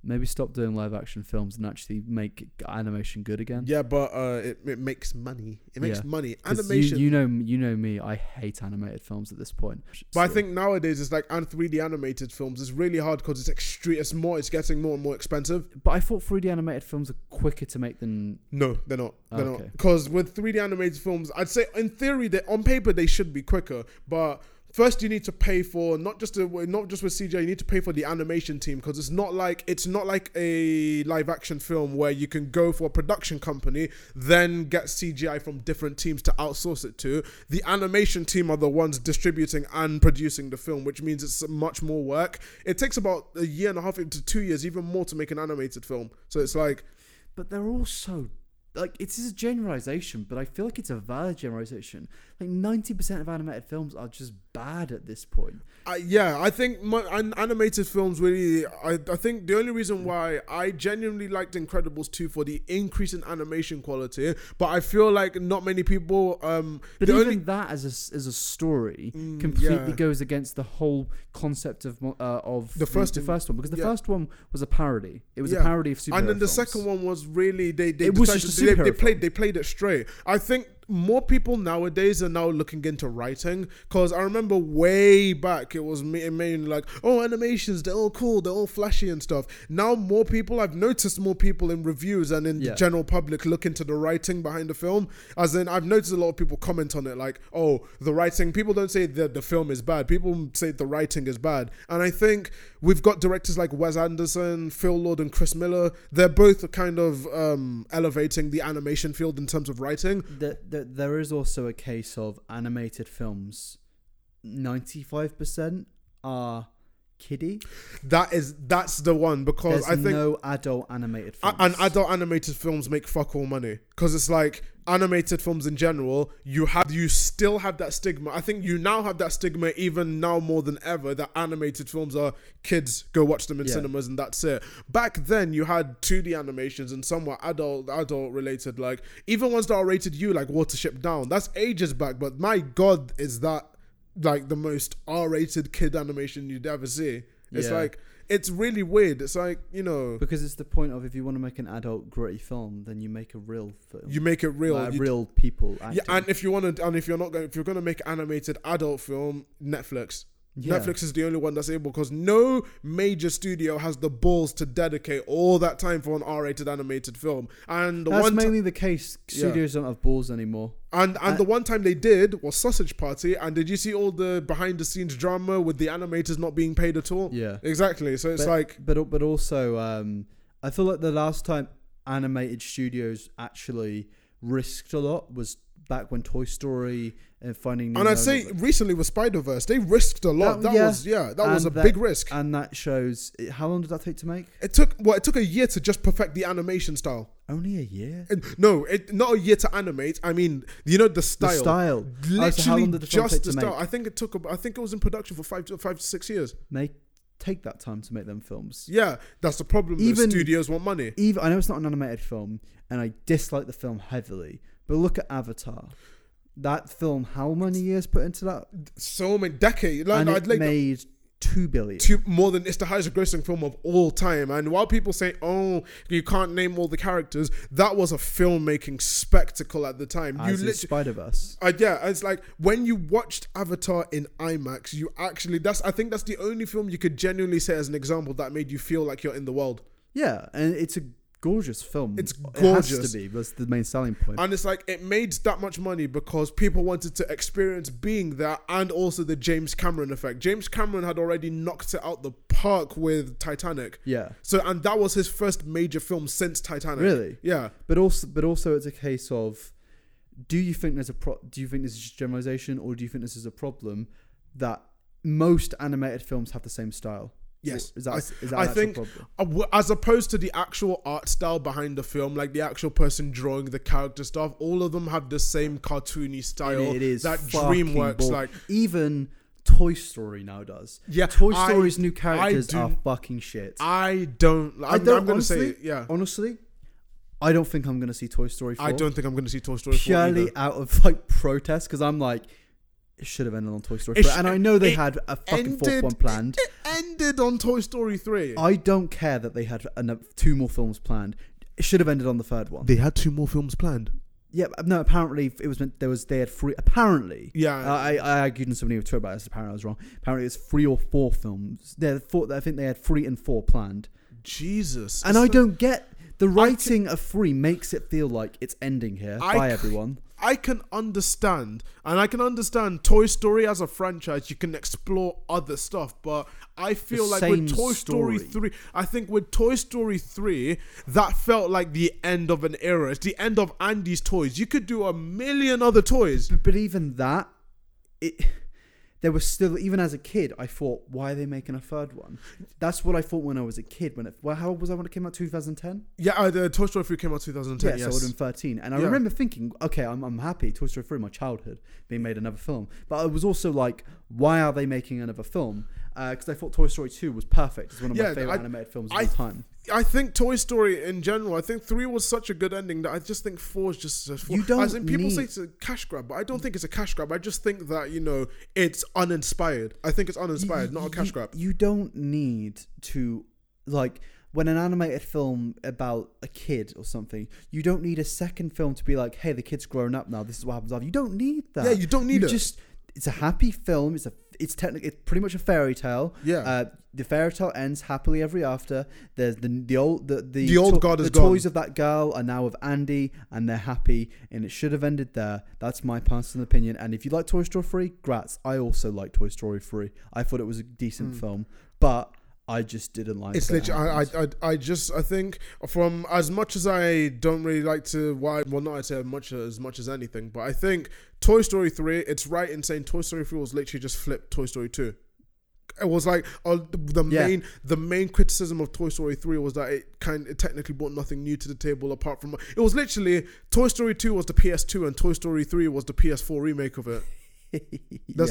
S1: Maybe stop doing live action films and actually make animation good again.
S2: yeah but uh it, it makes money it makes
S1: Yeah.
S2: money
S1: 'Cause you-
S2: animation
S1: You, know, you know me. I hate animated films at this point.
S2: But I
S1: So-
S2: think nowadays it's like and 3D animated films is really hard because it's extreme. It's more. It's getting more and more expensive.
S1: but I thought 3D animated films are quicker to make than
S2: No, they're not. They're
S1: Okay.
S2: not. Because with 3D animated films, I'd say in theory they on paper they should be quicker, but. First, you need to pay for not just the not just with CGI. You need to pay for the animation team because it's not like it's not like a live action film where you can go for a production company, then get CGI from different teams to outsource it to. The animation team are the ones distributing and producing the film, which means it's much more work. It takes about a year and a half to two years, even more, to make an animated film. So it's like
S1: but they're also like it is a generalization, but I feel like it's a valid generalization. Like ninety percent of animated films are just bad at this point.
S2: I yeah, I think my, an, animated films really. I, I think the only
S1: Mm.
S2: reason why I genuinely liked Incredibles 2 for the increase in animation quality, but I feel like not many people. Um,
S1: But
S2: the
S1: even
S2: only
S1: that as a as a story
S2: Mm,
S1: completely
S2: yeah.
S1: goes against the whole concept of mo- uh, of
S2: The first
S1: the
S2: one-
S1: first one because the
S2: yeah.
S1: first one was a parody. It was
S2: Yeah.
S1: a parody of superhero
S2: and then the
S1: films.
S2: second one was really they they
S1: It was
S2: decided
S1: just a
S2: to- they, they
S1: superhero
S2: played
S1: film.
S2: they played it straight. I think more people nowadays are now looking into writing because I remember way back it was me mainly like oh animations they're all cool they're all flashy and stuff. Now more people I've noticed more people in reviews and in the
S1: Yeah.
S2: general public look into the writing behind the film. As in I've noticed a lot of people comment on it like oh the writing people don't say that the film is bad people say the writing is bad and I think we've got directors like Wes Anderson, Phil Lord, and Chris Miller. They're both kind of um, elevating the animation field in terms of writing.
S1: Th- th- there is also a case of animated films. Ninety five percent are kiddie.
S2: That is that's the one because
S1: There's
S2: I think
S1: no adult animated films.
S2: a- and adult animated films make fuck all money because it's like animated films in general. You have you still have that stigma. I think you now have that stigma even now more than ever that animated films are kids go watch them in
S1: Yeah.
S2: cinemas and that's it. Back then you had 2D animations and somewhat adult adult related like even ones that are rated U like Watership Down. That's ages back, but my god, is that like the most R-rated kid animation you'd ever see? It's
S1: Yeah.
S2: like it's really weird. It's like you know.
S1: Because it's the point of if you want to make an adult gritty film, then you make a real film.
S2: You make it real.
S1: Like,
S2: You-
S1: real people. Acting.
S2: Yeah, and if you want to, and if you're not going, if you're going to make animated adult film, Netflix.
S1: Yeah.
S2: Netflix is the only one that's able because no major studio has the balls to dedicate all that time for an R-rated animated film. And the
S1: That's
S2: one, ti-
S1: mainly the case.
S2: Yeah.
S1: Studios don't have balls anymore.
S2: and and the one time they did was Sausage Party. And did you see all the behind-the-scenes drama with the animators not being paid at all?
S1: Yeah.
S2: Exactly. So it's
S1: but,
S2: like,
S1: but but also, um, I feel like the last time animated studios actually risked a lot was back when Toy Story and Finding Nemo.
S2: and I'd say recently with Spider Verse, they risked a lot. That,
S1: That- yeah.
S2: was yeah, that was a
S1: And that-
S2: big risk.
S1: and that shows. How long did that take to make?
S2: It took well, it took a year to just perfect the animation style.
S1: Only a year.
S2: And no, it, not a year to animate. I mean, you know the style.
S1: The style.
S2: Literally,
S1: Oh, so how long did the film
S2: just
S1: take
S2: the
S1: to
S2: style.
S1: make?
S2: I think it took. ab- I think it was in production for five to five to six years.
S1: Make take that time to make them films.
S2: Yeah, that's the problem. Even
S1: Even-
S2: studios want money.
S1: even I know it's not an animated film, and I dislike the film heavily. But look at Avatar. That film, how many years put into that?
S2: So many decades. Like,
S1: and
S2: I'd
S1: it
S2: like
S1: made two billion.
S2: Two, more than it's the highest grossing film of all time. And while people say, "Oh, you can't name all the characters," that was a filmmaking spectacle at the time.
S1: as
S2: you
S1: in
S2: literally.
S1: Spider Verse.
S2: Uh, yeah, it's like when you watched Avatar in IMAX, you actually that's I think that's the only film you could genuinely say as an example that made you feel like you're in the world.
S1: Yeah, and it's a gorgeous film.
S2: It's
S1: It has
S2: gorgeous.
S1: to be. That's the main selling point.
S2: And it's like it made that much money because people wanted to experience being there and also the James Cameron effect. James Cameron had already knocked it out the park with Titanic.
S1: yeah,
S2: So and that was his first major film since Titanic.
S1: really.
S2: Yeah.
S1: But also, but also, it's a case of: do you think there's a pro- do you think this is just generalization, or do you think this is a problem that most animated films have the same style?
S2: Yes.
S1: Or is that
S2: I-
S1: is that
S2: I
S1: an actual
S2: think-
S1: problem?
S2: Uh, w- As opposed to the actual art style behind the film, like the actual person drawing the character stuff, all of them have the same cartoony style
S1: And it is
S2: that
S1: fucking
S2: DreamWorks
S1: bored.
S2: like.
S1: even Toy Story now does.
S2: Yeah,
S1: Toy
S2: I-
S1: Story's new characters
S2: do-
S1: are fucking shit.
S2: I don't. I'm, I am
S1: don't-
S2: i am going to say
S1: honestly,
S2: it, yeah.
S1: Honestly, I don't think I'm gonna see Toy Story 4.
S2: I don't think I'm going to see Toy Story 4 either.
S1: purely out of like protest because I'm like, it should have ended on Toy Story
S2: It
S1: 4.
S2: sh-
S1: and I know they
S2: it
S1: had a fucking fourth
S2: ended-
S1: one planned.
S2: It ended on Toy Story 3.
S1: I don't care that they had another, two more films planned. It should have ended on the third one.
S2: they had two more films planned.
S1: yeah, but no. Apparently, it was meant there was they had three. Apparently,
S2: Yeah.
S1: I, I argued in somebody with Twitter about this. Apparently, I was wrong. Apparently, it's three or four films. They had four, I think they had three and four planned.
S2: Jesus.
S1: And
S2: It's
S1: I
S2: like-
S1: don't get the writing of three makes it feel like it's ending here.
S2: I
S1: Bye,
S2: c-
S1: everyone.
S2: I can understand, and I can understand Toy Story as a franchise. You can explore other stuff, but I feel like
S1: same
S2: with Toy Story
S1: story.
S2: three, I think with Toy Story three, that felt like the end of an era. It's the end of Andy's toys. You could do a million other toys.
S1: But, but even that, it there was still even as a kid, I thought, why are they making a third one? That's what I thought when I was a kid. When it, well, how old was I when it came out? 2010.
S2: Yeah, uh, the Toy Story three came out two thousand
S1: Yeah,
S2: ten.
S1: so I
S2: yes.
S1: would have been 13. And I
S2: Yeah.
S1: remember thinking, okay, I'm, I'm happy. Toy Story 3, my childhood, they made another film. But I was also like, why are they making another film? Because I thought Toy Story 2 was perfect. It's one of my
S2: Yeah,
S1: favorite
S2: I-
S1: animated films of
S2: I-
S1: all time.
S2: I think Toy Story in general. I think three was such a good ending that I just think four is just. just four.
S1: You don't
S2: I think people say
S1: need-
S2: it's a cash grab, but I don't think it's a cash grab. I just think that you know it's uninspired. I think it's uninspired, not a cash
S1: you,
S2: grab.
S1: You don't need to like when an animated film about a kid or something. You don't need a second film to be like, "Hey, the kid's grown up now. This is what happens after." You don't need that.
S2: Yeah, you don't need it.
S1: Just it's a happy film. It's a it's technically it's pretty much a fairy tale.
S2: Yeah.
S1: Uh, the fairy tale ends happily ever after. There's the the old the the,
S2: The old god
S1: the
S2: is
S1: toys of that girl are now of Andy, and they're happy, and it should have ended there. That's my personal opinion. And if you like Toy Story 3, grats. I also like Toy Story 3. I thought it was a decent film, but I just didn't like
S2: Hmm.
S1: um,
S2: It's
S1: that it.
S2: literally, I,
S1: happened.
S2: I, I, I just, I think from as much as I don't really like to, why, well, not I say much as much as anything, but I think Toy Story three, it's right in saying Toy Story three was literally just flipped Toy Story two. It was like uh, the
S1: Yeah.
S2: main the main criticism of Toy Story three was that it kind it technically brought nothing new to the table apart from it was literally Toy Story two was the PS two and Toy Story three was the PS four remake of it. That's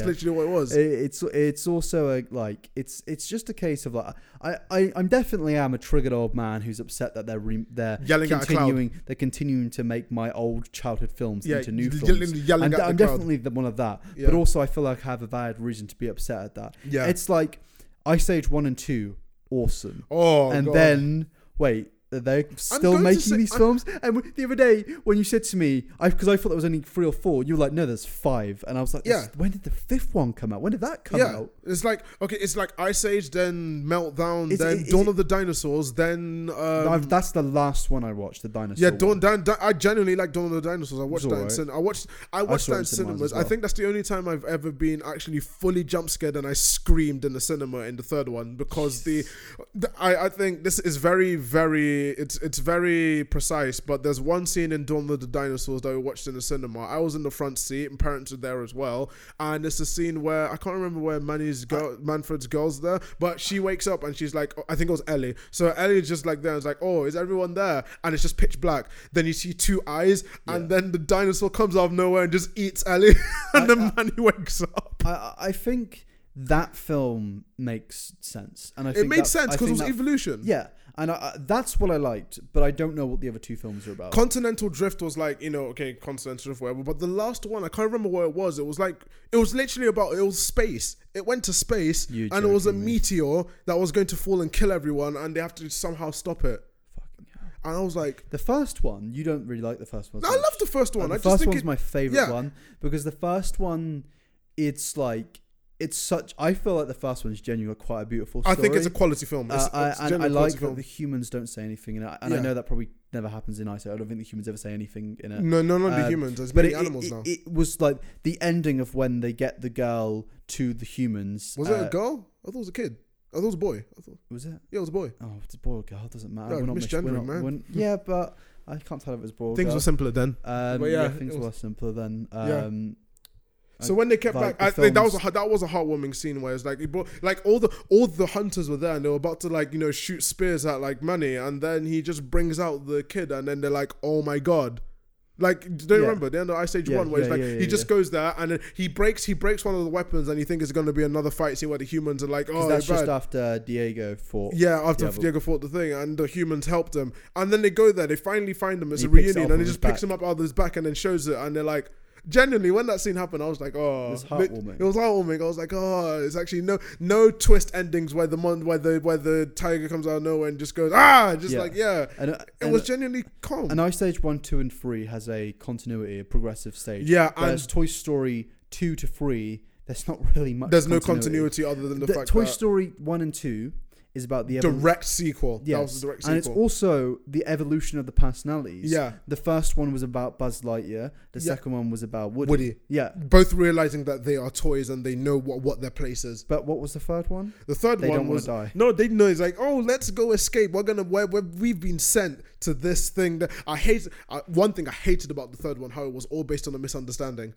S1: Yeah.
S2: literally what it was.
S1: It- it's it's also a, like it's it's just a case of like I I I'm definitely am a triggered old man who's upset that they're re, they're
S2: Yelling at a cloud.
S1: continuing they're continuing to make my old childhood films
S2: yeah,
S1: into new
S2: y-
S1: films.
S2: yelling
S1: I'm,
S2: at the
S1: I'm
S2: crowd.
S1: definitely the one of that,
S2: Yeah.
S1: but also I feel like I have a valid reason to be upset at that.
S2: Yeah.
S1: It's like Ice Age one and two, awesome,
S2: oh,
S1: and
S2: God.
S1: then wait. Are they still
S2: going to
S1: making
S2: say-
S1: these
S2: I'm-
S1: films? And w- the other day, when you said to me, I because I thought there was only three or four, you were like, "No, there's five. and I was like,
S2: Yeah.
S1: "This- "When did the fifth one come out? When did that come out?"
S2: It's like okay, it's like Ice Age, then Meltdown,
S1: Is it-
S2: then
S1: is
S2: Dawn
S1: it-
S2: of the Dinosaurs, then
S1: No,
S2: um,
S1: that's the last one I watched, the dinosaur.
S2: yeah,
S1: one.
S2: Dawn. Dan, Dan- I genuinely like Dawn of the Dinosaurs. I watched
S1: all
S2: that. In
S1: right.
S2: cin- I watched. I watched
S1: saw it
S2: that
S1: in
S2: in
S1: cinemas
S2: cinemas.
S1: as
S2: I
S1: well.
S2: think that's the only time I've ever been actually fully jump scared, and I screamed in the cinema in the third one because the, the I, I think this is very very it's it's very precise. But there's one scene in Dawn of the Dinosaurs that we watched in the cinema. I was in the front seat, and parents are there as well. And it's a scene where I can't remember where Manny's girl, Manfred's girl's there, but she wakes up and she's like, I think it was Ellie. So Ellie's just like there. It's like, oh, is everyone there? And it's just pitch black. Then you see two eyes, and then the dinosaur comes out of nowhere and just eats Ellie, and then Manny wakes up.
S1: I, I think that film makes sense, and I
S2: It
S1: think
S2: made
S1: that-
S2: sense
S1: I
S2: because it
S1: think
S2: was
S1: that-
S2: evolution.
S1: Yeah, and I, I, that's what I liked, but I don't know what the other two films are about.
S2: Continental Drift was like, you know, okay, Continental Drift, whatever. But the last one, I can't remember what it was. It was like, it was literally about, it was space. It went to space,
S1: You're
S2: and it was a
S1: joking me.
S2: meteor that was going to fall and kill everyone, and they have to somehow stop it.
S1: Fucking hell.
S2: And I was like,
S1: The first one, you don't really like the first one.
S2: I
S1: so much.
S2: love the first one.
S1: And
S2: I
S1: the
S2: just
S1: first
S2: think
S1: one's
S2: it,
S1: my favorite
S2: yeah.
S1: one because the first one, it's like it's such. I feel like the first one's genuinely quite a beautiful.
S2: I
S1: Story.
S2: think it's a quality film. It's,
S1: Uh, I-
S2: it's
S1: and I
S2: generally a
S1: like
S2: quality
S1: that the humans don't say anything in it, and I
S2: Yeah.
S1: know that probably never happens in ISO. I don't think the humans ever say anything in it.
S2: film. No, no, not the
S1: Um,
S2: humans. Mm, There's
S1: But
S2: many
S1: it,
S2: animals
S1: it,
S2: now.
S1: it was like the ending of when they get the girl to the humans.
S2: was
S1: uh,
S2: it a girl? I thought it was a kid. I thought it was a boy. I thought,
S1: Was it?
S2: yeah, it was a boy.
S1: Oh, it's a boy or girl. Doesn't matter.
S2: No,
S1: we're not mis- we're
S2: misgendering,
S1: not-
S2: man.
S1: we're- yeah, but I can't tell if it was a boy or
S2: Things
S1: girl.
S2: were simpler then.
S1: Um,
S2: But yeah,
S1: yeah,
S2: it
S1: things
S2: was-
S1: were simpler then.
S2: Yeah.
S1: Um,
S2: So when they kept
S1: like
S2: back,
S1: the
S2: I think that was
S1: films-
S2: a, ha- that was a heartwarming scene where it's like he brought like all the all the hunters were there and they were about to like you know shoot spears at like Manny and then he just brings out the kid and then they're like oh my god, like do you
S1: Yeah.
S2: remember the end of Ice Age
S1: Yeah,
S2: one where it's
S1: yeah,
S2: like
S1: yeah, yeah,
S2: he just goes there and then he breaks he breaks one of the weapons and you think it's going to be another fight scene where the humans are like oh
S1: 'cause that's
S2: they're
S1: just
S2: bad.
S1: after Diego fought.
S2: Yeah, after
S1: Yeah, but-
S2: Diego fought the thing, and the humans helped him, and then they go there. They finally find him. It's
S1: He
S2: a
S1: picks it
S2: reunion,
S1: up
S2: and he
S1: off
S2: just
S1: his
S2: picks him up out of his back, and then shows it. And they're like, genuinely, when that scene happened, I was like, oh,
S1: was heartwarming.
S2: It was heartwarming. I was like, oh, it's actually no no twist endings where the mon- where the where the tiger comes out of nowhere and just goes ah, just
S1: Yeah.
S2: like yeah.
S1: And,
S2: It was genuinely calm.
S1: and Ice Age one, two, and three has a continuity, a progressive stage.
S2: yeah,
S1: Whereas
S2: and
S1: Toy Story two to three, there's not really much.
S2: there's no continuity other than the,
S1: The
S2: fact
S1: Toy
S2: that
S1: Story one and two is about the evol-
S2: direct sequel.
S1: Yes.
S2: That was the direct
S1: and it's
S2: sequel.
S1: also the evolution of the personalities.
S2: yeah,
S1: The first one was about Buzz Lightyear. The
S2: Yeah.
S1: second one was about Woody.
S2: Woody.
S1: Yeah.
S2: Both realizing that they are toys and they know what, what their place is.
S1: But what was the third one?
S2: The third
S1: They
S2: one
S1: don't want
S2: was
S1: to die.
S2: No, they know it's like, oh, let's go escape. We're gonna where, where we've been sent to this thing. That I hate. Uh, one thing I hated about the third one, how it was all based on a misunderstanding.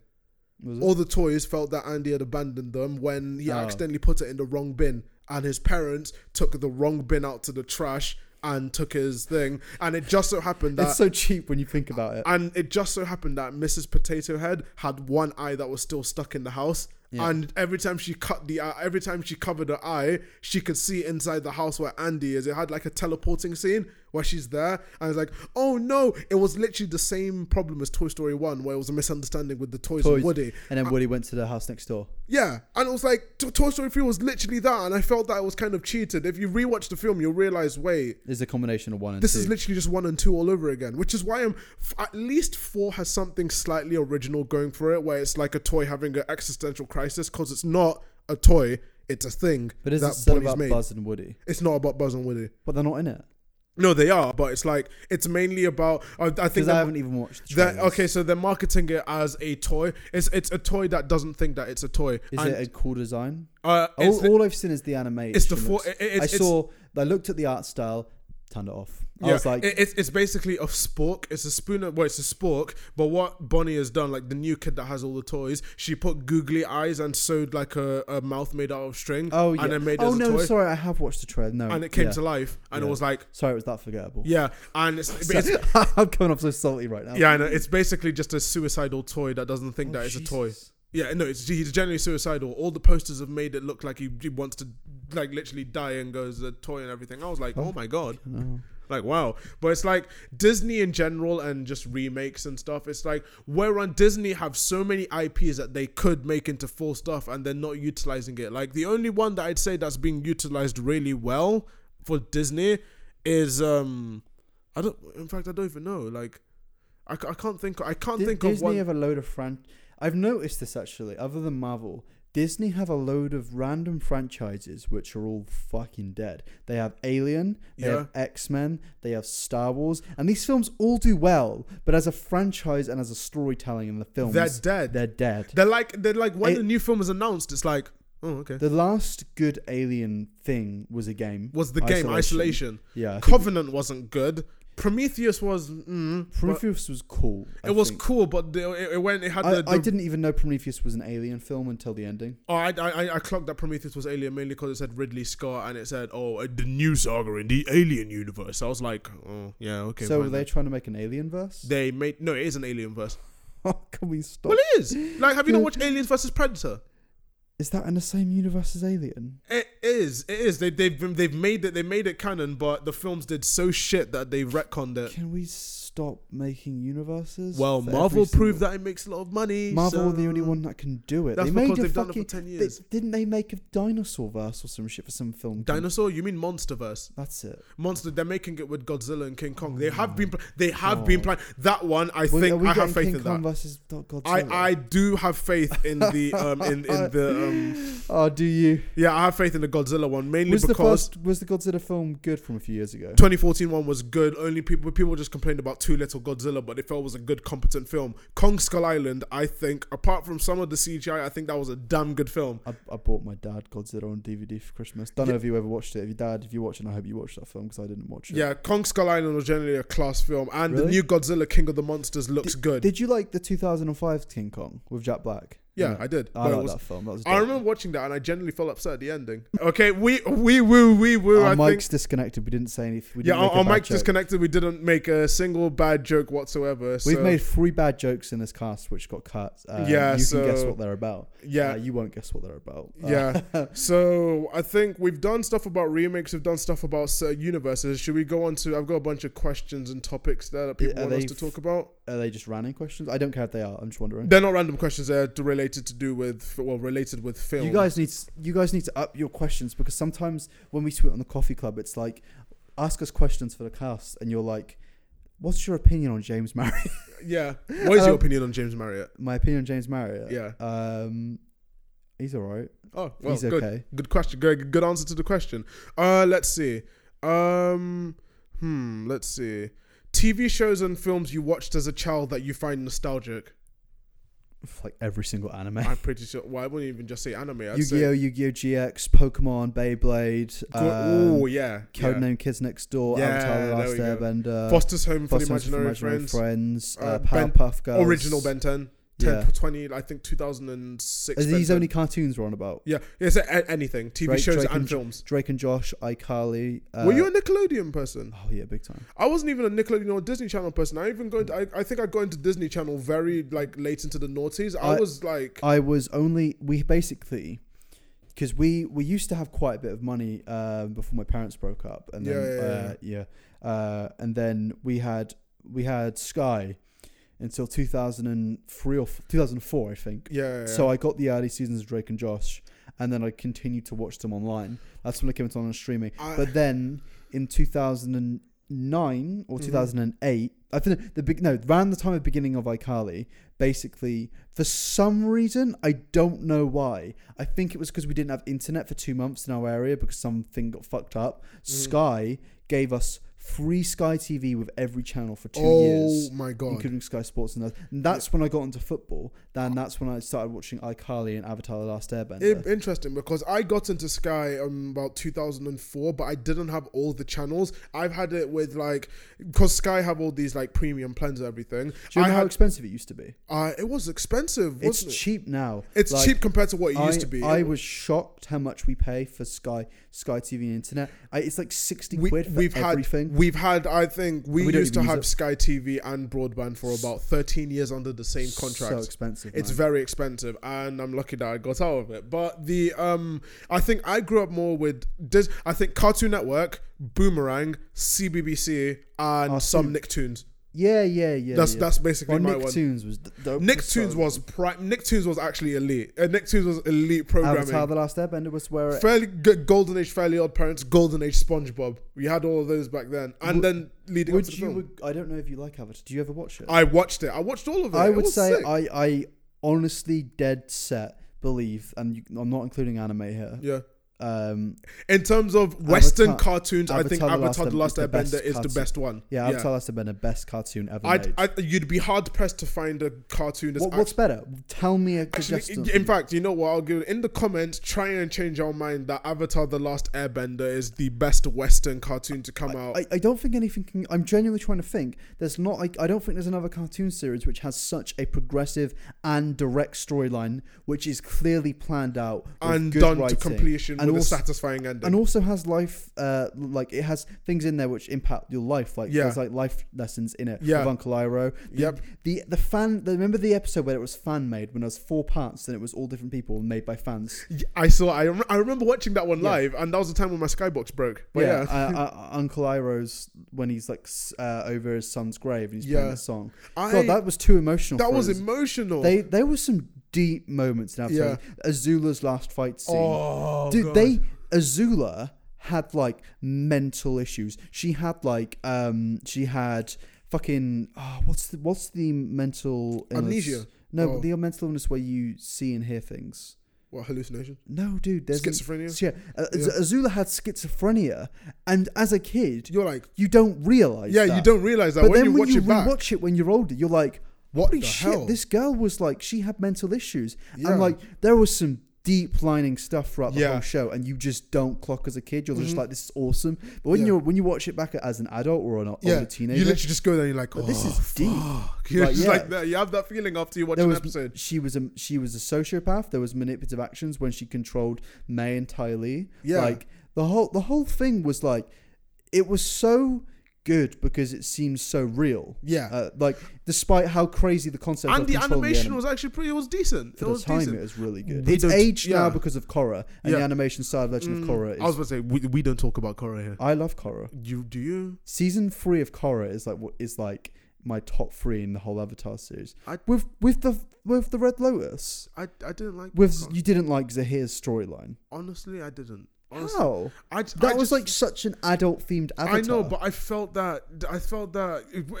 S1: Mm-hmm. Was it?
S2: All the toys felt that Andy had abandoned them when he
S1: Oh.
S2: accidentally put it in the wrong bin, and his parents took the wrong bin out to the trash and took his thing. And it just so happened that.
S1: it's so cheap when you think about it.
S2: and it just so happened that Mrs. Potato Head had one eye that was still stuck in the house,
S1: Yeah.
S2: and every time she cut the eye, every time she covered her eye, she could see inside the house where Andy is. It had like a teleporting scene where she's there, and it's like, oh no! It was literally the same problem as Toy Story One, where it was a misunderstanding with the toys,
S1: Toys.
S2: and Woody.
S1: And then Woody went to the house next door.
S2: Yeah, and it was like T- Toy Story Three was literally that, and I felt that it was kind of cheated. If you rewatch the film, you'll realize, wait,
S1: There's a combination of one and
S2: this
S1: two.
S2: is literally just one and two all over again, which is why I'm f- at least four has something slightly original going for it, where it's like a toy having an existential crisis because it's not a toy, it's a thing
S1: but is
S2: that
S1: it still
S2: Bonnie's
S1: about
S2: made.
S1: Buzz and Woody?
S2: It's not about Buzz and Woody.
S1: But they're not in it
S2: No, they are, but it's like it's mainly about. I, I think
S1: because I
S2: that.
S1: haven't even watched. The
S2: That,
S1: trailers.
S2: okay, so they're marketing it as a toy. It's it's a toy that doesn't think that it's a toy.
S1: Is
S2: And,
S1: it a Oh, cool design?
S2: uh, it's
S1: All,
S2: the,
S1: all I've seen is the animation.
S2: it's the
S1: looks-
S2: four. It, it's,
S1: I
S2: it's-
S1: saw. I looked at the art style, turned it off. I
S2: yeah,
S1: was like,
S2: it- it's, it's basically a spork. It's a spoon. Well, it's a spork. But what Bonnie has done, like the new kid that has all the toys, she put googly eyes and sewed like a, a mouth made out of string.
S1: oh yeah.
S2: and then made it
S1: oh
S2: as a
S1: no,
S2: toy.
S1: sorry, I have watched the trailer. No,
S2: And it came
S1: yeah.
S2: to life, and it
S1: Yeah.
S2: was like,
S1: Sorry, it was that forgettable.
S2: yeah, and it's, but it's
S1: I'm coming off so salty right now.
S2: yeah, I know. It's basically just a suicidal toy that doesn't think that
S1: Oh,
S2: it's a toy.
S1: Jesus.
S2: Yeah, no, it's, he's generally suicidal. All the posters have made it look like he, he wants to, like, literally die and goes a toy and everything. I was like, oh my god.
S1: No.
S2: Like wow, but it's like Disney in general and just remakes and stuff. It's like where on Disney have so many IPs that they could make into full stuff and they're not utilizing it. Like the only one that I'd say that's being utilized really well for Disney is um I don't in fact I don't even know like I, ca- I can't think I can't
S1: Di-
S2: think
S1: Disney
S2: of one
S1: have a load of fran. I've noticed this actually. Other than Marvel, Disney have a load of random franchises which are all fucking dead. They have Alien, they have X Men, they have Star Wars, and these films all do well. But as a franchise and as a storytelling in the films,
S2: they're dead. They're,
S1: They're dead.
S2: like they're like when
S1: It-
S2: the new film is announced, it's like oh okay.
S1: The last good Alien thing was a game.
S2: Was the game Isolation?
S1: Yeah. I think
S2: Covenant wasn't good. Prometheus was. Mm, but-
S1: Prometheus was cool. I
S2: It was
S1: think.
S2: cool, but the, it, it went. It had
S1: I,
S2: the. the
S1: I didn't even know Prometheus was an alien film until the ending.
S2: Oh, I, I I- I clocked that Prometheus was alien mainly because it said Ridley Scott and it said oh uh, the new saga in the alien universe. I was like, oh yeah, okay.
S1: so were
S2: fine
S1: they
S2: then.
S1: trying to make an alien verse?
S2: they made no. It is an alien verse.
S1: How can we stop?
S2: Well, it is. Like, have you not watched Aliens versus Predator?
S1: Is that in the same universe as Alien?
S2: It is. It is. They, they've been, they've made it. They made it canon, but the films did so shit that they retconned it.
S1: Can we stop making universes?
S2: Uh, Well,
S1: for
S2: Marvel
S1: every
S2: proved
S1: single-
S2: that it makes a lot of money.
S1: Marvel are
S2: so-
S1: the only one that can do it.
S2: That's
S1: they made
S2: because
S1: a
S2: they've done
S1: fucking,
S2: it for 10
S1: they-
S2: years.
S1: didn't they make a dinosaur verse or some shit for some film?
S2: Dinosaur? You mean MonsterVerse?
S1: That's it.
S2: Monster? They're making it with Godzilla and King Kong. They have been. pl- They have been
S1: God.
S2: planning that one. I
S1: Wait, are
S2: think
S1: Oh. we
S2: I have
S1: getting
S2: faith
S1: King
S2: in
S1: Kong
S2: that.
S1: versus Do- Godzilla?
S2: I, I do have faith in the um in, in the um
S1: oh, do you?
S2: yeah I have faith in the Godzilla one mainly
S1: Was the
S2: because
S1: first was the Godzilla film good from a few years ago?
S2: 2014 one was good. Only people people just complained about Too Little Godzilla, but they felt it was a good, competent film. Kong Skull Island, I think, apart from some of the CGI, I think that was a damn good film.
S1: I, I bought my dad Godzilla on DVD for Christmas. Don't know if you ever watched it. If your dad, if you're watching, I hope you watched that film because I didn't watch it.
S2: Yeah, Kong Skull Island was generally a class film, and the
S1: Really?
S2: new Godzilla King of the Monsters looks good.
S1: Did you like the 2005 King Kong with Jack Black?
S2: yeah,
S1: I,
S2: I did.
S1: Mm. I
S2: But it
S1: like
S2: was-
S1: that film. That was.
S2: I
S1: dope.
S2: remember watching that, and I generally felt upset at the ending. Okay, we we woo we woo.
S1: Our
S2: I think
S1: mic's disconnected. We didn't say anything. We
S2: yeah,
S1: didn't
S2: our,
S1: make a
S2: our
S1: bad
S2: mic
S1: joke.
S2: disconnected. We didn't make a single bad joke whatsoever.
S1: We've
S2: so-
S1: made three bad jokes in this cast, which got cut. Uh,
S2: Yeah,
S1: you can guess
S2: so-
S1: what they're about.
S2: yeah.
S1: Uh, you won't guess what they're about. Uh,
S2: Yeah. so I think we've done stuff about remakes. We've done stuff about certain universes. Should we go on to? I've got a bunch of questions and topics there that people
S1: Are
S2: want us
S1: they
S2: to
S1: f-
S2: talk about.
S1: Are they just random questions? I don't care if they are. I'm just wondering.
S2: They're not random questions. They're d- related to do with well, related with film.
S1: You guys need s- you guys need to up your questions because sometimes when we tweet on the coffee club, it's like ask us questions for the cast, and you're like, "What's your opinion on James Marriott?"
S2: yeah. What is your
S1: Um,
S2: opinion on James Marriott?
S1: My opinion on James Marriott.
S2: Yeah.
S1: Um, he's all right.
S2: Oh, well,
S1: he's
S2: good.
S1: okay.
S2: Good question. Good, good answer to the question. Uh, let's see. Um, hmm. Let's see. TV shows and films you watched as a child that you find nostalgic.
S1: Like every single anime.
S2: I'm pretty sure. Well, I wouldn't even just say anime. I'd say
S1: Yu-Gi-Oh, Yu-Gi-Oh GX, Pokemon, Beyblade, um,
S2: oh yeah, yeah.
S1: Codename Kids Next Door,
S2: Yeah,
S1: Avatar: The
S2: there
S1: Last
S2: we go.
S1: Airbender,
S2: Foster's Home for the
S1: Foster's
S2: Imaginary, Friends.
S1: Friends, uh,
S2: uh, Ben-
S1: Powerpuff Girls,
S2: Original Ben 10. 10
S1: Yeah.
S2: 20, I think 2006.
S1: Are
S2: Ben
S1: these
S2: 10.
S1: only cartoons we're on about?
S2: Yeah, yeah so a- anything. TV
S1: Drake-
S2: shows
S1: Drake
S2: and
S1: and-
S2: films.
S1: Drake and Josh, iCarly. Uh,
S2: Were you a Nickelodeon person?
S1: Oh yeah, big time.
S2: I wasn't even a Nickelodeon or Disney Channel person. I even go. Into, I, I think I got into Disney Channel very like late into the noughties. I,
S1: I-
S2: was like,
S1: I was only we basically because we we used to have quite a bit of money um, before my parents broke up, and then
S2: Yeah, yeah,
S1: uh, yeah, Uh, and then we had we had Sky until two thousand and three or f- two thousand and four, I think.
S2: yeah. yeah,
S1: So I got the early seasons of Drake and Josh, and then I continued to watch them online. That's when I came into online streaming.
S2: I-
S1: But then in 2009 or
S2: Mhm.
S1: 2008, I think the big no around the time of beginning of iCarly, basically for some reason I don't know why. I think it was because we didn't have internet for two months in our area because something got fucked up.
S2: Mm-hmm.
S1: Sky gave us free Sky TV with every channel for two
S2: oh
S1: years
S2: my god.
S1: including Sky Sports and, those. and that's when I got into football. Then that's when I started watching iCarly and Avatar: The Last Airbender.
S2: I- interesting because I got into Sky um, about 2004, but I didn't have all the channels. I've had it with like because Sky have all these like premium plans and everything.
S1: Do you
S2: I
S1: know how
S2: had
S1: expensive it used to be?
S2: Uh, it was expensive,
S1: It's
S2: wasn't it?
S1: cheap now.
S2: It's
S1: Like,
S2: cheap compared to what it
S1: I,
S2: used to be.
S1: I was shocked how much we pay for Sky Sky TV and internet. I, it's like sixty quid for
S2: we've
S1: everything.
S2: had we've had I think we,
S1: We don't
S2: used to
S1: even use
S2: have
S1: it.
S2: Sky TV and broadband for about 13 years under the same contract.
S1: So expensive.
S2: it's
S1: man.
S2: very expensive and I'm lucky that I got out of it. But the um I think I grew up more with Dis- I think Cartoon Network, Boomerang, CBBC and
S1: Ah,
S2: some
S1: see.
S2: Nicktoons.
S1: yeah, yeah, yeah.
S2: That's
S1: yeah.
S2: that's basically
S1: Well,
S2: my one.
S1: Nicktoons was d- dope.
S2: Nicktoons
S1: So-
S2: was prime Nicktoons was actually elite. Uh, Nicktoons was elite programming.
S1: Avatar: The Last Airbender was where it
S2: Fairly good Golden Age, Fairly Odd Parents, Golden Age SpongeBob. We had all of those back then, and
S1: Would-
S2: then leading up
S1: would
S2: to the
S1: you?
S2: film.
S1: I don't know if you like Avatar. Do you ever watch it?
S2: I watched it. I watched all of it.
S1: I
S2: It
S1: would
S2: was
S1: say
S2: sick.
S1: I, I honestly dead set believe, and you, I'm not including anime here.
S2: yeah.
S1: Um,
S2: In terms of Western
S1: Avatar-
S2: cartoons, I think
S1: Avatar The Last
S2: Avatar: The Last
S1: Airbender is the
S2: Airbender is the
S1: best
S2: best one.
S1: yeah, Avatar Last Airbender, best cartoon ever
S2: I'd,
S1: made.
S2: I'd- you'd be hard pressed to find a cartoon that's
S1: what, what's better? Tell me a
S2: actually.
S1: suggestion.
S2: in fact, you know what? I'll give it in the comments. Try and change our mind that Avatar: The Last Airbender is the best Western cartoon to come out.
S1: I, I don't think anything can. I'm genuinely trying to think. There's not. Like, I don't think there's another cartoon series which has such a progressive and direct storyline, which is clearly planned out with
S2: and
S1: good
S2: done
S1: writing
S2: to completion
S1: and
S2: with a
S1: also-
S2: satisfying ending.
S1: and also has life uh like it has things in there which impact your life like
S2: Yeah.
S1: there's like life lessons in it
S2: Yeah.
S1: with uncle iro the,
S2: Yep.
S1: the the fan the, remember the episode where it was fan made when it was four parts and it was all different people made by fans
S2: Y- I saw. I, rem- I remember watching that one
S1: Yeah.
S2: live, and that was the time when my skybox broke. But yeah,
S1: uh, uh, uncle iro's when he's like s- uh, over his son's grave and he's
S2: Yeah.
S1: playing the song
S2: I,
S1: god that was too emotional
S2: that
S1: for
S2: was
S1: us.
S2: emotional.
S1: they there were some deep moments in
S2: Yeah.
S1: Avatar. azula's last fight scene
S2: oh,
S1: Dude,
S2: God.
S1: they Azula had like mental issues. She had like um she had fucking oh, what's the what's the mental illness?
S2: Amnesia?
S1: No,
S2: Oh.
S1: the mental illness where you see and hear things.
S2: what hallucination?
S1: No, dude, there's
S2: Schizophrenia.
S1: Yeah, uh,
S2: Yeah.
S1: Azula had schizophrenia, and as a kid,
S2: You're like,
S1: you don't realize.
S2: yeah,
S1: that.
S2: you don't realize that
S1: But
S2: when
S1: then
S2: you
S1: when
S2: watch
S1: you
S2: it back.
S1: rewatch oh, it when you're older, you're like,
S2: What
S1: holy
S2: the
S1: shit,
S2: hell?
S1: this girl was like, she had mental issues.
S2: Yeah.
S1: And like, there was some deep lining stuff throughout the
S2: Yeah.
S1: whole show, and you just don't clock as a kid. You're just
S2: Mhm.
S1: like, this is awesome. But when
S2: Yeah.
S1: you when you watch it back as an adult or an
S2: yeah,
S1: older
S2: you
S1: teenager,
S2: literally just go there. and You're like, oh,
S1: But this is deep.
S2: fuck. You're
S1: Like,
S2: just
S1: yeah.
S2: like that. You have that feeling after you watch
S1: there
S2: an
S1: was
S2: episode.
S1: she was a she was a sociopath. There was manipulative actions when she controlled May entirely.
S2: Yeah.
S1: like the whole the whole thing was like, it was so good because it seemed so real.
S2: Yeah,
S1: Uh, like, despite how crazy the concept
S2: and
S1: of
S2: the
S1: controlling
S2: animation
S1: anim-
S2: was actually pretty. It was decent.
S1: for
S2: it
S1: the
S2: was
S1: time
S2: decent.
S1: it was really good.
S2: We
S1: it's
S2: don't-
S1: aged
S2: yeah.
S1: now because of Korra and
S2: Yeah. Mm.
S1: the animation side of Legend of Korra. Is,
S2: I was about to say we, we don't talk about Korra here.
S1: I love Korra.
S2: You do you?
S1: Season three of Korra is like what is like my top three in the whole Avatar series.
S2: I-
S1: with with the with the Red Lotus.
S2: I, I didn't like
S1: With
S2: Korra.
S1: you didn't like Zahir's storyline.
S2: honestly I didn't. Honestly,
S1: How?
S2: I,
S1: That
S2: I
S1: was
S2: just-
S1: like such an adult themed avatar.
S2: I know, but I felt that I felt that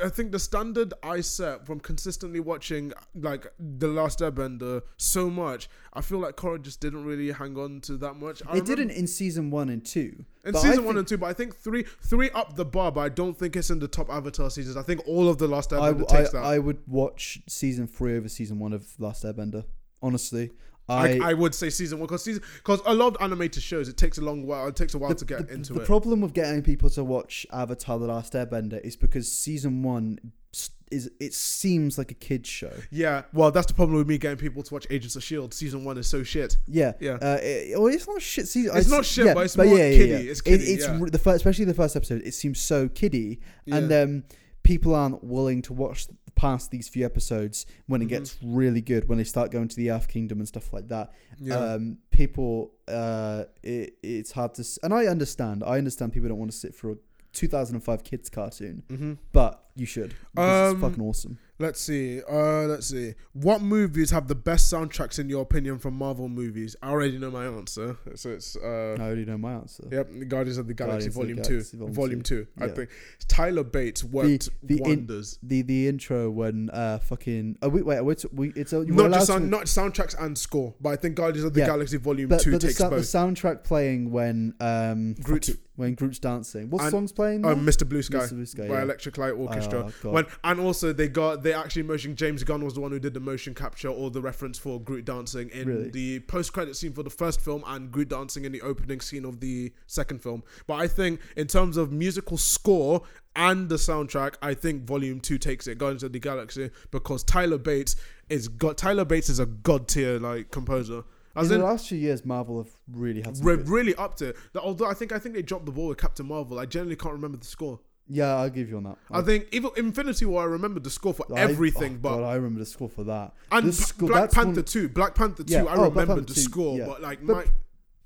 S2: I think the standard I set from consistently watching like the Last Airbender so much, I feel like Korra just didn't really hang on to that much. I
S1: it
S2: remember-
S1: didn't in season one and two.
S2: in
S1: but I
S2: season
S1: think-
S2: one and two, but I think three three up the bar, but I don't think it's in the top Avatar seasons. I think all of the Last
S1: I,
S2: Airbender
S1: I,
S2: takes that.
S1: I would watch season three over season one of Last Airbender. Honestly,
S2: I, I would say season one because season because a lot of animated shows it takes a long while it takes a while to get into
S1: the
S2: it.
S1: problem with getting people to watch Avatar: The Last Airbender is because season one s- is it seems like a kids show.
S2: yeah, well that's the problem with me getting people to watch Agents of Shield. E Season one is so shit.
S1: Yeah,
S2: Yeah.
S1: Uh, it, well, it's not shit season.
S2: It's not shit, but it's more kiddie. It's kiddie,
S1: it's
S2: yeah.
S1: re- the first, especially the first episode. It seems so kiddie, and
S2: Yeah.
S1: um, people aren't willing to watch past these few episodes when it
S2: Mhm.
S1: gets really good. When they start going to the Earth Kingdom and stuff like that.
S2: Yeah.
S1: um, people uh, it, it's hard to s- and i understand i understand people don't want to sit for a 2005 kids cartoon
S2: mm-hmm.
S1: but you should because
S2: Um,
S1: it's fucking awesome
S2: Let's see. Uh, let's see. What movies have the best soundtracks in your opinion from Marvel movies? I already know my answer. So it's uh,
S1: i already know my answer
S2: yep, Guardians of the
S1: Guardians
S2: Galaxy
S1: of the
S2: Volume
S1: Galaxy
S2: Two.
S1: Volume
S2: Volume Two. I
S1: Yeah.
S2: think Tyler Bates worked
S1: the in-
S2: wonders.
S1: the the intro when uh fucking oh wait wait wait we it's a,
S2: not just sound, not soundtracks and score, but I think Guardians of the
S1: Yeah.
S2: Galaxy Volume
S1: but,
S2: Two
S1: but the,
S2: takes
S1: sou- the
S2: both.
S1: soundtrack playing when um
S2: Groot.
S1: fuck it, when Groot's dancing what
S2: And-
S1: song's playing
S2: Oh,
S1: now?
S2: Mr. Blue Sky
S1: Mr. Blue Sky,
S2: by
S1: yeah.
S2: Electric Light Orchestra.
S1: Oh, God.
S2: when and also they got they actually motion. James Gunn was the one who did the motion capture or the reference for Groot dancing in
S1: Really?
S2: the post credit scene for the first film and Groot dancing in the opening scene of the second film. But I think in terms of musical score and the soundtrack, I think Volume Two takes it Guardians of the Galaxy because Tyler Bates is got Tyler Bates is a god tier like composer. As
S1: in,
S2: in,
S1: the last few years marvel have really had some
S2: re-
S1: good-
S2: really up to that. Although I think I think they dropped the ball with Captain Marvel. I generally can't remember the score.
S1: yeah i'll give you on that
S2: I think even Infinity War. I remember the score for
S1: I-
S2: everything,
S1: oh,
S2: but
S1: God, i remember the score for that
S2: and
S1: The
S2: P-
S1: score-
S2: Black
S1: that's one-
S2: Panther two, Black Panther two.
S1: Yeah,
S2: I
S1: oh, Black
S2: remember
S1: Panther
S2: the
S1: 2,
S2: score,
S1: yeah.
S2: but like
S1: But-
S2: my,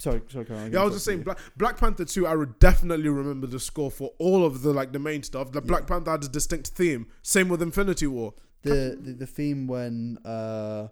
S1: sorry sorry carry on, I'm
S2: yeah,
S1: gonna talk
S2: I was just
S1: to you.
S2: saying Black, Black Panther two. I would definitely remember the score for all of the like the main stuff. The Black Panther had a distinct theme. Same with Infinity War.
S1: the, the the theme when uh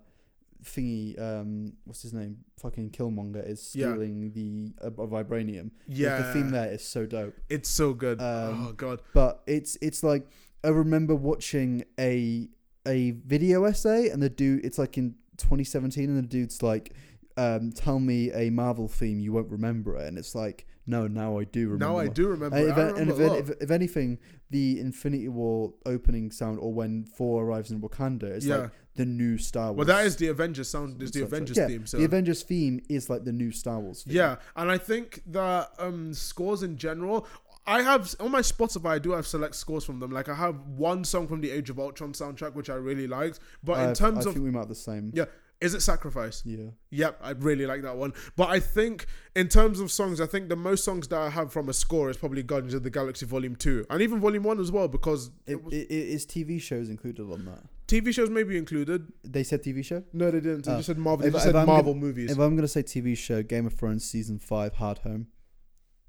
S1: thingy um what's his name fucking killmonger is
S2: Yeah.
S1: stealing the uh, vibranium Like,
S2: Yeah,
S1: the theme there is so dope
S2: it's so good.
S1: Um,
S2: oh god,
S1: but it's it's like i remember watching a a video essay and the dude it's like in 2017 and the dude's like um tell me a marvel theme you won't remember it and it's like no now i do remember Uh,
S2: now I
S1: my-
S2: do remember.
S1: and
S2: it.
S1: if,
S2: Uh, I remember
S1: and if,
S2: a lot.
S1: if, if anything, the Infinity War opening sound, or when Thor arrives in Wakanda, is
S2: Yeah.
S1: like the new Star Wars.
S2: well, that is the Avengers sound. Is the
S1: soundtrack.
S2: Avengers
S1: Yeah,
S2: theme? So
S1: The Avengers theme is like the new Star Wars. Theme.
S2: Yeah, and I think that um, scores in general. I have on my Spotify. I do have select scores from them. Like I have one song from the Age of Ultron soundtrack, which I really liked. But in
S1: I've-
S2: terms
S1: I
S2: of
S1: think we might have the same.
S2: yeah, Is it Sacrifice?
S1: Yeah.
S2: Yep, I really like that one. But I think in terms of songs, I think the most songs that I have from a score is probably Guardians of the Galaxy Volume Two, and even Volume One as well, because
S1: It,
S2: it was,
S1: it, it is TV shows included on that.
S2: TV shows may be included.
S1: They said TV show.
S2: No, they didn't. They
S1: Uh,
S2: just said Marvel. They
S1: if-
S2: just
S1: if
S2: said
S1: I'm
S2: Marvel movies.
S1: If I'm gonna say TV show, Game of Thrones season five, Hard Home.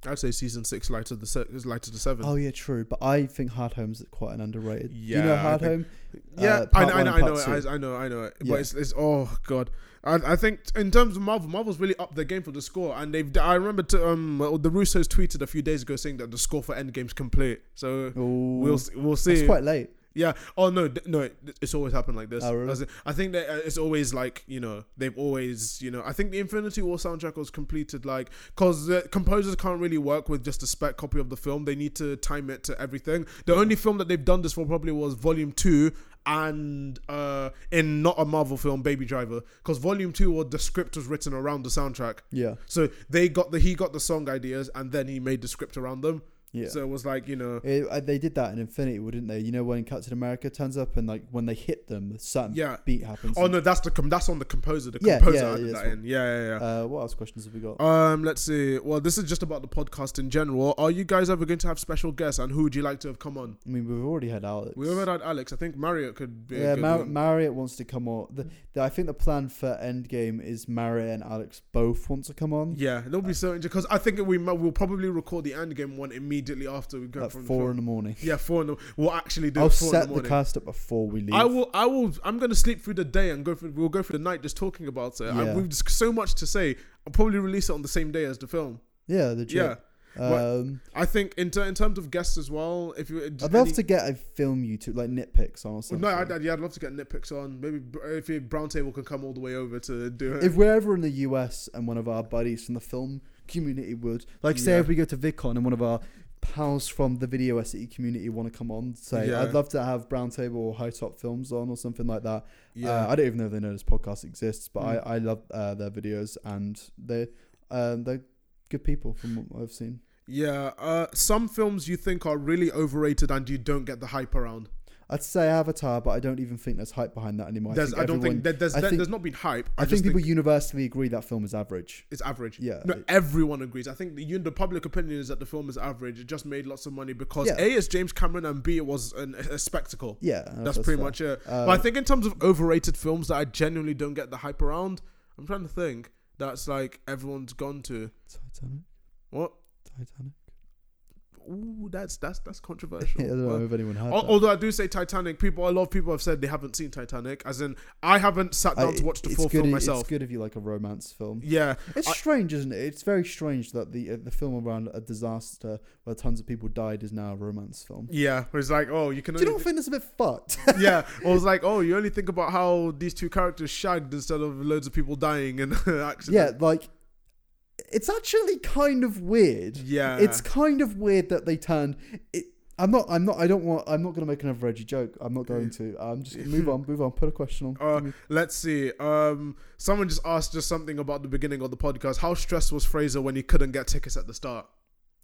S2: I'd say season six, light of the se- is light of the seven.
S1: Oh yeah, true. But I think Hard Home's quite an underrated. you
S2: Yeah,
S1: know
S2: I
S1: Hard
S2: think-
S1: Home.
S2: yeah,
S1: uh,
S2: I,
S1: part
S2: know,
S1: one
S2: I know,
S1: and
S2: I know,
S1: part
S2: it,
S1: two.
S2: I, I know, I know it.
S1: Yeah.
S2: But it's, it's oh god, I, I think in terms of Marvel, Marvel's really upped their game for the score, and they've. I remember to, um well, the Russos tweeted a few days ago saying that the score for Endgame's complete. So
S1: Ooh,
S2: we'll s- we'll see.
S1: that's quite late.
S2: Yeah. Oh no, th- no. it- It's always happened like this.
S1: Oh, really?
S2: As in- I think that uh, it's always like you know they've always you know I think the Infinity War soundtrack was completed like because the composers can't really work with just a spec copy of the film. They need to time it to everything. The only film that they've done this for probably was Volume Two and uh in not a Marvel film, Baby Driver, because Volume Two was the script was written around the soundtrack.
S1: Yeah,
S2: So they got the he got the song ideas and then he made the script around them.
S1: yeah.
S2: So it was like you know.
S1: It, uh, they did that in Infinity, War, didn't they? You know when Captain America turns up and like when they hit them, a certain
S2: Yeah.
S1: beat happens.
S2: Oh no, that's the com- that's on the composer. The
S1: Yeah,
S2: composer
S1: yeah,
S2: added
S1: yeah,
S2: that
S1: that's
S2: in. Yeah, yeah, yeah.
S1: Uh, what else questions have we got?
S2: um, let's see. Well, this is just about the podcast in general. Are you guys ever going to have special guests, and who would you like to have come on?
S1: I mean, we've already had Alex.
S2: We already had Alex. I think Marriott could be. a
S1: yeah,
S2: good
S1: Mar-
S2: one.
S1: Marriott wants to come on. The, the, I think the plan for Endgame is Marriott and Alex both want to come on.
S2: yeah, that'll be so interesting because I think we mu- we'll probably record the Endgame one immediately after we go
S1: at
S2: from
S1: four
S2: The
S1: in the morning.
S2: film. Yeah, four. In the, we'll actually do
S1: I'll
S2: it four in
S1: set
S2: the
S1: the,
S2: morning.
S1: cast up before we leave.
S2: I will. I will. I'm going to sleep through the day and go. Through, we'll go through the night just talking about it.
S1: Yeah.
S2: And we've just so much to say. I'll probably release it on the same day as the film.
S1: Yeah, the
S2: Yeah.
S1: Um,
S2: I think in, ter- in terms of guests as well, if you
S1: I'd love
S2: any-
S1: to get a film YouTube like nitpicks on or something.
S2: No, I'd, I'd- yeah, I'd love to get nitpicks on. Maybe b- if your brown table can come all the way over to do it.
S1: if we're ever in the US and one of our buddies from the film community would, like, say
S2: Yeah.
S1: if we go to VidCon and one of our pals from the video SE community want to come on, say
S2: Yeah.
S1: I'd love to have Brown Table or High Top Films on or something like that.
S2: yeah,
S1: Uh, I don't even know if they know this podcast exists, but
S2: Mm.
S1: I, I love uh, their videos and they um, they're good people from what I've seen.
S2: yeah. Uh, some films you think are really overrated and you don't get the hype around.
S1: I'd say Avatar, but I don't even think there's hype behind that anymore.
S2: There's, I,
S1: think
S2: don't
S1: everyone-
S2: think that there's
S1: I
S2: there-
S1: think-
S2: there's not been hype. I,
S1: I think
S2: just think,
S1: people universally agree that film is average.
S2: it's average.
S1: Yeah.
S2: No, everyone agrees. I think the, un- the public opinion is that the film is average. It just made lots of money because
S1: Yeah.
S2: a it's James Cameron and b it was an, a spectacle.
S1: yeah,
S2: that's, pretty much it.
S1: Uh,
S2: but I think in terms of overrated films that I genuinely don't get the hype around, I'm trying to think. That's like everyone's gone to
S1: Titanic.
S2: what?
S1: Titanic.
S2: Ooh, that's that's that's controversial.
S1: I don't know
S2: Well,
S1: if anyone heard
S2: al-
S1: that.
S2: although I do say Titanic, people a lot of people have said they haven't seen Titanic. As in, I haven't sat down
S1: I-
S2: to watch the
S1: it's
S2: full
S1: good
S2: film
S1: i-
S2: myself.
S1: It's good if you like a romance film.
S2: Yeah,
S1: It's
S2: I-
S1: strange, isn't it? It's very strange that the uh, the film around a disaster where tons of people died is now a romance film.
S2: yeah. Where it's like, oh, you can.
S1: Do you
S2: Only
S1: not think that's a bit fucked?
S2: yeah, or it's like, oh, you only think about how these two characters shagged instead of loads of people dying in accidents.
S1: yeah, like it's actually kind of weird.
S2: yeah.
S1: It's kind of weird that they turned it. I'm not. I'm not. I don't want. I'm not going to make another Reggie joke. I'm not going to. I'm just gonna move on. Move on. Put a question on.
S2: Uh, let's see. Um, someone just asked just something about the beginning of the podcast. How stressed was Fraser when he couldn't get tickets at the start?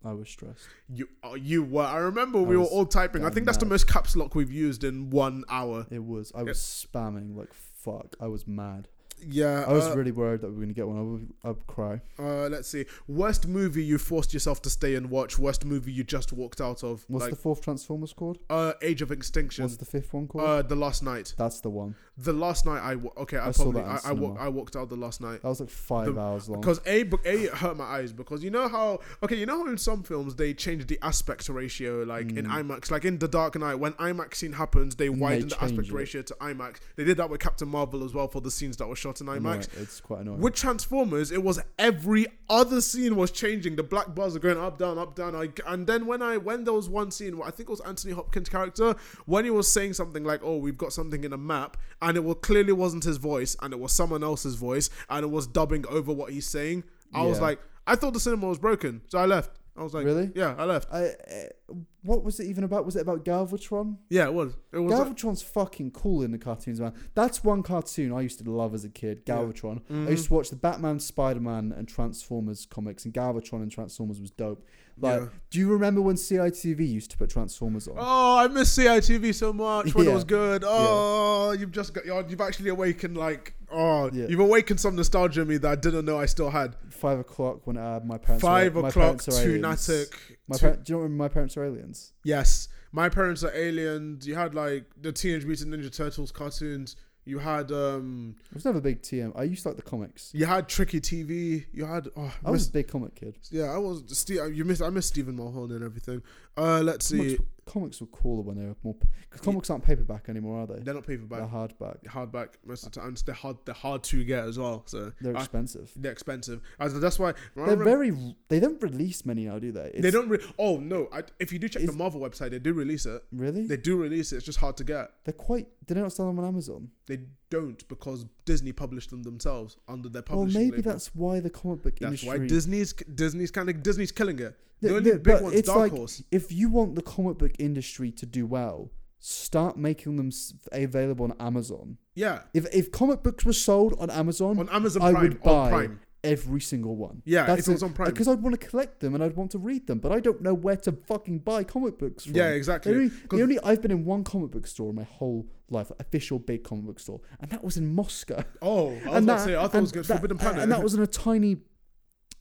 S1: I was stressed.
S2: You, uh, you were. I remember we
S1: I
S2: were
S1: was
S2: all typing. I
S1: going
S2: think that's the
S1: mad.
S2: most caps lock we've used in one hour.
S1: It was. I was spamming like fuck. I was mad.
S2: Yeah.
S1: I was
S2: uh,
S1: really worried that we were going to get one. I would. I'd cry.
S2: uh, let's see. Worst movie you forced yourself to stay and watch. Worst movie you just walked out of.
S1: What's
S2: like
S1: the fourth Transformers called?
S2: uh, Age of Extinction.
S1: What's the fifth one called?
S2: Uh, the last night.
S1: That's the one.
S2: The last night. I wa- okay. I,
S1: I saw
S2: probably.
S1: that in
S2: I, I, wa-
S1: cinema.
S2: I walked out the last night.
S1: That was like five
S2: The-
S1: hours long.
S2: Because a, bu- a it hurt my eyes because you know how okay you know how in some films they change the aspect ratio like in IMAX like in The Dark Knight when IMAX scene happens they
S1: And Mm. they
S2: widen the aspect
S1: change it.
S2: ratio to IMAX they did that with Captain Marvel as well for the scenes that were shot in
S1: I
S2: IMAX
S1: know, It's quite annoying.
S2: with Transformers it was every other scene was changing the black bars are going up down up down I, and then when I when there was one scene where I think it was Anthony Hopkins character when he was saying something like oh we've got something in a map and it was clearly wasn't his voice and it was someone else's voice and it was dubbing over what he's saying I was
S1: Yeah.
S2: like I thought the cinema was broken so I left I was like
S1: Really?
S2: yeah I left
S1: I, uh, what was it even about? Was it about Galvatron?
S2: yeah it was it was like,
S1: Galvatron's fucking cool in the cartoons, man. That's one cartoon I used to love as a kid,
S2: Yeah.
S1: Galvatron.
S2: Mhm.
S1: I used to watch the Batman, Spider Man, and Transformers comics, and Galvatron and Transformers was dope. Like,
S2: Yeah.
S1: do you remember when CITV used to put Transformers on?
S2: Oh, I miss CITV so much when it
S1: Yeah.
S2: was good. Oh, you've just got you're- you've actually awakened like oh,
S1: Yeah.
S2: you've awakened some nostalgia in me that I didn't know I still had.
S1: Five o'clock when uh, my parents were-
S2: Five
S1: my
S2: o'clock,
S1: parents are aliens.
S2: Tunatic.
S1: My
S2: Tu-
S1: par- do you not remember my parents are aliens?
S2: yes, my parents are aliens. You had like the Teenage Mutant Ninja Turtles cartoons. You had um,
S1: I was never a big TM. I used to like the comics.
S2: you had Tricky TV. You had oh, I
S1: I was
S2: missed-
S1: a big comic kid.
S2: yeah, I was Steve. You missed. I missed Stephen Mulholland and everything. Uh, let's see.
S1: Comics, comics were cooler when they were more because comics aren't paperback anymore, are they?
S2: They're not paperback.
S1: They're hardback.
S2: hardback most of the time. They're hard. They're hard to get as well. So
S1: They're
S2: I-
S1: expensive.
S2: they're expensive. As- that's why
S1: They're very. They don't release many now, do they? It's,
S2: They don't. Re- oh no! I, if you do check the
S1: Is-
S2: Marvel website, they do release it.
S1: really.
S2: They do release it. It's just hard to get.
S1: They're quite. Did they not sell them on Amazon?
S2: They don't because Disney published them themselves under their
S1: Well,
S2: publishing.
S1: maybe
S2: label.
S1: that's why the comic book
S2: that's
S1: industry.
S2: why Disney's Disney's kind of Disney's killing it. The,
S1: Th-
S2: only
S1: th-
S2: big
S1: but
S2: one's
S1: it's
S2: Dark
S1: like
S2: Horse.
S1: if you want the comic book industry to do well, start making them s- available on Amazon.
S2: Yeah,
S1: If if comic books were sold on Amazon,
S2: on Amazon
S1: I
S2: Prime.
S1: would buy
S2: on Prime.
S1: every single one.
S2: Yeah, if it was on Prime.
S1: Because I'd want to collect them and I'd want to read them, but I don't know where to fucking buy comic books from.
S2: Yeah,
S1: The only,
S2: exactly.
S1: the
S2: 'Cause-
S1: only- I've been in one comic book store my whole life, official big comic book store, and that was in Moscow.
S2: Oh, I was
S1: And
S2: about to say I thought it
S1: and
S2: was good.
S1: that-
S2: Forbidden Planet.
S1: And that was in a tiny.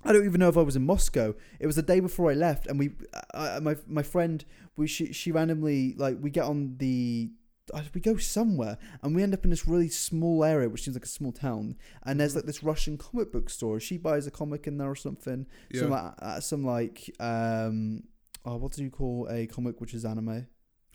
S1: I don't even know if I was in Moscow. It was the day before I left, and we, I, I- my my friend, we she, she randomly like we get on the. uh, We go somewhere and we end up in this really small area, which seems like a small town. And
S2: Mm-hmm.
S1: there's like this Russian comic book store. She buys a comic in there or something. Some
S2: Yeah.
S1: like, uh, some like um, oh, what do you call a comic which is anime?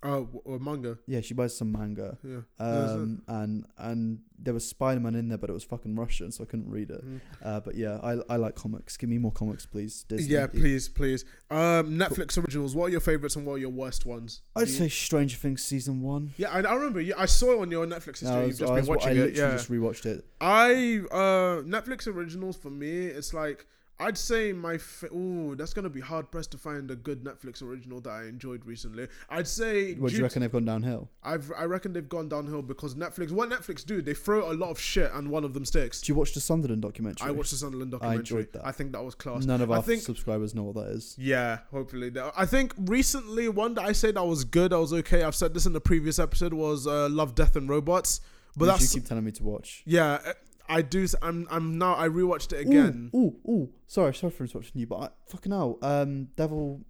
S2: Oh, w- or manga.
S1: Yeah, she buys some manga.
S2: Yeah. There's a-
S1: Um, and and there was Spider Man in there, but it was fucking Russian, so I couldn't read it.
S2: Mhm.
S1: Uh, but yeah, I, I like comics. Give me more comics, please. Disney.
S2: Yeah, please, please. Um, Netflix originals. What are your favorites and what are your worst ones?
S1: I'd
S2: Do you-
S1: say Stranger Things season one.
S2: Yeah, I, I remember. You, I saw it on your Netflix history.
S1: No, I
S2: You've
S1: was-
S2: just
S1: I
S2: been
S1: was- I
S2: watching
S1: literally
S2: it. Yeah.
S1: just rewatched it.
S2: I uh Netflix originals for me, it's like I'd say my fa- ooh, that's gonna be hard pressed to find a good Netflix original that I enjoyed recently. I'd say
S1: What do
S2: due
S1: you reckon they've gone downhill?
S2: to- I've I reckon they've gone downhill because Netflix. What Netflix do? They throw a lot of shit and one of them sticks.
S1: Did you watch the Sunderland documentary?
S2: I watched the Sunderland
S1: I
S2: documentary.
S1: enjoyed that.
S2: I think that was class.
S1: None of
S2: I
S1: our
S2: think
S1: subscribers know what that is.
S2: yeah, hopefully. that- I think recently one that I said that was good, I was okay. I've said this in the previous episode was uh, Love, Death, and Robots, but
S1: Which you
S2: that's
S1: keep telling me to watch.
S2: yeah. I I do. s- I'm. I'm now. I rewatched it
S1: Ooh,
S2: again.
S1: Ooh, ooh, Sorry, sorry for interrupting you, but I, fucking hell. Um, Devil,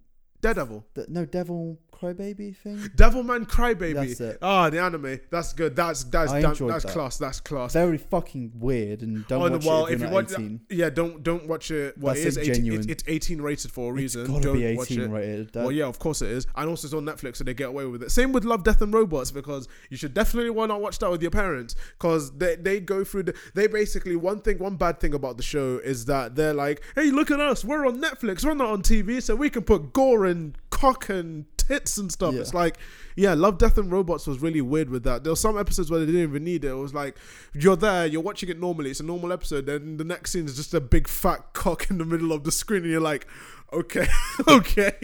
S2: Daredevil,
S1: the, no, Devil Crybaby thing.
S2: Devilman Crybaby.
S1: That's it.
S2: Ah, the anime. That's good. That's that's
S1: I
S2: damn,
S1: enjoyed
S2: that's
S1: that.
S2: class. That's class.
S1: Very fucking weird, and don't
S2: Oh, no,
S1: watch
S2: well,
S1: it if,
S2: if
S1: you're
S2: you
S1: not
S2: watch-
S1: 18.
S2: yeah, don't don't watch it. Well,
S1: That's
S2: it is
S1: it,
S2: 18,
S1: genuine.
S2: it's, it's 18 rated for a reason.
S1: It's gotta
S2: don't
S1: be
S2: watch
S1: 18
S2: it.
S1: rated. That-
S2: Well, yeah, of course it is. And also, it's on Netflix, so they get away with it. Same with Love, Death, and Robots, because you should definitely want to watch that with your parents, because they, they go through the. They basically, one thing, one bad thing about the show is that they're like, hey, look at us. We're on Netflix. We're not on TV, so we can put gore and cock and tits and stuff.
S1: Yeah.
S2: It's like, yeah, Love, Death, and Robots was really weird with that. There were some episodes where they didn't even need it. It was like, you're there, you're watching it normally. It's a normal episode. Then the next scene is just a big fat cock in the middle of the screen, and you're like, okay, okay.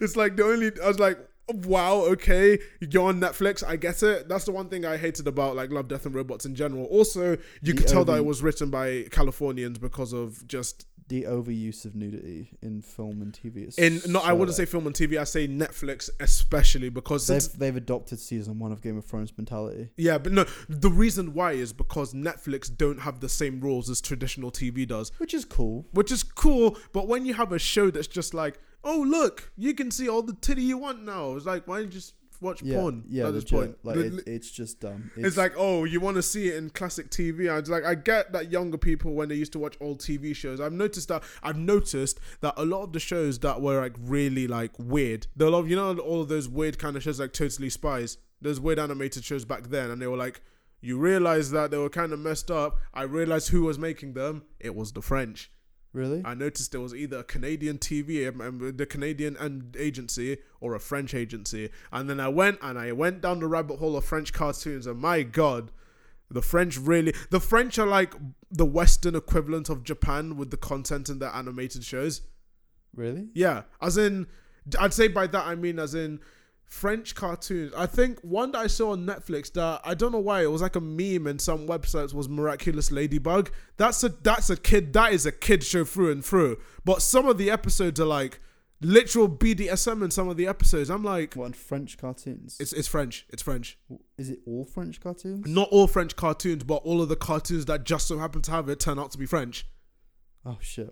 S2: It's like the only I was like, wow, okay, you're on Netflix. I get it. That's the one thing I hated about like Love, Death, and Robots in general. Also, you could tell that
S1: only-
S2: it was written by Californians because of just
S1: the overuse of nudity in film and TV. Is
S2: in no, I
S1: so
S2: wouldn't say
S1: bad.
S2: film and TV. I say Netflix especially because since
S1: they've they've adopted season one of Game of Thrones mentality.
S2: Yeah, but no, the reason why is because Netflix don't have the same rules as traditional TV does,
S1: Which is cool.
S2: which is cool. But when you have a show that's just like, oh look, you can see all the titty you want now, it's like, why don't you just watch
S1: Yeah,
S2: porn
S1: yeah.
S2: at this
S1: legit.
S2: point?
S1: Like
S2: Li-
S1: it,
S2: li-
S1: it's just dumb.
S2: it's, like, oh, you want to see it in classic TV. I was like, I get that younger people when they used to watch old TV shows. I've noticed that. I've noticed that a lot of the shows that were like really like weird. There are a lot of you know all of those weird kind of shows like Totally Spies. Those weird animated shows back then, and they were like, you realize that they were kind of messed up. I realized who was making them. It was the French.
S1: really.
S2: I noticed there was either a Canadian TV, um, um, the Canadian um, agency, or a French agency. And then I went and I went down the rabbit hole of French cartoons, and my God, the French really. The French are like the Western equivalent of Japan with the content in their animated shows.
S1: really.
S2: Yeah, as in, I'd say by that I mean as in French cartoons. I think one that I saw on Netflix that I don't know why it was like a meme in some websites was Miraculous Ladybug. That's a that's a kid that is a kid show through and through. But some of the episodes are like literal BDSM in some of the episodes. I'm like,
S1: What, and French cartoons?
S2: it's it's French. It's French.
S1: Is it all French cartoons?
S2: Not all French cartoons, but all of the cartoons that just so happen to have it turn out to be French.
S1: Oh, shit.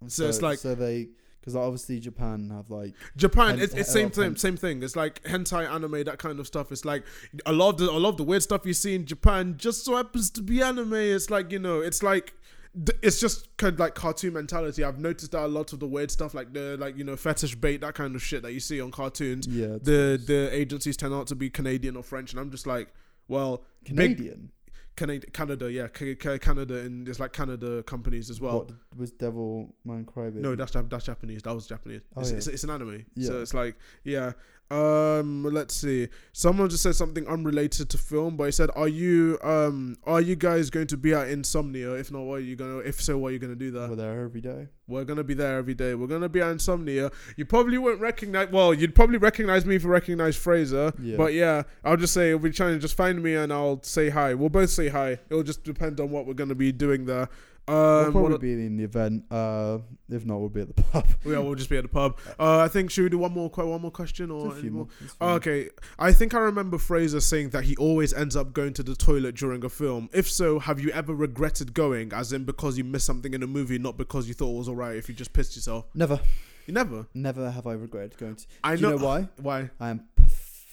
S1: And
S2: So it's like-
S1: So they. Because obviously Japan have like.
S2: Japan,
S1: Hen-
S2: it's, it's
S1: uh,
S2: same
S1: pen-
S2: thing, same thing. It's like hentai anime, that kind of stuff. It's like a lot of the a lot of the weird stuff you see in Japan just so happens to be anime. It's like you know, it's like d- it's just kind of like cartoon mentality. I've noticed that a lot of the weird stuff, like the like you know fetish bait, that kind of shit that you see on cartoons,
S1: Yeah. it's
S2: the the agencies turn out to be Canadian or French, and I'm just like, well,
S1: Canadian.
S2: Canada, Canada yeah, Ca- Ca- Canada, and there's like Canada companies as well.
S1: what was Devil Man Crybaby?
S2: No, that's Jap- that's Japanese. That was Japanese.
S1: Oh,
S2: it's,
S1: yeah.
S2: it's, it's an anime, so
S1: Yeah.
S2: it's like yeah. Um, let's see. Someone just said something unrelated to film, but he said, "Are you um are you guys going to be at Insomnia? If not, what are you gonna? If so, what are you gonna do there?
S1: Were there every day.
S2: We're gonna be there every day. We're gonna be at Insomnia. You probably won't recognize. Well, you'd probably recognize me if you recognize Fraser.
S1: Yeah.
S2: But yeah, I'll just say we trying to just find me and I'll say hi. We'll both say hi. It'll just depend on what we're gonna be doing there.
S1: we'll
S2: Um, what
S1: probably be in the event. Uh, if not, we'll be at the pub.
S2: yeah, we'll just be at the pub. Uh, I think should we do one more que- one more question or
S1: It's a
S2: any
S1: few
S2: more?
S1: months, it's
S2: Oh,
S1: fine.
S2: okay, I think I remember Fraser saying that he always ends up going to the toilet during a film. If so, have you ever regretted going, as in because you missed something in a movie, not because you thought it was alright if you just pissed yourself?
S1: Never,
S2: You never.
S1: never have I regretted going to.
S2: I
S1: Do you know,
S2: know.
S1: why?
S2: Why?
S1: I am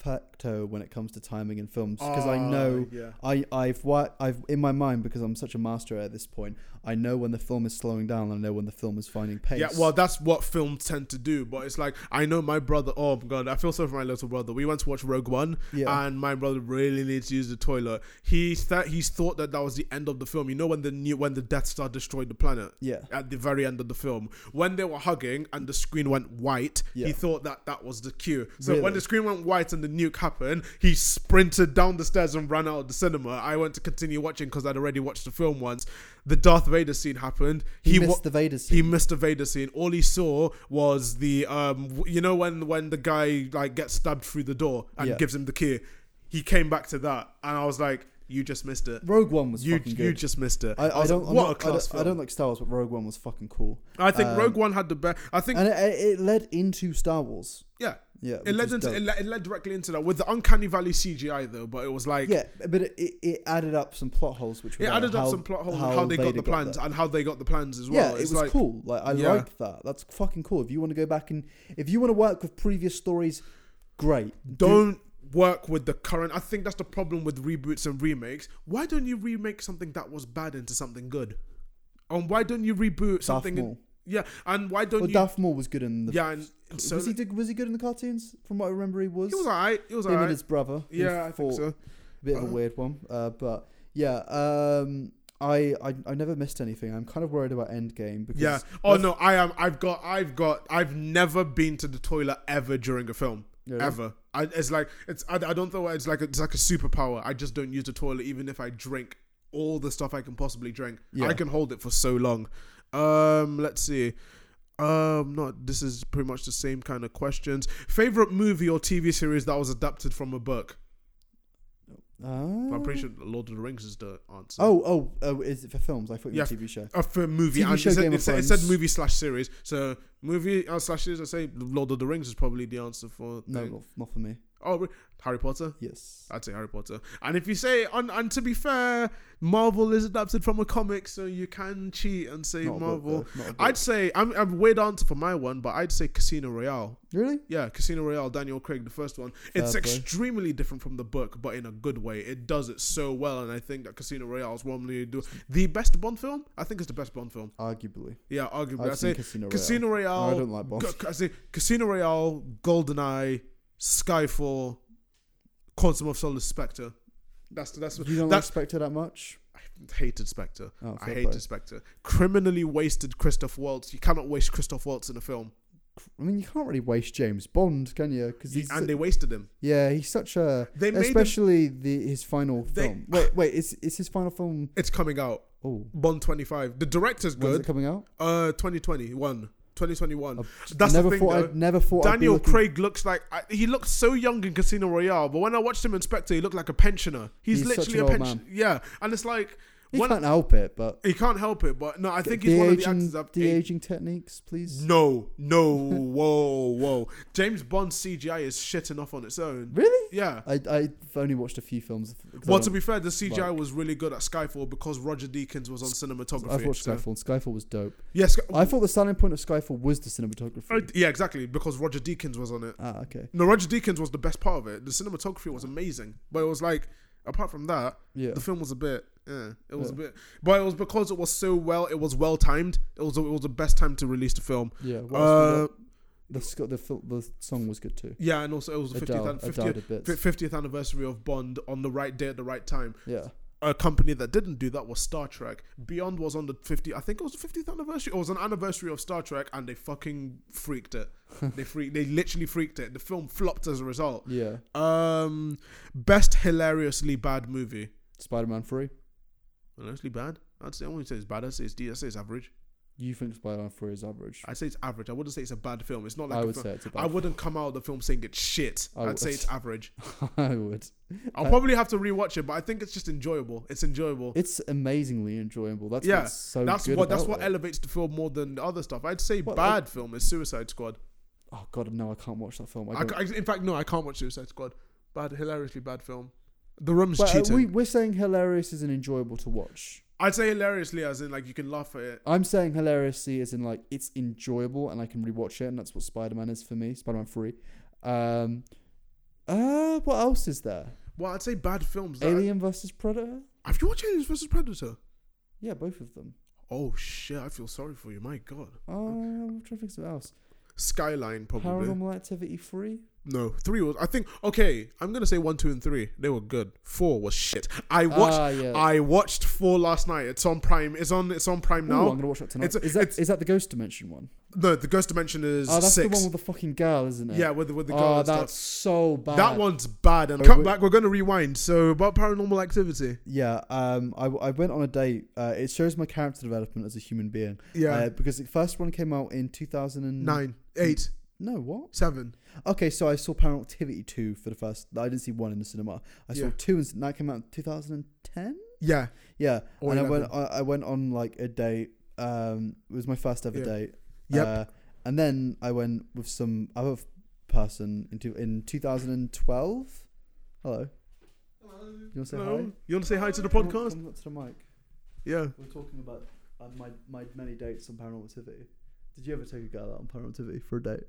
S1: perfecto when it comes to timing in films because I
S2: Ah,
S1: know.
S2: Yeah.
S1: I, I've what I've in my mind because I'm such a master at this point. I know when the film is slowing down. and I know when the film is finding pace.
S2: Yeah, well, that's what films tend to do. But it's like I know my brother. Oh my god, I feel so for my little brother. We went to watch Rogue One,
S1: Yeah.
S2: and my brother really needs to use the toilet. He's that he's thought that that was the end of the film. You know when the new when the Death Star destroyed the planet.
S1: yeah.
S2: At the very end of the film, when they were hugging and the screen went white, he
S1: Yeah.
S2: thought that that was the cue. So when
S1: Really?
S2: the screen went white and the nuke happened, he sprinted down the stairs and ran out of the cinema. I went to continue watching because I'd already watched the film once. The Darth Vader scene happened.
S1: He,
S2: wa-
S1: missed the Vader scene.
S2: he missed the Vader scene. All he saw was the um, w- you know, when when the guy like gets stabbed through the door and
S1: Yeah.
S2: gives him the key. He came back to that, and I was like, "You just missed it.
S1: Rogue One was
S2: you
S1: fucking
S2: you
S1: good.
S2: just missed it."
S1: I, I
S2: was
S1: don't.
S2: like,
S1: I'm
S2: what
S1: not-
S2: a class
S1: I don't, I don't
S2: film.
S1: like Star Wars, but Rogue One was fucking cool.
S2: I think
S1: um,
S2: Rogue One had the best. I think
S1: And it, it led into Star Wars.
S2: yeah,
S1: Yeah,
S2: it
S1: which
S2: led
S1: is
S2: into
S1: dope.
S2: it led, it led directly into that with the uncanny valley CGI though, but it was like.
S1: yeah, but it, it, it added up some plot holes, which were
S2: It
S1: like
S2: added up
S1: how-
S2: some plot holes and how they got
S1: Vader
S2: the plans
S1: there.
S2: and how they got the plans as well.
S1: yeah, it
S2: It's
S1: was
S2: like,
S1: cool. Like I
S2: Yeah.
S1: like that. That's fucking cool. If you want to go back and if you want to work with previous stories, great. Do-
S2: don't work with the current. I think that's the problem with reboots and remakes. Why don't you remake something that was bad into something good? And why don't you
S1: Darth
S2: reboot something?
S1: Maul.
S2: yeah, and why don't
S1: Well,
S2: you?
S1: Darth Maul was good in the.
S2: yeah, and so
S1: was he did, was he good in the cartoons? From what I remember, he was.
S2: he was alright. He was
S1: him and
S2: alright.
S1: his brother. who
S2: Yeah, I think
S1: fought-
S2: so.
S1: Bit of a
S2: Uh-huh.
S1: weird one, uh, but yeah. Um, I, I I never missed anything. I'm kind of worried about Endgame because
S2: Yeah. Oh
S1: that's-
S2: no, I am. I've got. I've got. I've never been to the toilet ever during a film.
S1: Really?
S2: Ever. I, it's like it's. I, I don't know. why It's like it's like a superpower. I just don't use the toilet, even if I drink all the stuff I can possibly drink.
S1: Yeah.
S2: I can hold it for so long. Um. Let's see. Um. Not. This is pretty much the same kind of questions. Favorite movie or TV series that was adapted from a book.
S1: Ah.
S2: I'm pretty sure Lord of the Rings is the answer.
S1: Oh, oh, oh, is it for films? I thought you
S2: Yeah,
S1: meant TV show.
S2: A film movie.
S1: TV
S2: and
S1: show
S2: it, said,
S1: Game
S2: it
S1: of
S2: said- it said
S1: Thrones.
S2: movie slash series. So movie uh, slash series. I say Lord of the Rings is probably the answer for.
S1: No,
S2: the-
S1: not, not for me.
S2: Oh, re- Harry Potter.
S1: Yes.
S2: I'd say Harry Potter. And if you say, and, and to be fair, Marvel is adapted from a comic, so you can cheat and say
S1: Not a book,
S2: Marvel.
S1: though. Not a book.
S2: I'd say I'm, I'm a weird answer for my one, but I'd say Casino Royale.
S1: really?
S2: Yeah, Casino Royale, Daniel Craig, the first one. It's
S1: Fair play.
S2: extremely different from the book, but in a good way. It does it so well, and I think that Casino Royale is one of the- the best Bond film. I think it's the best Bond film.
S1: Arguably.
S2: Yeah, arguably.
S1: I've
S2: I
S1: seen
S2: say
S1: Casino Royale.
S2: Casino Royale.
S1: No, I don't like Bond.
S2: Ca- I say Casino Royale, GoldenEye, Skyfall, Quantum of Solace, Spectre. That's that's
S1: You don't like
S2: that's
S1: Spectre that much?
S2: I hated Spectre.
S1: Oh,
S2: I
S1: fair
S2: hated
S1: play.
S2: Spectre. Criminally wasted Christoph Waltz. You cannot waste Christoph Waltz in a film,
S1: I mean, you can't really waste James Bond, can you? Because
S2: You-
S1: he's
S2: and they wasted him.
S1: yeah, he's such a
S2: They made him,
S1: especially the his final
S2: They-
S1: film. Wait, wait, it's it's his final film.
S2: it's coming out
S1: Oh,
S2: Bond twenty five. The director's
S1: when's it
S2: good.
S1: coming out?
S2: Uh, 2021. 2021.
S1: I
S2: That's the
S1: never
S2: thing,
S1: thought
S2: though.
S1: I'd never thought I'd be
S2: Daniel
S1: looking-
S2: Craig looks like I- he looked so young in Casino Royale, but when I watched him in Spectre, he looked like a pensioner. He's,
S1: He's such
S2: literally
S1: an
S2: a
S1: old
S2: pensioner. Yeah, and it's like
S1: He
S2: One-
S1: can't help it, but
S2: He can't help it, but no, I think he's one of the actors. I've,
S1: the aging techniques, please.
S2: no, no, whoa, whoa. James Bond's CGI is shitting off on its own.
S1: Really?
S2: Yeah.
S1: I I've only watched a few films. 'cause I
S2: Well, to
S1: don't-
S2: be fair, the CGI
S1: like-
S2: was really good at Skyfall because Roger Deakins was on cinematography.
S1: I've watched
S2: so-
S1: Skyfall. And Skyfall was dope.
S2: Yeah, Sky-
S1: I thought the starting point of Skyfall was the cinematography.
S2: Uh, yeah, exactly, because Roger Deakins was on it.
S1: ah, okay.
S2: No, Roger Deakins was the best part of it. The cinematography was amazing, but it was like, apart from that,
S1: Yeah.
S2: the film was a bit. Yeah, it was a
S1: Yeah.
S2: bit, but it was because it was so well. It was well timed. It was it was the best time to release the film.
S1: Yeah. What else we
S2: Uh,
S1: got? the, sc- the fil- the song was good too.
S2: yeah, and also it was the
S1: Adele,
S2: fiftieth
S1: Adele did bits.
S2: fiftieth anniversary of Bond on the right day at the right time.
S1: yeah.
S2: A company that didn't do that was Star Trek. Beyond was on the fifty. I think it was the fiftieth anniversary. It was an anniversary of Star Trek, and they fucking freaked it. they freaked. They literally freaked it. The film flopped as a result.
S1: Yeah.
S2: Um, best hilariously bad movie.
S1: Spider Man 3.
S2: Hilariously bad. I'd say I wouldn't say it's bad. I'd say it's D. I'd say it's average.
S1: You think Spider Man 3 is average?
S2: I'd say it's average. I wouldn't say it's a bad film. It's not like
S1: I
S2: a
S1: would
S2: film-
S1: say it's a
S2: I
S1: bad
S2: wouldn't come out of the film saying it's shit.
S1: I
S2: I'd
S1: would.
S2: say it's average.
S1: I would.
S2: I'll
S1: I-
S2: probably have to rewatch it, but I think it's just enjoyable. It's enjoyable.
S1: It's amazingly enjoyable. That's
S2: Yeah,
S1: what's so
S2: that's
S1: good
S2: what that's
S1: about
S2: what
S1: it.
S2: elevates the film more than the other stuff. I'd say
S1: What,
S2: bad film is Suicide Squad.
S1: oh, God, no, I can't watch that film. I
S2: I
S1: don't-
S2: ca- I- in fact, no, I can't watch Suicide Squad. Bad, hilariously bad film. The room's
S1: But, uh,
S2: cheating.
S1: we, we're saying hilarious isn't enjoyable to watch.
S2: I'd say hilariously, as in like you can laugh at it.
S1: I'm saying hilariously is in like it's enjoyable and I can rewatch it, and that's what Spider Man is for me. Spider Man 3. Um, uh, what else is there?
S2: Well, I'd say bad films. that-
S1: Alien versus Predator?
S2: Have you watched Aliens vs Predator?
S1: Yeah, both of them.
S2: Oh shit! I feel sorry for you. My god.
S1: Oh, I'm trying to think of something else.
S2: Skyline probably.
S1: Paranormal Activity 3?
S2: No, three was. I think. Okay, I'm gonna say one, two, and three. They were good. Four was shit. I watched.
S1: Ah, yeah.
S2: I watched four last night. It's on Prime. It's on. It's on Prime
S1: Ooh,
S2: now.
S1: I'm gonna watch that tonight.
S2: It's a-
S1: is that
S2: it's-
S1: is that the Ghost Dimension one?
S2: No, the Ghost Dimension is
S1: Oh, that's
S2: six.
S1: the one with the fucking girl, isn't it?
S2: yeah, with the, with the girl.
S1: oh,
S2: and
S1: that's
S2: stuff.
S1: so bad.
S2: that one's bad. And
S1: Oh,
S2: cut
S1: wait.
S2: back. We're gonna rewind. So about Paranormal Activity.
S1: Yeah. Um. I, I went on a date. Uh, it shows my character development as a human being.
S2: Yeah.
S1: Uh, because the first one came out in 2000 and
S2: Nine, eight,
S1: No, what?
S2: seven.
S1: Okay, so I saw Paranormal Activity two for the first. I didn't see one in the cinema. I saw
S2: Yeah.
S1: two, and that came out in 2010.
S2: Yeah.
S1: Yeah.
S2: Or
S1: and I
S2: 11.
S1: went. I, I went on like a date. Um. It was my first ever
S2: Yeah.
S1: date.
S2: Yep.
S1: Uh, and then I went with some other f- person into in 2012. Hello. You want to say
S2: Hello.
S1: hi?
S2: You want to say hi to the podcast?
S1: Come, come to the mic.
S2: Yeah.
S1: We're talking about uh, my my many dates on Paranormal Activity. Did you ever take a girl out on Paranormal Activity for a date?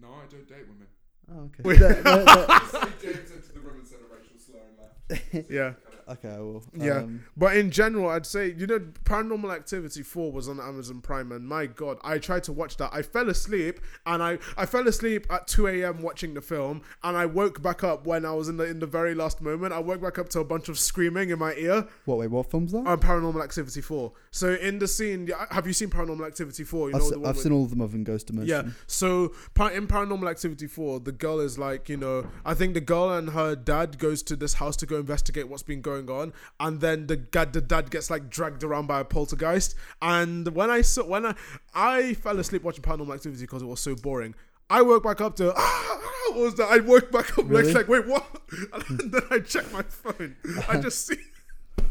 S4: No, I don't date women.
S1: Oh, okay.
S2: Wait.
S1: They're- they're- they're-
S4: James entered the room and said a racial slur and left.
S2: Yeah.
S1: okay, I will.
S2: Yeah.
S1: Um,
S2: But in general, I'd say you know, Paranormal Activity Four was on Amazon Prime, and my god, I tried to watch that. I fell asleep, and I I fell asleep at two a.m. watching the film, and I woke back up when I was in the in the very last moment. I woke back up to a bunch of screaming in my ear
S1: what? Wait, what film's that?
S2: on Paranormal Activity Four. So in the scene, yeah, have you seen Paranormal Activity Four? You
S1: I've,
S2: know
S1: se-
S2: the one
S1: I've
S2: with-
S1: seen all of them other than Ghost
S2: yeah.
S1: Dimension.
S2: So par- in Paranormal Activity 4, the girl is like, you know, I think the girl and her dad goes to this house to go investigate what's been going on, and then the dad, the dad gets like dragged around by a poltergeist. And when I saw when I I fell asleep watching Paranormal Activity because it was so boring. I woke back up to ah, what was that? I woke back up
S1: Really?
S2: like, like wait what? And then I check my phone. I just see.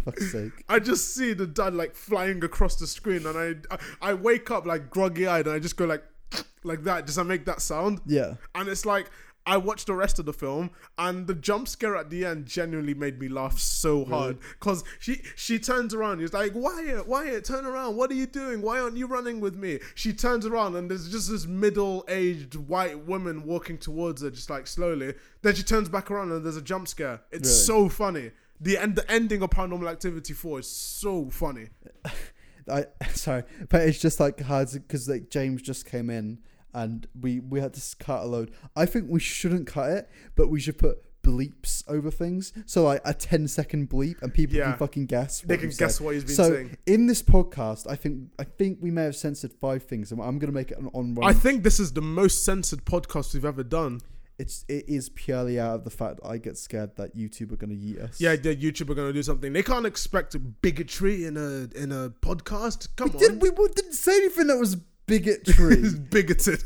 S1: Fuck's sake.
S2: I just see the dad like flying across the screen, and I I, I wake up like groggy eyed, and I just go like like that. Does I make that sound?
S1: Yeah.
S2: And it's like I watched the rest of the film, and the jump scare at the end genuinely made me laugh so hard because she she turns around. He's like, Wyatt, Wyatt, turn around. What are you doing? Why aren't you running with me? She turns around, and there's just this middle aged white woman walking towards her, just like slowly. Then she turns back around, and there's a jump scare. It's
S1: Really?
S2: so funny. The end, the ending of Paranormal Activity Four is so funny.
S1: I sorry, but it's just like hard because like James just came in and we we had to s- cut a load. I think we shouldn't cut it, but we should put bleeps over things. So like a 10 second bleep and people
S2: Yeah.
S1: can fucking guess.
S2: They can
S1: we've
S2: guess
S1: said.
S2: what he's been
S1: so
S2: saying.
S1: in this podcast, I think I think we may have censored five things, and I'm gonna make it an on run.
S2: I think this is the most censored podcast we've ever done.
S1: it's it is purely out of the fact that I get scared that YouTube are gonna yeet us.
S2: Yeah, the YouTube are gonna do something. They can't expect bigotry in a in a podcast. Come
S1: we
S2: on,
S1: did we, we didn't say anything that was bigotry.
S2: it's bigoted.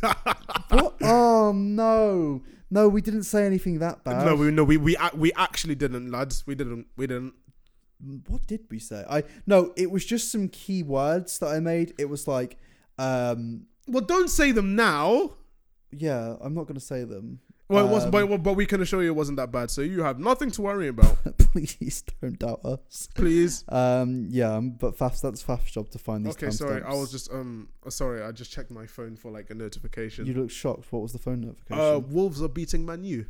S1: what? Oh no, no, we didn't say anything that bad.
S2: no, we no we we ac- we actually didn't, lads. We didn't. We didn't.
S1: what did we say? I no, it was just some key words that I made. It was like, um,
S2: Well, don't say them now.
S1: yeah, I'm not gonna say them.
S2: Well, it was,
S1: Um,
S2: but, but we can assure you it wasn't that bad. So you have nothing to worry about.
S1: Please don't doubt us.
S2: Please.
S1: Um, yeah, um, but Faf's that's Faf's job to find these.
S2: Okay, sorry. I
S1: timestamps.
S2: was just um uh, sorry. I just checked my phone for like a
S1: You
S2: notification.
S1: look shocked. What was the phone notification?
S2: Uh, Wolves are beating Man U.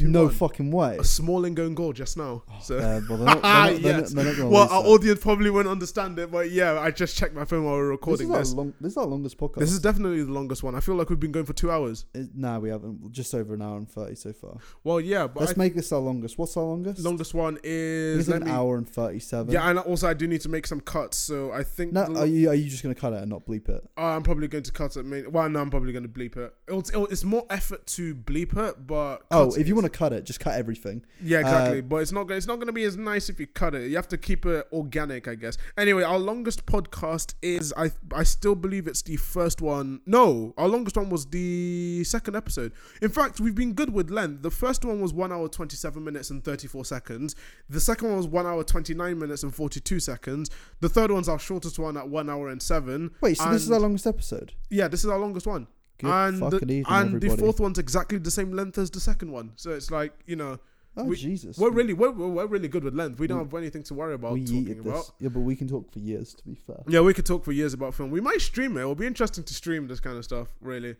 S2: 2-1.
S1: no fucking way.
S2: A Smalling going goal just now. so.
S1: Uh, well, they're not, they're not, they're
S2: Yes.
S1: not, they're not gonna
S2: well,
S1: release
S2: our
S1: that.
S2: audience probably won't understand it, but yeah, I just checked my phone while we were
S1: this
S2: recording
S1: is, our
S2: this.
S1: long, this is our longest podcast.
S2: This is definitely the longest one. I feel like we've been going for two hours.
S1: Uh, nah, we haven't. Just over an hour and thirty so far.
S2: Well, yeah, but I
S1: Let's make this our longest. What's our longest?
S2: longest one
S1: It's
S2: is let
S1: an
S2: me,
S1: hour and thirty-seven.
S2: Yeah, and also I do need to make some cuts, so I think
S1: No,
S2: the-
S1: are you are you just gonna cut it and not bleep it?
S2: Oh, I'm probably going to cut it. Main, well, no, I'm probably going to bleep it. It'll, it'll, it's more effort to bleep it, but
S1: Oh,
S2: cut
S1: if you
S2: it-
S1: want to cut it, just cut everything.
S2: yeah, exactly.
S1: uh,
S2: but it's not go- it's not going to be as nice if you cut it. You have to keep it organic, I guess. Anyway, our longest podcast is I I still believe it's the first one. No, our longest one was the second episode. In fact, we've been good with length. The first one was one hour twenty seven minutes and thirty four seconds. The second one was one hour twenty nine minutes and forty two seconds. The third one's our shortest one at one hour and seven.
S1: Wait, so this is
S2: And-
S1: our longest episode.
S2: yeah, this is our longest one.
S1: Good
S2: and the,
S1: fucking evening,
S2: and the
S1: everybody.
S2: fourth one's exactly the same length as the second one. So it's like, you know,
S1: Oh
S2: we-
S1: Jesus!
S2: we're really we're, we're we're really good with length. We don't have anything to worry about
S1: we
S2: talking
S1: yeeted
S2: about.
S1: this. Yeah, but we can talk for years. To be fair,
S2: Yeah, we could talk for years about film. We might stream it. It'll be interesting to stream this kind of stuff, really.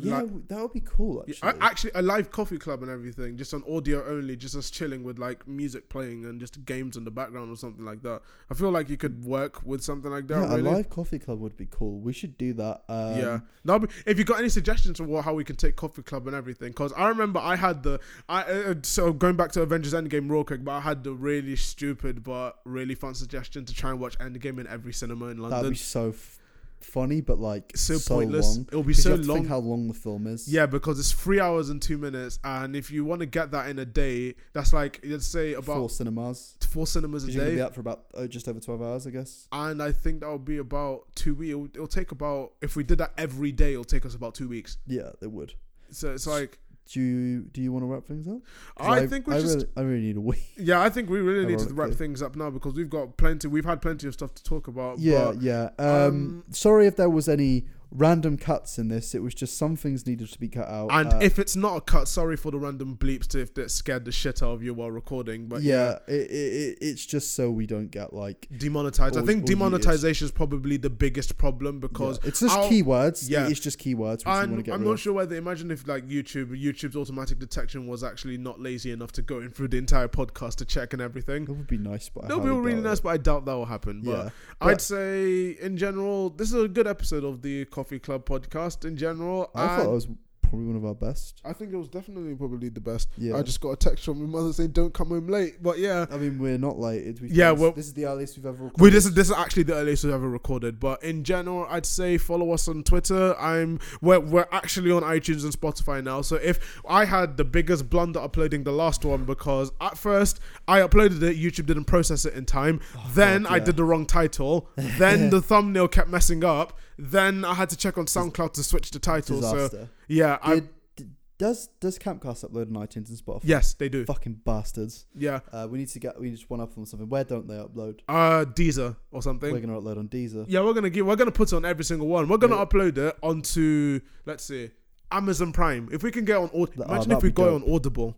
S1: yeah,
S2: Like-
S1: w that would be cool.
S2: yeah,
S1: Actually,
S2: I- actually, a live coffee club and everything, just on audio only, just us chilling with like music playing and just games in the background or something like that. I feel like you could work with something like that.
S1: yeah,
S2: really.
S1: a live coffee club would be cool. We should do that. Um,
S2: yeah, that'll be, if you got any suggestions for how we can take Coffee Club and everything, because I remember I had the I uh, so going back to Avengers Endgame real quick, but I had the really stupid but really fun suggestion to try and watch Endgame in every cinema in
S1: that'd
S2: London.
S1: be so f- funny, but like
S2: so,
S1: so,
S2: pointless.
S1: long.
S2: It'll be
S1: 'Cause you
S2: so
S1: have to
S2: long.
S1: Think how long the film is.
S2: yeah, because it's three hours and two minutes, and if you want to get that in a day, that's like let's say about
S1: four
S2: four,
S1: cinemas.
S2: cinemas a
S1: Because you're gonna
S2: day.
S1: be out for about oh, just over twelve hours, I guess.
S2: and I think that would be about two weeks. It'll, it'll take about if we did that every day, it'll take us about two weeks.
S1: Yeah, it would.
S2: So it's like
S1: Do you do you want to wrap things up? 'Cause
S2: I, think we
S1: I
S2: just
S1: really, I really need a week.
S2: Yeah, I think we really need to wrap
S1: Ironically.
S2: things up now because we've got plenty. We've had plenty of stuff to talk about.
S1: Yeah,
S2: but
S1: yeah. Um,
S2: um,
S1: sorry if there was any random cuts in this. It was just some things needed to be cut out.
S2: and
S1: Uh,
S2: if it's not a cut, sorry for the random bleeps to if that scared the shit out of you while recording. But yeah,
S1: yeah, It, it, it, it's just so we don't get like
S2: demonetized. I
S1: Or-
S2: think
S1: or
S2: demonetization is probably the biggest problem because.
S1: yeah, it's just
S2: I'll-
S1: keywords.
S2: yeah.
S1: Yeah, it's just keywords. Which we want to
S2: And
S1: get
S2: I'm
S1: rid
S2: not
S1: of.
S2: sure whether imagine if like YouTube, YouTube's automatic detection was actually not lazy enough to go in through the entire podcast to check and everything.
S1: That would be nice, but I
S2: That'll be
S1: highly
S2: really
S1: doubt it.
S2: nice, but I doubt that will happen. But
S1: Yeah,
S2: I'd say in general, this is a good episode of the Coffee Club podcast. In general,
S1: I thought
S2: and-
S1: it was probably one of our best.
S2: I think it was definitely probably the best.
S1: Yeah,
S2: I just got a text from my mother saying, "Don't come home late." But yeah,
S1: I mean, we're not late. It- we-
S2: Yeah,
S1: this,
S2: well-
S1: this is the earliest we've ever.
S2: we
S1: recorded.
S2: this is this is actually the earliest we've ever recorded. But in general, I'd say follow us on Twitter. I'm we're we're actually on iTunes and Spotify now. So if I had the biggest blunder uploading the last one because at first I uploaded it, YouTube didn't process it in time. then
S1: God,
S2: I
S1: Oh, yeah.
S2: did the wrong title. then the thumbnail kept messing up. Then I had to check on SoundCloud to switch the title. So
S1: disaster.
S2: yeah, I
S1: Did- d- does does Campcast upload on iTunes and Spotify?
S2: yes they do.
S1: Fucking bastards.
S2: Yeah,
S1: Uh, we need to get we need to one up on something. Where don't they upload?
S2: uh, Deezer or something.
S1: We're gonna upload on Deezer.
S2: Yeah, we're gonna give. We're gonna put it on every single one. We're gonna
S1: Yeah.
S2: upload it onto. Let's see, Amazon Prime. If we can get on, Aud-
S1: That- oh,
S2: imagine if
S1: that'd
S2: we
S1: be
S2: got
S1: dope.
S2: it on Audible.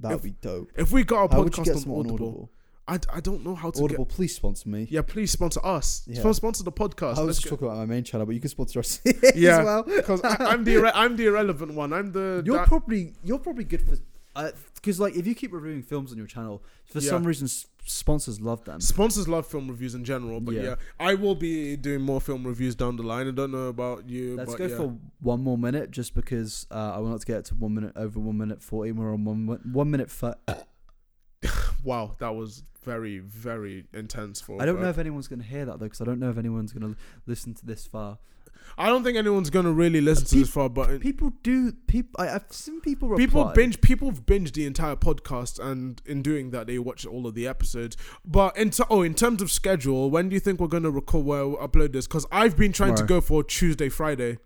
S1: That'd
S2: If-
S1: be dope.
S2: If we got our
S1: How would you
S2: podcast
S1: get
S2: on
S1: someone
S2: Audible,
S1: on Audible?
S2: I, d- I don't know how to
S1: Audible,
S2: get.
S1: please sponsor me.
S2: Yeah, please sponsor us.
S1: Yeah.
S2: Spon- Sponsor the podcast.
S1: I was
S2: Let's
S1: just
S2: get-
S1: talking about my main channel, but you can sponsor us
S2: Yeah.
S1: as well.
S2: Because I- I'm the irre- I'm the irrelevant one. I'm the.
S5: You're
S2: that-
S5: probably you're probably good for because like if you keep reviewing films on your channel, for
S2: Yeah.
S5: some reason s- sponsors love them.
S2: Sponsors love film reviews in general, but yeah.
S5: Yeah.
S2: I will be doing more film reviews down the line. I don't know about you,
S5: Let's
S2: but
S5: go
S2: yeah.
S5: for one more minute, just because uh, I want to get to one minute over one minute forty. We're on one mi- one minute. Fi-
S2: wow, that was very very intense. For
S5: I don't
S2: but-
S5: know if anyone's going to hear that though, because I don't know if anyone's going to listen to this far.
S2: I don't think anyone's gonna really listen to
S5: Peop-
S2: this far, but
S5: People do. People, I, I've seen people. Reply.
S2: People binge. People have binged the entire podcast, and in doing that, they watch all of the episodes. But in t- oh, in terms of schedule, when do you think we're gonna record? Where we'll upload this? Because I've been trying to
S5: Tomorrow.
S2: go for Tuesday, Friday.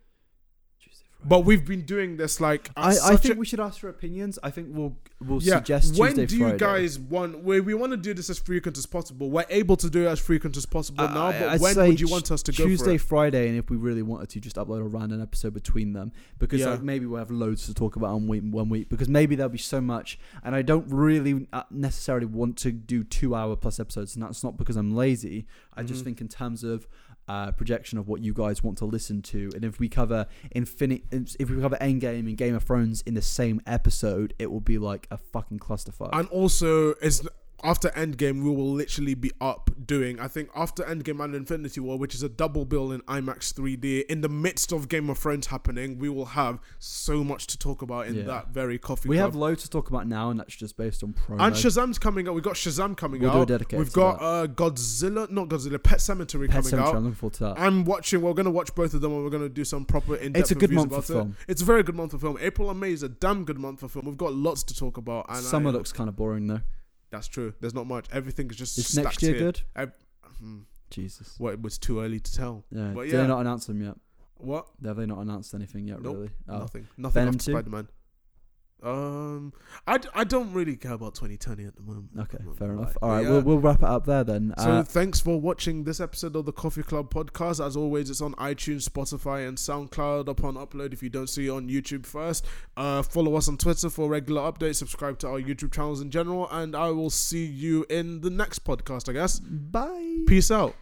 S5: Tuesday,
S1: Friday.
S2: But we've been doing this like at
S1: I, I
S2: such
S1: think
S2: a-
S1: we should ask for opinions. I think we'll we'll
S2: yeah.
S1: suggest Tuesday
S2: when do you
S1: Friday.
S2: guys want? We we want to do this as frequent as possible. We're able to do it as frequent as possible
S1: I-
S2: now.
S1: I-
S2: But
S1: I'd
S2: when
S1: say
S2: would you want us to go
S1: Tuesday,
S2: for it?
S1: Friday, and if we really wanted to, just upload a random episode between them because
S2: Yeah.
S1: like maybe we'll have loads to talk about on week one week because maybe there'll be so much, and I don't really uh, necessarily want to do two hour plus episodes, and that's not because I'm lazy. I just
S2: Mhm.
S1: think in terms of uh, projection of what you guys want to listen to, and if we cover Infinite, if we cover Endgame and Game of Thrones in the same episode, it will be like a fucking clusterfuck.
S2: And also, is after Endgame, we will literally be up doing. I think after Endgame and Infinity War, which is a double bill in IMAX 3D, in the midst of Game of Thrones happening, we will have so much to talk about in
S1: Yeah.
S2: that very coffee.
S1: we
S2: club.
S1: have loads to talk about now, and that's just based on promo.
S2: And Shazam's coming out. We've got Shazam coming
S1: We'll do a
S2: out.
S1: dedicated
S2: We've
S1: to
S2: got
S1: that.
S2: uh, Godzilla, not Godzilla, Pet Cemetery
S1: Pet
S2: coming
S1: Sematary, I'm
S2: out.
S1: looking forward to that.
S2: I'm watching. We're gonna watch both of them, and we're gonna do some proper in-depth.
S1: It's a good
S2: reviews
S1: month for
S2: about it.
S1: film.
S2: It's a very good month for film. April and May is a damn good month for film. We've got lots to talk about. And
S1: Summer
S2: I-
S1: looks kind of boring though.
S2: That's true. There's not much. Everything is just.
S1: Is next
S2: stacked
S1: year
S2: here.
S1: good?
S2: Hmm.
S1: Jesus.
S2: Well, it was too early to tell.
S1: Yeah.
S2: But
S1: Did
S2: yeah.
S1: they not announce them yet?
S2: What?
S1: Have they not announced anything yet?
S2: Nope.
S1: Really? Oh.
S2: Nothing. Nothing
S1: Venom
S2: after
S1: 2?
S2: Spider Man. Um, I, d- I don't really care about 2020 at the moment.
S1: Okay.
S2: I'm not
S1: Fair
S2: gonna
S1: enough.
S2: lie.
S1: All right.
S2: Yeah.
S1: We'll, we'll wrap it up there then.
S2: So
S1: uh,
S2: thanks for watching this episode of the Coffee Club podcast. As always, it's on iTunes, Spotify, and SoundCloud upon upload. If you don't see it on YouTube first, uh, follow us on Twitter for regular updates. Subscribe to our YouTube channels in general, and I will see you in the next podcast. I guess.
S1: bye.
S2: Peace out.